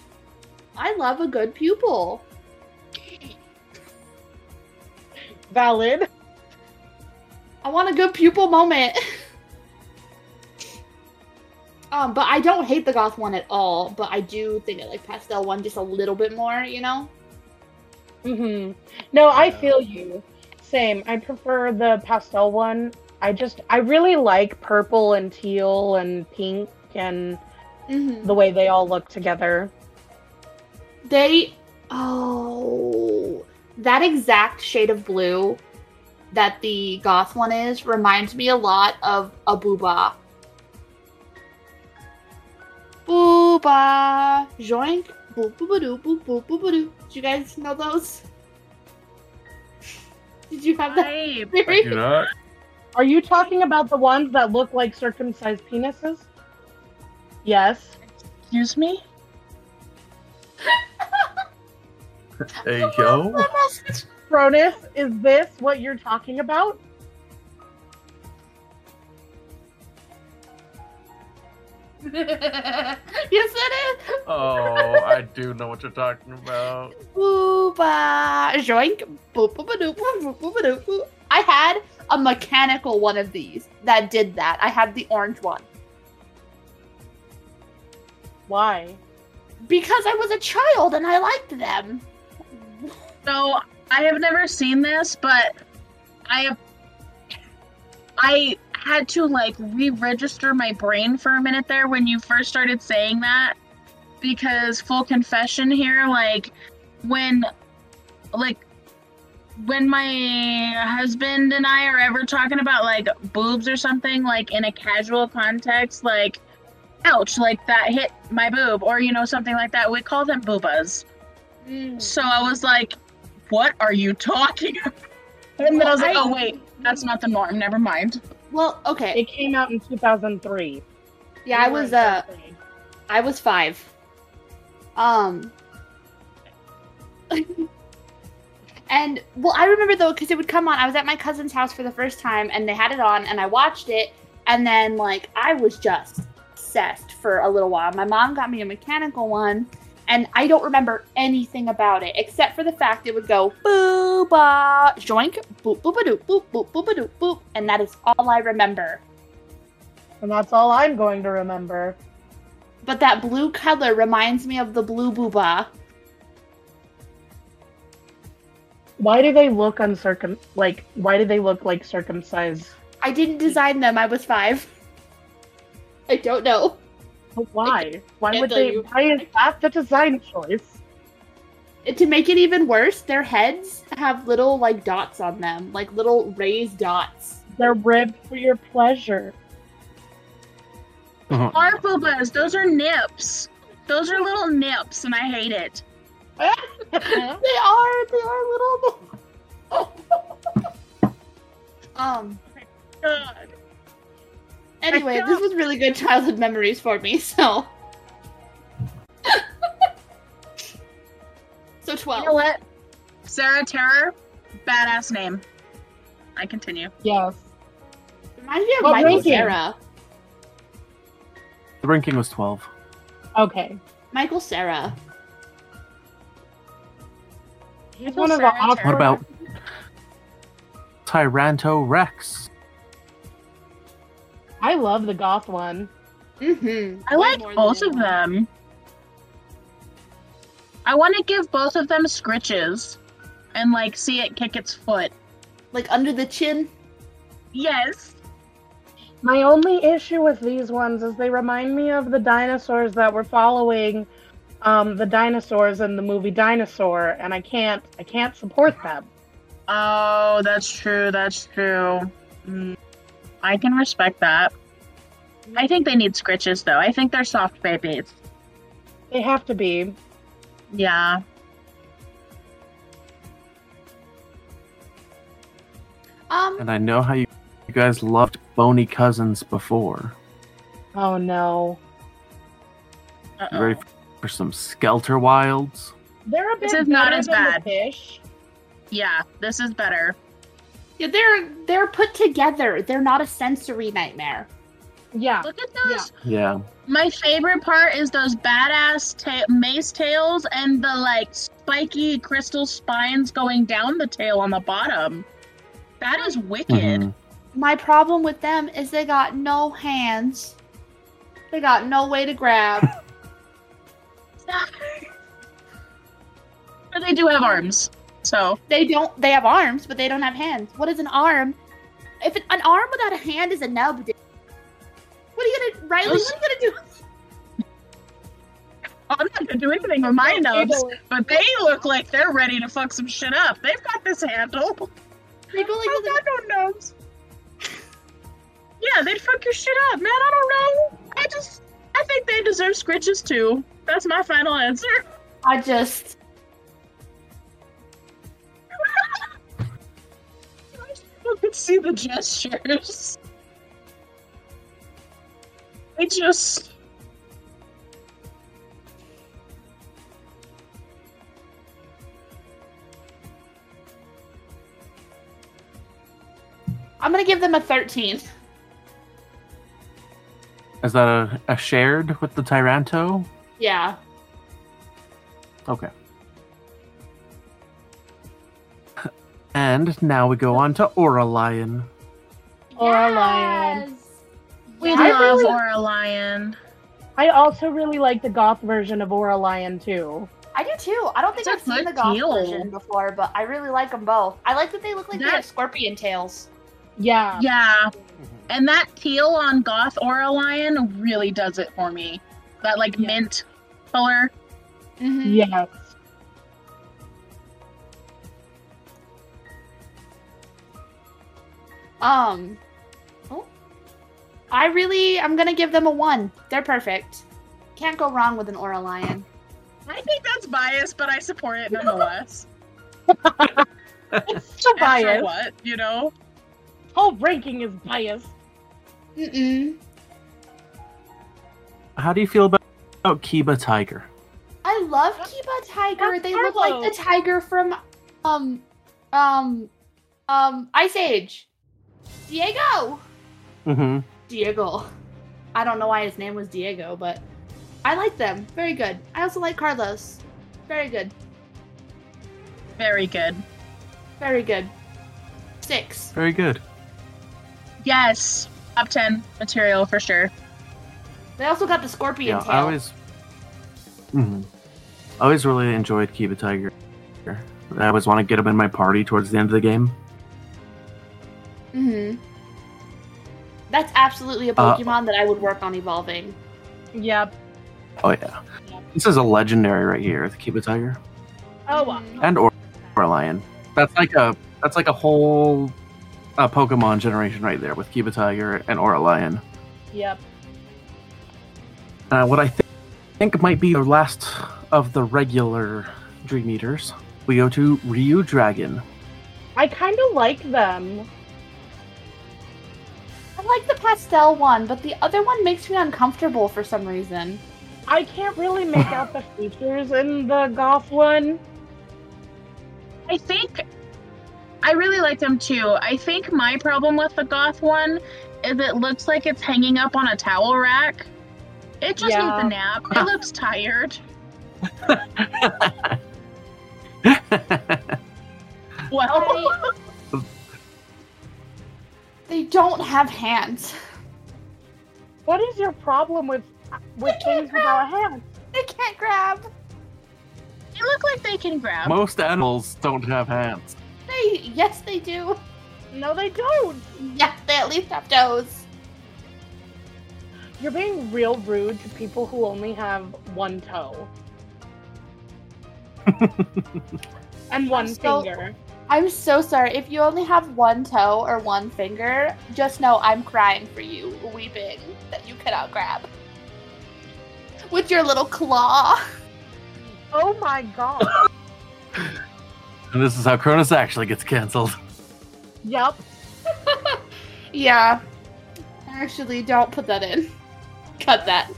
[SPEAKER 2] I love a good pupil.
[SPEAKER 3] Valid.
[SPEAKER 2] I want a good pupil moment. um, but I don't hate the goth one at all. But I do think I like pastel one just a little bit more. You know?
[SPEAKER 3] Mm-hmm. No, I
[SPEAKER 1] Yeah.
[SPEAKER 3] feel you. Same. I prefer the pastel one. I just I really like purple and teal and pink and
[SPEAKER 2] Mm-hmm.
[SPEAKER 3] the way they all look together.
[SPEAKER 2] They, oh, that exact shade of blue that the goth one is reminds me a lot of a booba. Booba, joink, boop boop doo boop boop boop doo. Did you guys know those? Did you have that?
[SPEAKER 4] I,
[SPEAKER 1] I do not.
[SPEAKER 3] Are you talking about the ones that look like circumcised penises? Yes.
[SPEAKER 4] excuse me?
[SPEAKER 1] There you go.
[SPEAKER 3] Cronus, is this what you're talking about?
[SPEAKER 2] yes, it is.
[SPEAKER 1] Oh, I do know what you're talking about.
[SPEAKER 2] Booba, joink, boop boop doop boop boop doop. boop. I had a mechanical one of these that did that. I had the orange one
[SPEAKER 3] Why?
[SPEAKER 2] because I was a child and I liked them.
[SPEAKER 4] So I have never seen this, but I have I had to like re-register my brain for a minute there when you first started saying that because full confession here like when like when my husband and I are ever talking about like boobs or something like in a casual context like ouch like that hit my boob or you know something like that we call them boobas so I was like, what are you talking about? And then I was like, oh, wait, that's not the norm. Never mind.
[SPEAKER 2] Well, okay.
[SPEAKER 3] It came out in 2003.
[SPEAKER 2] Yeah, I was uh, I was five. Um. and well, I remember though because it would come on. I was at my cousin's house for the first time, and they had it on, and I watched it, and then like I was just obsessed for a little while. My mom got me a mechanical one, and I don't remember anything about it except for the fact it would go boo ba joink boop boop doop boop boop boop doop boop, and that is all I remember.
[SPEAKER 3] And that's all I'm going to remember.
[SPEAKER 2] But that blue color reminds me of the blue booba.
[SPEAKER 3] Why do they look uncircum like why do they look like circumcised?
[SPEAKER 2] I didn't design them. I was five. I don't know.
[SPEAKER 3] But why? Why
[SPEAKER 2] can't
[SPEAKER 3] would
[SPEAKER 2] tell
[SPEAKER 3] they
[SPEAKER 2] you.
[SPEAKER 3] why is that the design choice?
[SPEAKER 2] And to make it even worse, their heads have little like dots on them, like little raised dots.
[SPEAKER 3] They're ribbed for your pleasure.
[SPEAKER 1] Uh-huh.
[SPEAKER 4] Our boobas, those are nips. Those are little nips, and I hate it.
[SPEAKER 2] they are. They are little. um.
[SPEAKER 4] God.
[SPEAKER 2] Anyway, this was really good childhood memories for me. So. so twelve.
[SPEAKER 4] You know what? Sarah Terror, badass name. I continue.
[SPEAKER 3] Yes.
[SPEAKER 2] Reminds me of
[SPEAKER 3] Well,
[SPEAKER 2] Michael
[SPEAKER 3] ranking.
[SPEAKER 2] Sarah.
[SPEAKER 1] The ranking was 12.
[SPEAKER 3] Okay.
[SPEAKER 2] Michael Sarah.
[SPEAKER 3] He's one of the
[SPEAKER 4] Sarah
[SPEAKER 3] awkward-
[SPEAKER 1] What
[SPEAKER 4] Terror.
[SPEAKER 1] about Tyranto Rex?
[SPEAKER 3] I love the goth one.
[SPEAKER 2] Mm-hmm.
[SPEAKER 4] I like both of them. I want to give both of them scritches, and like see it kick its foot.
[SPEAKER 2] Like under the chin.
[SPEAKER 4] Yes.
[SPEAKER 3] My only issue with these ones is they remind me of the dinosaurs that were following um, the dinosaurs in the movie Dinosaur, and I can't I can't support them.
[SPEAKER 4] Oh, that's true. That's true. Mm, I can respect that. I think they need scritches though. I think they're soft babies.
[SPEAKER 3] They have to be.
[SPEAKER 4] Yeah.
[SPEAKER 2] Um.
[SPEAKER 1] And I know how you, you guys loved Bony Cousins before.
[SPEAKER 3] Oh no.
[SPEAKER 1] You
[SPEAKER 4] Uh-oh.
[SPEAKER 1] ready for, for some Skelter Wilds?
[SPEAKER 3] They're a bit
[SPEAKER 4] This is not
[SPEAKER 3] better
[SPEAKER 4] as
[SPEAKER 3] than the
[SPEAKER 4] bad.
[SPEAKER 3] fish.
[SPEAKER 4] Yeah, this is better.
[SPEAKER 2] Yeah, they're they're put together. They're not a sensory nightmare.
[SPEAKER 3] Yeah.
[SPEAKER 4] Look at those.
[SPEAKER 1] Yeah.
[SPEAKER 4] My favorite part is those badass ta- mace tails and the like spiky crystal spines going down the tail on the bottom. That is wicked.
[SPEAKER 1] Mhm.
[SPEAKER 2] My problem with them is they got no hands. They got no way to grab.
[SPEAKER 4] but they do have arms, so
[SPEAKER 2] they don't. They have arms, but they don't have hands. What is an arm? If an, an arm without a hand is a nub. dude. What are you gonna, Riley? What are you gonna do?
[SPEAKER 4] I'm not gonna do anything with my nubs.
[SPEAKER 3] Able-
[SPEAKER 4] But they look like they're ready to fuck some shit up. They've got this handle.
[SPEAKER 2] They go like
[SPEAKER 4] I've
[SPEAKER 2] this.
[SPEAKER 4] got no nubs. Yeah, they'd fuck your shit up, man. I don't know. I just, I think they deserve scritches too. That's my final answer.
[SPEAKER 2] I just.
[SPEAKER 4] You can see the gestures. I just.
[SPEAKER 2] I'm gonna give them a 13.
[SPEAKER 1] Is that a, a shared with the Tyranto?
[SPEAKER 2] Yeah.
[SPEAKER 1] Okay. And now we go on to Oralion.
[SPEAKER 3] Or a lion.
[SPEAKER 2] Yes.
[SPEAKER 4] We
[SPEAKER 2] Yes.
[SPEAKER 4] love
[SPEAKER 3] I really-
[SPEAKER 4] Oralion.
[SPEAKER 3] I also really like the goth version of Oralion too.
[SPEAKER 2] I do too. I don't think
[SPEAKER 4] It's a
[SPEAKER 2] I've seen
[SPEAKER 4] good
[SPEAKER 2] the goth
[SPEAKER 4] deal.
[SPEAKER 2] version before, but I really like them both. I like that they look like they
[SPEAKER 4] That-
[SPEAKER 2] have scorpion tails.
[SPEAKER 3] Yeah.
[SPEAKER 4] Yeah,
[SPEAKER 1] Mm-hmm.
[SPEAKER 4] and that teal on Goth Oralion really does it for me. That like
[SPEAKER 3] Yeah.
[SPEAKER 4] mint color.
[SPEAKER 2] Mm-hmm.
[SPEAKER 3] Yes.
[SPEAKER 2] Um, oh. I really, I'm gonna give them a one. They're perfect. Can't go wrong with an aura lion.
[SPEAKER 4] I think that's biased, but I support it nonetheless.
[SPEAKER 3] It's so
[SPEAKER 4] After
[SPEAKER 3] biased.
[SPEAKER 4] what you know?
[SPEAKER 3] Whole ranking is biased.
[SPEAKER 2] Mm-mm.
[SPEAKER 1] How do you feel about, about Kiba Tiger?
[SPEAKER 2] I love Kiba Tiger.
[SPEAKER 3] That's
[SPEAKER 2] They look like
[SPEAKER 3] Carlo.
[SPEAKER 2] the tiger from, um, um, um, Ice Age. Diego.
[SPEAKER 1] Mm-hmm.
[SPEAKER 2] Diego. I don't know why his name was Diego, but I like them. Very good. I also like Carlos. Very good.
[SPEAKER 4] Very good.
[SPEAKER 2] Very good. Six.
[SPEAKER 1] Very good.
[SPEAKER 4] Yes, top ten material for sure.
[SPEAKER 2] They also got the scorpion
[SPEAKER 1] yeah,
[SPEAKER 2] tail.
[SPEAKER 1] I always, Mhm. I always really enjoyed Kiba Tiger. I always want to get him in my party towards the end of the game.
[SPEAKER 2] Mm-hmm. That's absolutely a
[SPEAKER 1] Uh,
[SPEAKER 2] Pokemon that I would work on evolving.
[SPEAKER 3] Yep.
[SPEAKER 1] Oh yeah, this is a legendary right here, the Kiba Tiger
[SPEAKER 3] Oh
[SPEAKER 2] uh,
[SPEAKER 3] wow.
[SPEAKER 1] and or- Oralion. That's like a that's like a whole uh, Pokemon generation right there with Kiba Tiger and Oralion.
[SPEAKER 3] Yep.
[SPEAKER 1] Uh, what I thi- think might be the last of the regular Dream Eaters, we go to Ryu Dragon.
[SPEAKER 3] I kind of like them.
[SPEAKER 2] I like the pastel one, but the other one makes me uncomfortable for some reason.
[SPEAKER 3] I can't really make out the features in the goth one.
[SPEAKER 4] I think I really like them too. I think my problem with the goth one is it looks like it's hanging up on a towel rack. It just
[SPEAKER 3] Yeah.
[SPEAKER 4] needs a nap. It looks tired. Well,
[SPEAKER 2] I- they don't have hands.
[SPEAKER 3] What is your problem with with
[SPEAKER 2] I can't
[SPEAKER 3] things without hands?
[SPEAKER 2] They can't grab.
[SPEAKER 4] they look like they can grab.
[SPEAKER 1] Most animals don't have hands.
[SPEAKER 2] They yes they do.
[SPEAKER 3] No, they don't.
[SPEAKER 2] Yeah, they at least have toes.
[SPEAKER 3] You're being real rude to people who only have one toe and one
[SPEAKER 2] So-
[SPEAKER 3] finger.
[SPEAKER 2] I'm so sorry. If you only have one toe or one finger, just know I'm crying for you, weeping that you cannot grab. With your little claw.
[SPEAKER 3] Oh my god.
[SPEAKER 1] And this is how Cronus actually gets canceled.
[SPEAKER 3] yep.
[SPEAKER 2] Yeah. Actually, don't put that in. Cut that.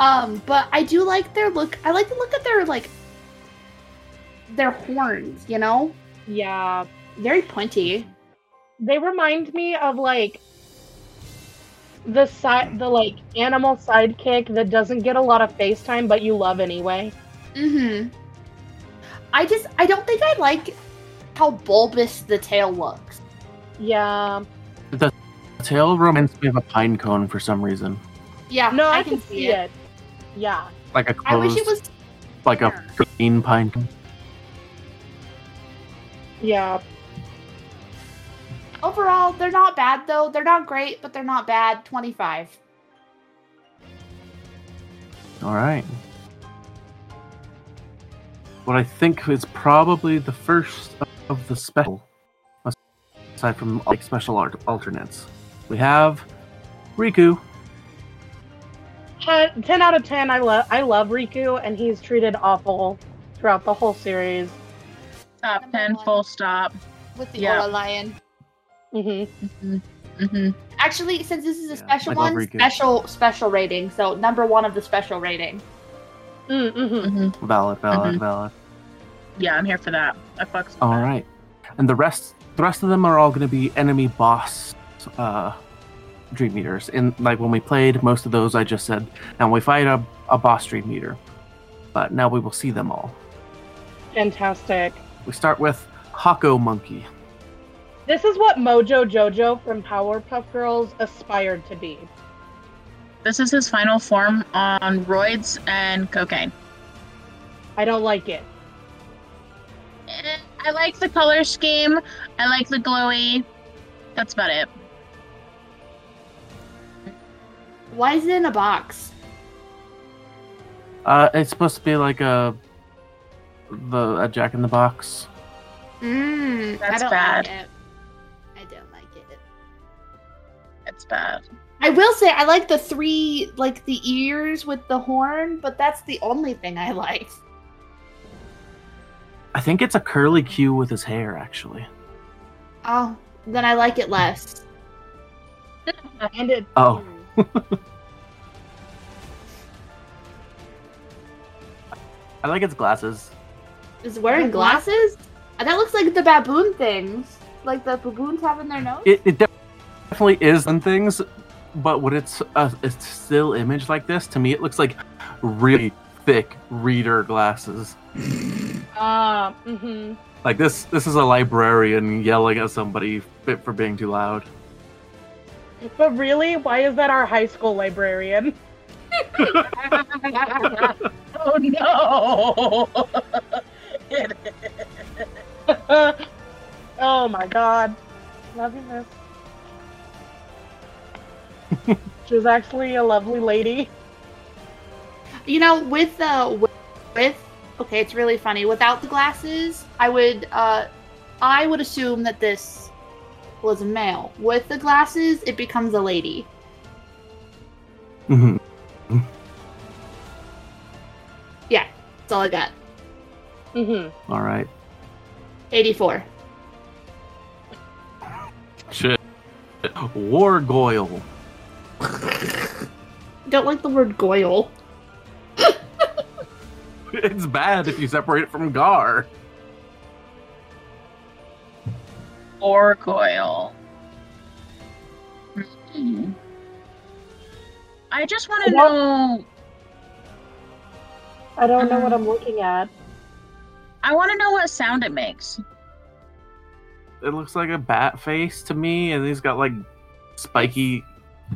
[SPEAKER 2] um, but I do like their look. I like to look at their like their horns, you know?
[SPEAKER 3] Yeah.
[SPEAKER 2] Very pointy.
[SPEAKER 3] They remind me of like the side the like animal sidekick that doesn't get a lot of FaceTime but you love anyway.
[SPEAKER 2] Mhm. I just I don't think I like how bulbous the tail looks.
[SPEAKER 3] Yeah.
[SPEAKER 1] The tail reminds me of a pine cone for some reason.
[SPEAKER 2] Yeah,
[SPEAKER 3] No, I, can, see it. Yeah.
[SPEAKER 1] Like a
[SPEAKER 2] I
[SPEAKER 1] closed,
[SPEAKER 2] wish it was
[SPEAKER 1] like a green pine cone.
[SPEAKER 3] Yeah.
[SPEAKER 2] overall they're not bad though. They're not great, but they're not bad. 25.
[SPEAKER 1] All right. What I think is probably the first of the special, aside from like special art alternates, we have Riku.
[SPEAKER 3] Uh, 10 out of 10 I love I love Riku and he's treated awful throughout the whole series.
[SPEAKER 4] Top
[SPEAKER 2] Number
[SPEAKER 4] ten,
[SPEAKER 2] one.
[SPEAKER 4] full stop.
[SPEAKER 2] With the
[SPEAKER 4] Yeah.
[SPEAKER 2] Aura Lion.
[SPEAKER 3] Mhm.
[SPEAKER 4] hmm
[SPEAKER 2] Actually, since this is a
[SPEAKER 1] Yeah,
[SPEAKER 2] special
[SPEAKER 1] I love
[SPEAKER 2] one,
[SPEAKER 1] Riku.
[SPEAKER 2] special special rating. So number one of the special rating.
[SPEAKER 3] Mm, mhm.
[SPEAKER 4] hmm
[SPEAKER 1] Valid, valid,
[SPEAKER 2] Mm-hmm.
[SPEAKER 1] valid.
[SPEAKER 4] Yeah, I'm here for that. I fucks. with
[SPEAKER 1] All
[SPEAKER 4] that.
[SPEAKER 1] right, and the rest, the rest of them are all going to be enemy boss uh, dream eaters. And like when we played, most of those I just said, and we fight a, a boss dream eater. But now we will see them all.
[SPEAKER 3] Fantastic.
[SPEAKER 1] We start with Hako Monkey.
[SPEAKER 3] This is what Mojo Jojo from Powerpuff Girls aspired to be.
[SPEAKER 4] This is his final form on roids and cocaine.
[SPEAKER 3] I don't like it.
[SPEAKER 4] Eh, I like the color scheme. I like the glowy. That's about it.
[SPEAKER 2] Why is it in a box?
[SPEAKER 1] Uh, it's supposed to be like a the a Jack in the Box.
[SPEAKER 2] Mm,
[SPEAKER 4] That's
[SPEAKER 2] I don't
[SPEAKER 4] bad.
[SPEAKER 2] Like it. I don't like it.
[SPEAKER 4] It's bad.
[SPEAKER 2] I will say I like the three, like the ears with the horn, but that's the only thing I like.
[SPEAKER 1] I think it's a curly Q with his hair, actually.
[SPEAKER 2] Oh, then I like it less.
[SPEAKER 3] And it
[SPEAKER 1] Oh, I like its glasses.
[SPEAKER 2] Is it wearing glasses? Uh, That looks like the baboon things, like the baboons have in their nose.
[SPEAKER 1] It, it def- definitely is on things, but when it's a, a still image like this, to me, it looks like really thick reader glasses.
[SPEAKER 3] uh, mhm.
[SPEAKER 1] Like this, this is a librarian yelling at somebody fit for being too loud.
[SPEAKER 3] But really, why is that our high school librarian?
[SPEAKER 4] Oh no! It is.
[SPEAKER 3] oh my god. Love you, miss. she was actually a lovely lady.
[SPEAKER 2] You know, with uh, with, with okay, it's really funny. Without the glasses, I would uh, I would assume that this was a male. With the glasses, it becomes a
[SPEAKER 1] Mm-hmm.
[SPEAKER 2] lady.
[SPEAKER 1] Mhm.
[SPEAKER 2] That's all I got.
[SPEAKER 3] Mm-hmm.
[SPEAKER 1] All right.
[SPEAKER 2] 84.
[SPEAKER 1] Shit. Wargoyle.
[SPEAKER 2] Don't like the word goyle.
[SPEAKER 1] It's bad if you separate it from Gar.
[SPEAKER 4] Orgoyle. Hmm. I just want to
[SPEAKER 3] Hello?
[SPEAKER 4] know.
[SPEAKER 3] I don't know what I'm looking at.
[SPEAKER 4] I want to know what sound it makes.
[SPEAKER 1] It looks like a bat face to me, and he's got like spiky,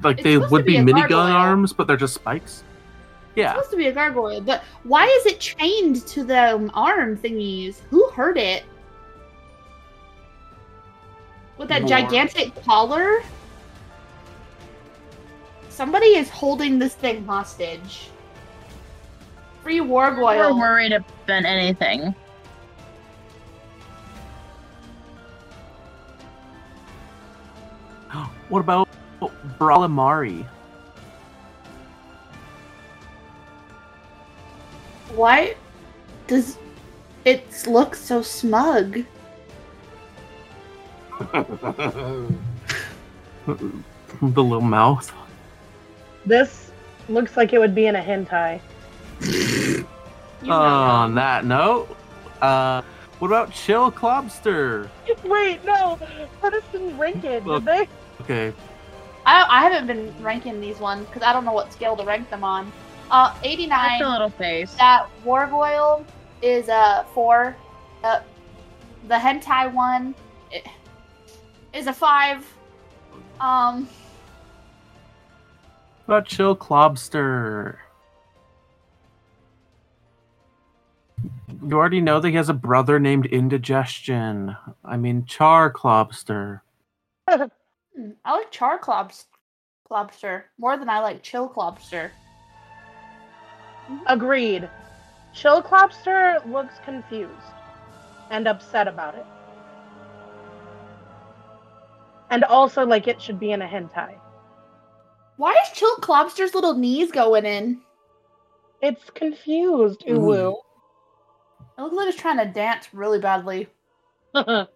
[SPEAKER 1] like
[SPEAKER 2] It's
[SPEAKER 1] they
[SPEAKER 2] supposed
[SPEAKER 1] would
[SPEAKER 2] to be
[SPEAKER 1] be,
[SPEAKER 2] a
[SPEAKER 1] minigun
[SPEAKER 2] gargoyle.
[SPEAKER 1] arms, but they're just spikes.
[SPEAKER 2] It's
[SPEAKER 1] Yeah,
[SPEAKER 2] supposed to be a gargoyle, but why is it chained to the um, arm thingies? Who hurt it? With that
[SPEAKER 1] Lord.
[SPEAKER 2] gigantic collar? Somebody is holding this thing hostage. Free
[SPEAKER 4] We're
[SPEAKER 2] Wargoyle.
[SPEAKER 4] worried about anything.
[SPEAKER 1] What about Bralamari?
[SPEAKER 2] Why does it look so smug?
[SPEAKER 1] the little mouth.
[SPEAKER 3] This looks like it would be in a hentai.
[SPEAKER 2] You know
[SPEAKER 1] On that note, uh, what about Chill Clobster?
[SPEAKER 3] Wait, no, Curtis didn't rank it,
[SPEAKER 1] Well-
[SPEAKER 3] did they?
[SPEAKER 1] Okay,
[SPEAKER 2] I, I haven't been ranking these ones because I don't know what scale to rank them on. Uh, 89.
[SPEAKER 4] Like the little face.
[SPEAKER 2] That Wargoyle is a four. Uh, the hentai one i- is a five. Um,
[SPEAKER 1] what about Chill Clobster? You already know that he has a brother named Indigestion. I mean, Char Clobster.
[SPEAKER 2] hmm, I like Char Clobs- Clobster more than I like Chill Clobster.
[SPEAKER 3] Agreed. Chill Clopster looks confused and upset about it. And also like it should be in a hentai.
[SPEAKER 2] Why is Chill Clobster's little knees going in?
[SPEAKER 3] It's confused,
[SPEAKER 1] Mm.
[SPEAKER 3] uwu.
[SPEAKER 2] It looks like it's trying to dance really badly. Chill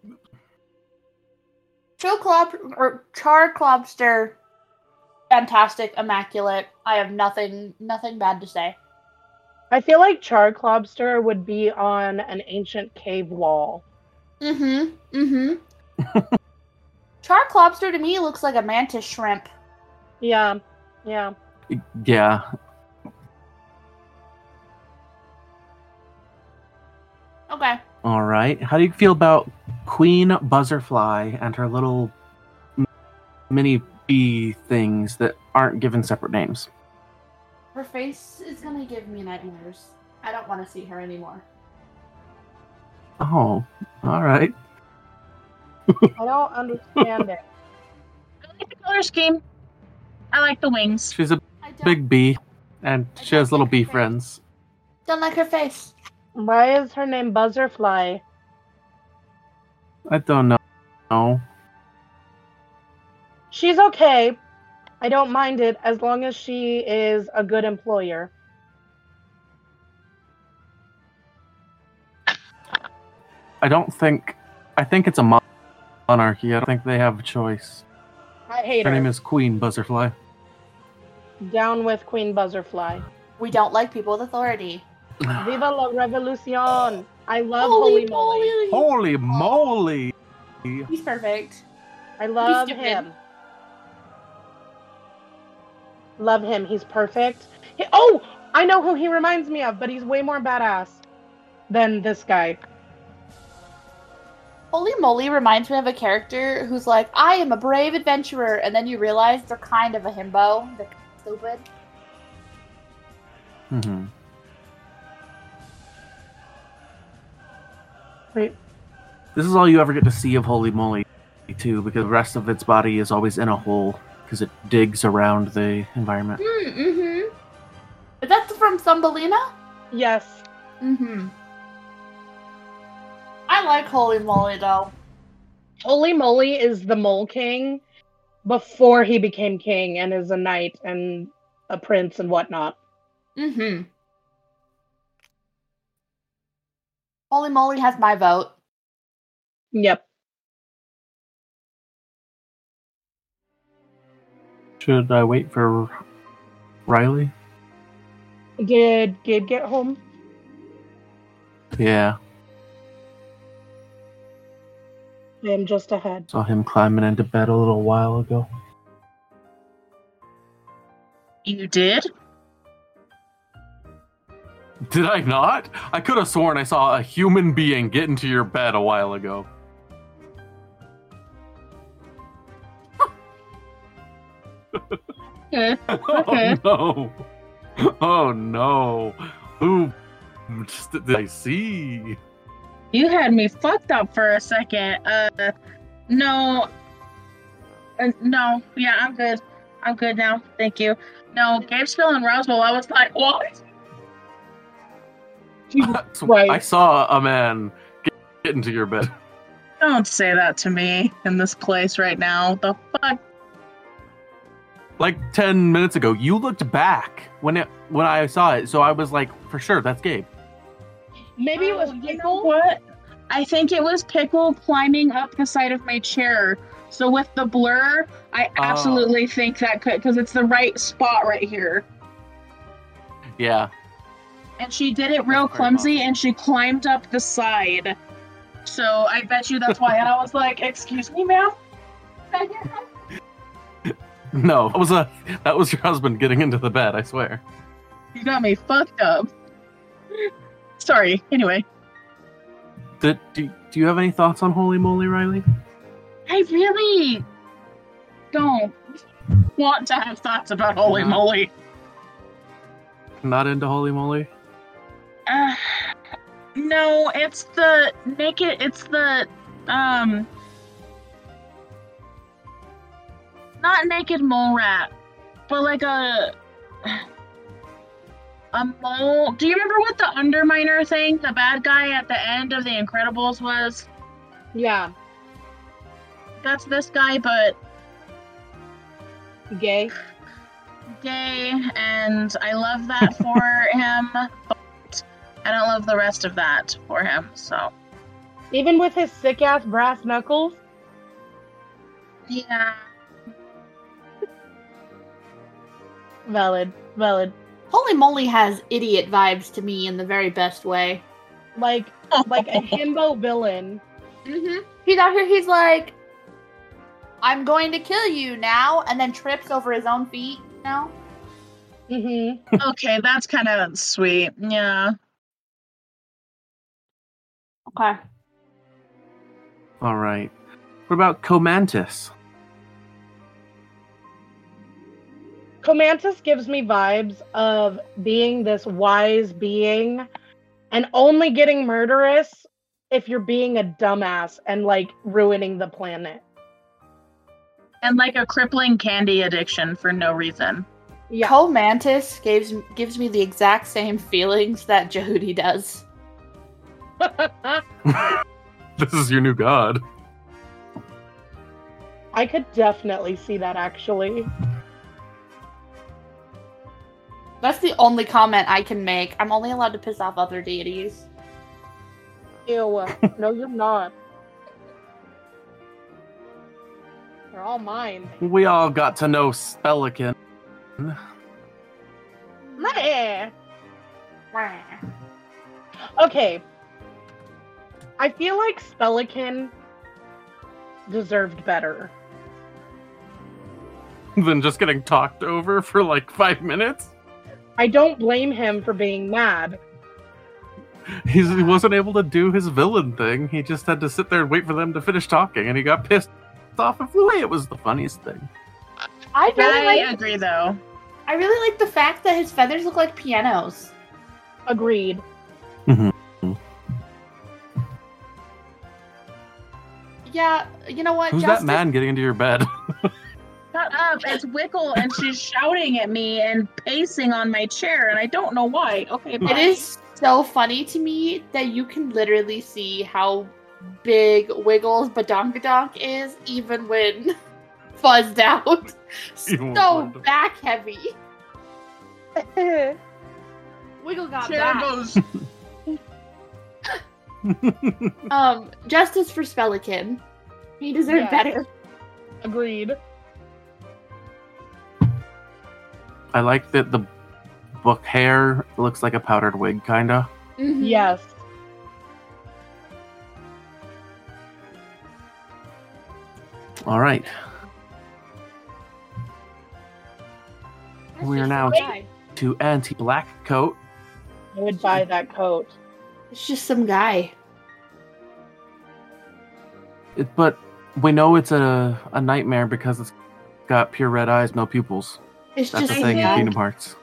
[SPEAKER 2] Clob or Char Clobster, fantastic, immaculate. I have nothing, nothing bad to say.
[SPEAKER 3] I feel like Char Clobster would be on an ancient cave wall.
[SPEAKER 2] Mm-hmm. Mm-hmm. Char lobster to me looks like a mantis shrimp.
[SPEAKER 3] Yeah, yeah.
[SPEAKER 1] Yeah.
[SPEAKER 2] Okay.
[SPEAKER 1] All right. How do you feel about Queen Buzzerfly and her little m- mini bee things that aren't given separate names?
[SPEAKER 2] Her face is gonna give me nightmares. I don't wanna see her anymore.
[SPEAKER 1] Oh, all right.
[SPEAKER 3] I don't understand it.
[SPEAKER 4] I like the color scheme. I like the wings.
[SPEAKER 1] She's a
[SPEAKER 2] I don't,
[SPEAKER 1] big bee, and she has little bee friends.
[SPEAKER 2] don't like her face.
[SPEAKER 3] Why is her name Buzzerfly?
[SPEAKER 1] I don't know. No.
[SPEAKER 3] She's okay. I don't mind it as long as she is a good employer.
[SPEAKER 1] I don't think. I think it's a mon- monarchy. I don't think they have a choice.
[SPEAKER 3] I hate
[SPEAKER 1] Her name
[SPEAKER 3] her.
[SPEAKER 1] is Queen Buzzerfly.
[SPEAKER 3] Down with Queen Buzzerfly.
[SPEAKER 2] We don't like people with authority.
[SPEAKER 3] Viva la revolucion! I love
[SPEAKER 2] Holy
[SPEAKER 3] Holy, Moly.
[SPEAKER 1] Holy
[SPEAKER 2] moly.
[SPEAKER 1] moly!
[SPEAKER 2] He's perfect.
[SPEAKER 3] I love
[SPEAKER 2] stupid.
[SPEAKER 3] him. Love him. He's perfect. He- oh, I know who he reminds me of, but he's way more badass than this guy.
[SPEAKER 2] Holy moly reminds me of a character who's like, I am a brave adventurer, and then you realize they're kind of a himbo. They're stupid.
[SPEAKER 1] hmm
[SPEAKER 3] Wait.
[SPEAKER 1] This is all you ever get to see of Holy Moly, too, because the rest of its body is always in a hole because it digs around the environment.
[SPEAKER 2] Mm, mm-hmm. Is that from Thumbelina?
[SPEAKER 3] Yes.
[SPEAKER 2] Mm-hmm. I like Holy Moly though.
[SPEAKER 3] Holy Moly is the Mole King before he became king and is a knight and a prince and whatnot.
[SPEAKER 2] Mm-hmm. Holy moly has my vote.
[SPEAKER 3] Yep.
[SPEAKER 1] Should I wait for Riley?
[SPEAKER 3] Did Gabe get home?
[SPEAKER 1] Yeah,
[SPEAKER 3] I'm just ahead.
[SPEAKER 1] saw him climbing into bed a little while ago.
[SPEAKER 4] You did?
[SPEAKER 1] Did I not? I could have sworn I saw a human being get into your bed a while ago.
[SPEAKER 4] Okay.
[SPEAKER 1] oh
[SPEAKER 4] Okay.
[SPEAKER 1] no! Oh no! Who just did I see?
[SPEAKER 4] You had me fucked up for a second. Uh, no. Uh, no. Yeah, I'm good. I'm good now. Thank you. No, Gabe's feeling Roswell. I was like, what?
[SPEAKER 1] So
[SPEAKER 3] Right.
[SPEAKER 1] I saw a man get, get into your bed.
[SPEAKER 4] Don't say that to me in this place right now. The fuck?
[SPEAKER 1] Like ten minutes ago, you looked back when it when I saw it, so I was like, for sure, that's Gabe.
[SPEAKER 3] Maybe it was
[SPEAKER 4] Oh, you know
[SPEAKER 3] Pickle.
[SPEAKER 4] what? I think it was Pickle climbing up the side of my chair. So with the blur, I
[SPEAKER 1] Oh.
[SPEAKER 4] absolutely think that could because it's the right spot right here.
[SPEAKER 1] Yeah.
[SPEAKER 4] And she did it real
[SPEAKER 1] That's very
[SPEAKER 4] clumsy
[SPEAKER 1] possible.
[SPEAKER 4] and she climbed up the side. So I bet you that's why. and I was like, excuse me, ma'am?
[SPEAKER 1] No, that was a that was your husband getting into the bed. I swear.
[SPEAKER 4] You got me fucked up. Sorry. Anyway,
[SPEAKER 1] Did, do, do you have any thoughts on Holy Moly, Riley?
[SPEAKER 4] I really don't want to have thoughts about holy
[SPEAKER 1] Yeah.
[SPEAKER 4] moly.
[SPEAKER 1] Not into Holy Moly.
[SPEAKER 4] Uh, no, it's the naked. It's the um, not naked mole rat, but like a a mole. Do you remember what the Underminer thing, the bad guy at the end of The Incredibles was?
[SPEAKER 3] Yeah,
[SPEAKER 4] That's this guy, but
[SPEAKER 3] gay.
[SPEAKER 4] gay, and I love that for him. But I don't love the rest of that for him. So
[SPEAKER 3] Even with his sick ass brass knuckles.
[SPEAKER 4] yeah.
[SPEAKER 3] Valid, valid.
[SPEAKER 2] Holy moly has idiot vibes to me in the very best way.
[SPEAKER 3] Like, like a himbo villain.
[SPEAKER 2] Mm-hmm. He's out here, he's like, I'm going to kill you now, and then trips over his own feet, you know?
[SPEAKER 3] Mm-hmm.
[SPEAKER 4] Okay, that's kind of sweet. Yeah.
[SPEAKER 2] Okay.
[SPEAKER 1] All right. What about Comantis?
[SPEAKER 3] Comantis gives me vibes of being this wise being and only getting murderous if you're being a dumbass and like ruining the planet.
[SPEAKER 4] And like a crippling candy addiction for no reason.
[SPEAKER 3] Yeah.
[SPEAKER 2] Cole Mantis gives, gives me the exact same feelings that Jehudi does.
[SPEAKER 1] This is your new god.
[SPEAKER 3] I could definitely see that actually.
[SPEAKER 2] That's the only comment I can make. I'm only allowed to piss off other deities.
[SPEAKER 3] Ew. no, you're not. They're all mine.
[SPEAKER 1] We all got to know Spelican.
[SPEAKER 3] Meh.
[SPEAKER 2] Wah.
[SPEAKER 3] Okay. I feel like Spelican deserved better.
[SPEAKER 1] than just getting talked over for like five minutes.
[SPEAKER 3] I don't blame him for being mad.
[SPEAKER 1] He's, he wasn't able to do his villain thing. He just had to sit there and wait for them to finish talking, and he got pissed off and flew away. It was the funniest thing.
[SPEAKER 2] I really
[SPEAKER 4] I
[SPEAKER 2] like
[SPEAKER 4] agree though.
[SPEAKER 2] I really like the fact that his feathers look like pianos.
[SPEAKER 3] Agreed.
[SPEAKER 2] Yeah, you know what?
[SPEAKER 1] Who's
[SPEAKER 2] Justice-
[SPEAKER 1] that man getting into your bed?
[SPEAKER 4] Shut up. It's Wickle and she's shouting at me and pacing on my chair and I don't know why. Okay,
[SPEAKER 2] It
[SPEAKER 4] bye.
[SPEAKER 2] is so funny to me that you can literally see how big Wiggles Badonkadonk is, even when fuzzed out.
[SPEAKER 1] Even
[SPEAKER 2] so
[SPEAKER 1] when-
[SPEAKER 2] back heavy. Wiggle got
[SPEAKER 4] chair
[SPEAKER 2] back.
[SPEAKER 4] goes
[SPEAKER 2] Um, justice for Spellikin. He deserved
[SPEAKER 3] Yes.
[SPEAKER 2] better.
[SPEAKER 3] Agreed.
[SPEAKER 1] I like that the book hair looks like a powdered wig, kinda.
[SPEAKER 2] Mhm.
[SPEAKER 3] Yes.
[SPEAKER 1] All right.
[SPEAKER 2] That's
[SPEAKER 1] We are
[SPEAKER 2] just
[SPEAKER 1] now-
[SPEAKER 2] some guy.
[SPEAKER 1] To anti black coat.
[SPEAKER 3] I would buy that coat.
[SPEAKER 2] It's just some guy.
[SPEAKER 1] It, but we know it's a, a nightmare because it's got pure red eyes, no pupils.
[SPEAKER 2] It's
[SPEAKER 1] That's
[SPEAKER 2] just
[SPEAKER 1] a thing in
[SPEAKER 2] some guy.
[SPEAKER 1] Kingdom Hearts.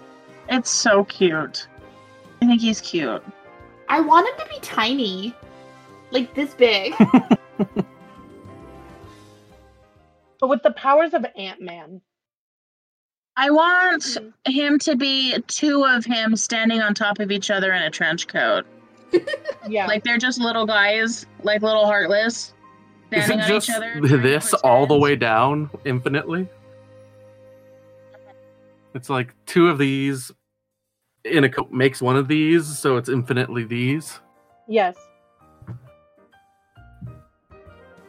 [SPEAKER 4] It's so cute. I think he's cute.
[SPEAKER 2] I want him to be tiny, like this big.
[SPEAKER 3] But with the powers of Ant Man.
[SPEAKER 4] I want him to be two of him standing on top of each other in a trench coat.
[SPEAKER 3] Yeah.
[SPEAKER 4] Like they're just little guys, like little heartless,
[SPEAKER 1] Is
[SPEAKER 4] standing
[SPEAKER 1] it
[SPEAKER 4] on
[SPEAKER 1] just
[SPEAKER 4] each other. trying to
[SPEAKER 1] this all the
[SPEAKER 4] pretend.
[SPEAKER 1] way down infinitely? It's like two of these in a coat makes one of these, so it's infinitely these.
[SPEAKER 3] yes.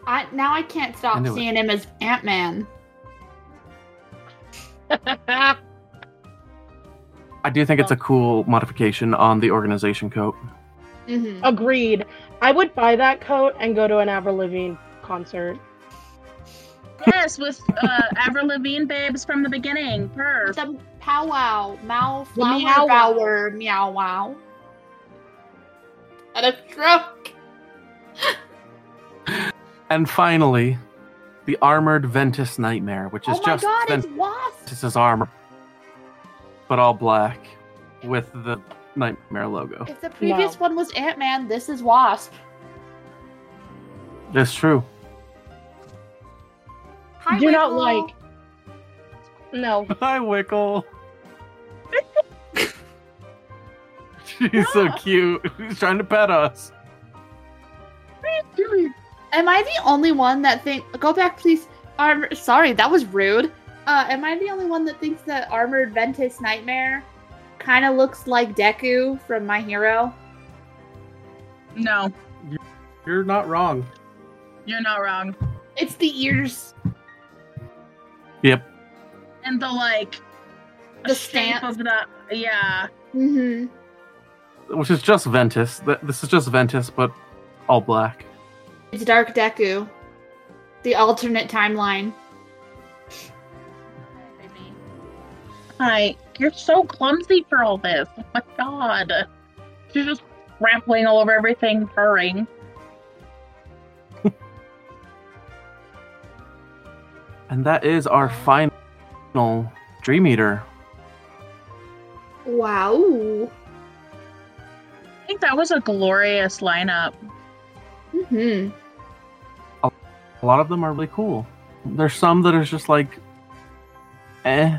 [SPEAKER 2] I, now I can't stop
[SPEAKER 1] I knew it.
[SPEAKER 2] seeing him as Ant Man.
[SPEAKER 1] I do think it's a cool modification on the organization coat.
[SPEAKER 2] hmm
[SPEAKER 3] Agreed. I would buy that coat and go to an Avril Lavigne concert.
[SPEAKER 4] Yes, with uh, Avril Lavigne babes from the beginning. Perf.
[SPEAKER 2] The powwow, mow
[SPEAKER 3] The
[SPEAKER 2] flower meow
[SPEAKER 3] meow wow.
[SPEAKER 2] bower, meow wow. And a truck.
[SPEAKER 1] And finally, the armored Ventus Nightmare, which is
[SPEAKER 2] oh my
[SPEAKER 1] just
[SPEAKER 2] god, it's
[SPEAKER 1] Ventus'
[SPEAKER 2] Wasp.
[SPEAKER 1] armor, but all black with the Nightmare logo.
[SPEAKER 2] If the previous one was Ant Man, this is Wasp.
[SPEAKER 1] That's true.
[SPEAKER 2] Hi,
[SPEAKER 3] Do not
[SPEAKER 2] Winkle.
[SPEAKER 3] like. No.
[SPEAKER 1] Hi, Wickle. She's so cute. She's trying to pet us.
[SPEAKER 2] Am I the only one that think? Go back, please. Armor. Sorry, that was rude. Uh, am I the only one that thinks that armored Ventus Nightmare kind of looks like Deku from My Hero?
[SPEAKER 4] No,
[SPEAKER 1] You're not wrong.
[SPEAKER 4] you're not wrong.
[SPEAKER 2] It's the ears,
[SPEAKER 4] And the like,
[SPEAKER 2] The
[SPEAKER 4] shape
[SPEAKER 2] stance.
[SPEAKER 4] of the yeah.
[SPEAKER 2] hmm
[SPEAKER 1] Which is just Ventus. Th- This is just Ventus, but all black.
[SPEAKER 2] It's Dark Deku, the alternate timeline.
[SPEAKER 4] Hi, you're so clumsy for all this. Oh my god, she's just trampling all over everything, purring.
[SPEAKER 1] And that is our final Dream Eater.
[SPEAKER 2] Wow.
[SPEAKER 4] I think that was a glorious lineup.
[SPEAKER 2] hmm
[SPEAKER 1] A lot of them are really cool. There's some that are just like, eh.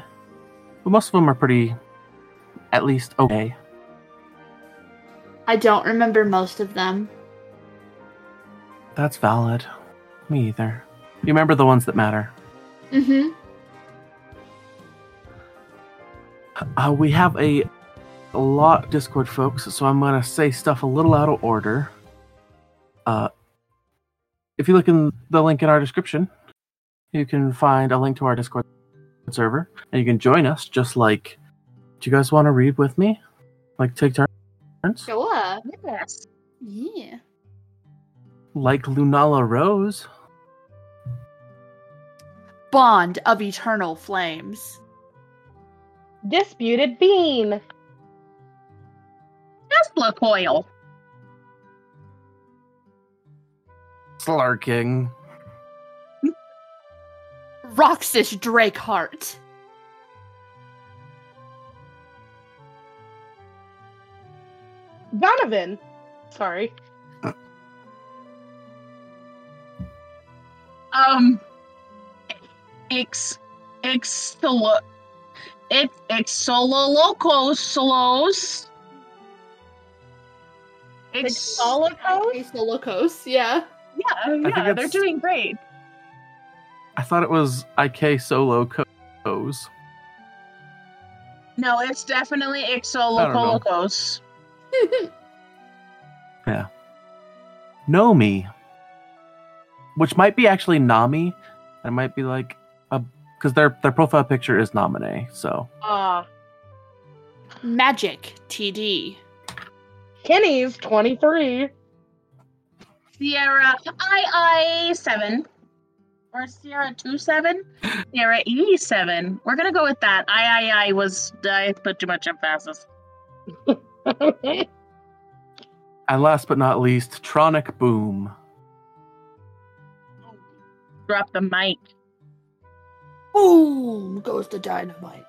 [SPEAKER 1] But most of them are pretty, at least okay.
[SPEAKER 2] I don't remember most of them.
[SPEAKER 1] That's valid. Me either. You remember the ones that matter.
[SPEAKER 2] hmm
[SPEAKER 1] Uh, we have a, a lot of Discord folks, so I'm going to say stuff a little out of order. Uh, if you look in the link in our description, you can find a link to our Discord server, and you can join us. Just like, do you guys want to read with me? Like, take turns.
[SPEAKER 2] Sure.
[SPEAKER 4] Yes.
[SPEAKER 2] Yeah.
[SPEAKER 1] Like Lunala Rose.
[SPEAKER 2] Bond of Eternal Flames.
[SPEAKER 3] Disputed Bean.
[SPEAKER 4] Tesla coil.
[SPEAKER 1] Slarking.
[SPEAKER 2] Roxas Drakeheart.
[SPEAKER 3] Donovan. Sorry.
[SPEAKER 4] Um, ex, ex, solo, ex, ex, solo, loco, solos. Ex,
[SPEAKER 3] Exolicos?
[SPEAKER 2] Taste the Locos, yeah.
[SPEAKER 4] yeah,
[SPEAKER 1] think
[SPEAKER 4] yeah, they're
[SPEAKER 1] it's-
[SPEAKER 4] doing great.
[SPEAKER 1] I thought it was IK Solo Co's.
[SPEAKER 4] No, it's definitely ex,
[SPEAKER 1] I don't
[SPEAKER 4] solo,
[SPEAKER 1] know.
[SPEAKER 4] locos.
[SPEAKER 1] Nomi, which might be actually Nami. It might be like a because their their profile picture is Namine. So
[SPEAKER 3] Uh,
[SPEAKER 2] Magic TD.
[SPEAKER 3] Kenny's 23.
[SPEAKER 4] Sierra I I seven or Sierra two seven, Sierra E seven. We're gonna go with that. I I I was I put too much emphasis.
[SPEAKER 1] and last but not least, Tronic Boom.
[SPEAKER 4] Drop the mic.
[SPEAKER 2] Boom goes the dynamite.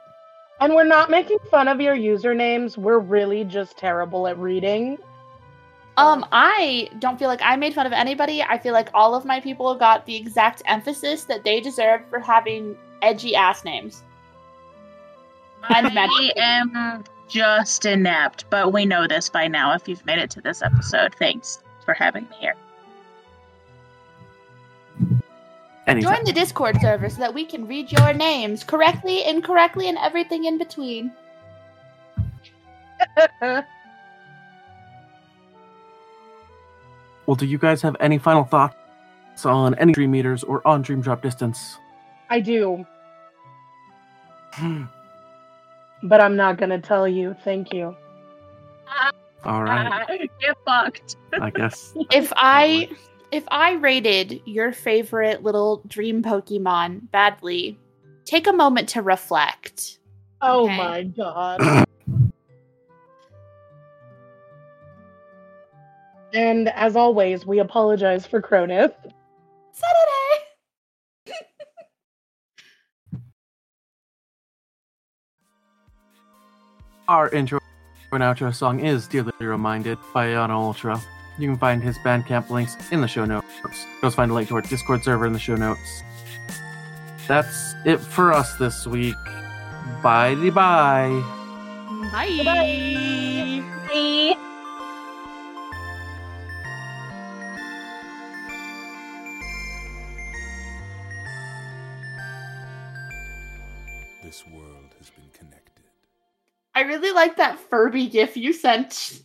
[SPEAKER 3] and we're not making fun of your usernames. We're really just terrible at reading.
[SPEAKER 2] Um, I don't feel like I made fun of anybody. I feel like all of my people got the exact emphasis that they deserved for having edgy ass names. And
[SPEAKER 4] I
[SPEAKER 2] magic.
[SPEAKER 4] am just inept, but we know this by now. If you've made it to this episode, thanks for having me here.
[SPEAKER 1] Anytime.
[SPEAKER 2] Join the Discord server so that we can read your names correctly, incorrectly, and everything in between.
[SPEAKER 1] Well, do you guys have any final thoughts on any dream meters or on dream drop distance?
[SPEAKER 3] I do,
[SPEAKER 1] Hmm.
[SPEAKER 3] but I'm not going to tell you. Thank you.
[SPEAKER 1] All right,
[SPEAKER 4] Get fucked.
[SPEAKER 1] I guess.
[SPEAKER 2] If I if I rated your favorite little dream Pokemon badly, take a moment to reflect.
[SPEAKER 3] Oh
[SPEAKER 2] Okay.
[SPEAKER 3] my god. and as always, we apologize for Cronus.
[SPEAKER 2] Saturday.
[SPEAKER 1] Our intro and outro song is Dearly Reminded by Ayana Ultra. You can find his Bandcamp links in the show notes. You'll also find a link to our Discord server in the show notes. That's it for us this week. Bye bye.
[SPEAKER 2] Bye.
[SPEAKER 4] Bye.
[SPEAKER 6] This world has been connected.
[SPEAKER 2] I really like that Furby gif you sent.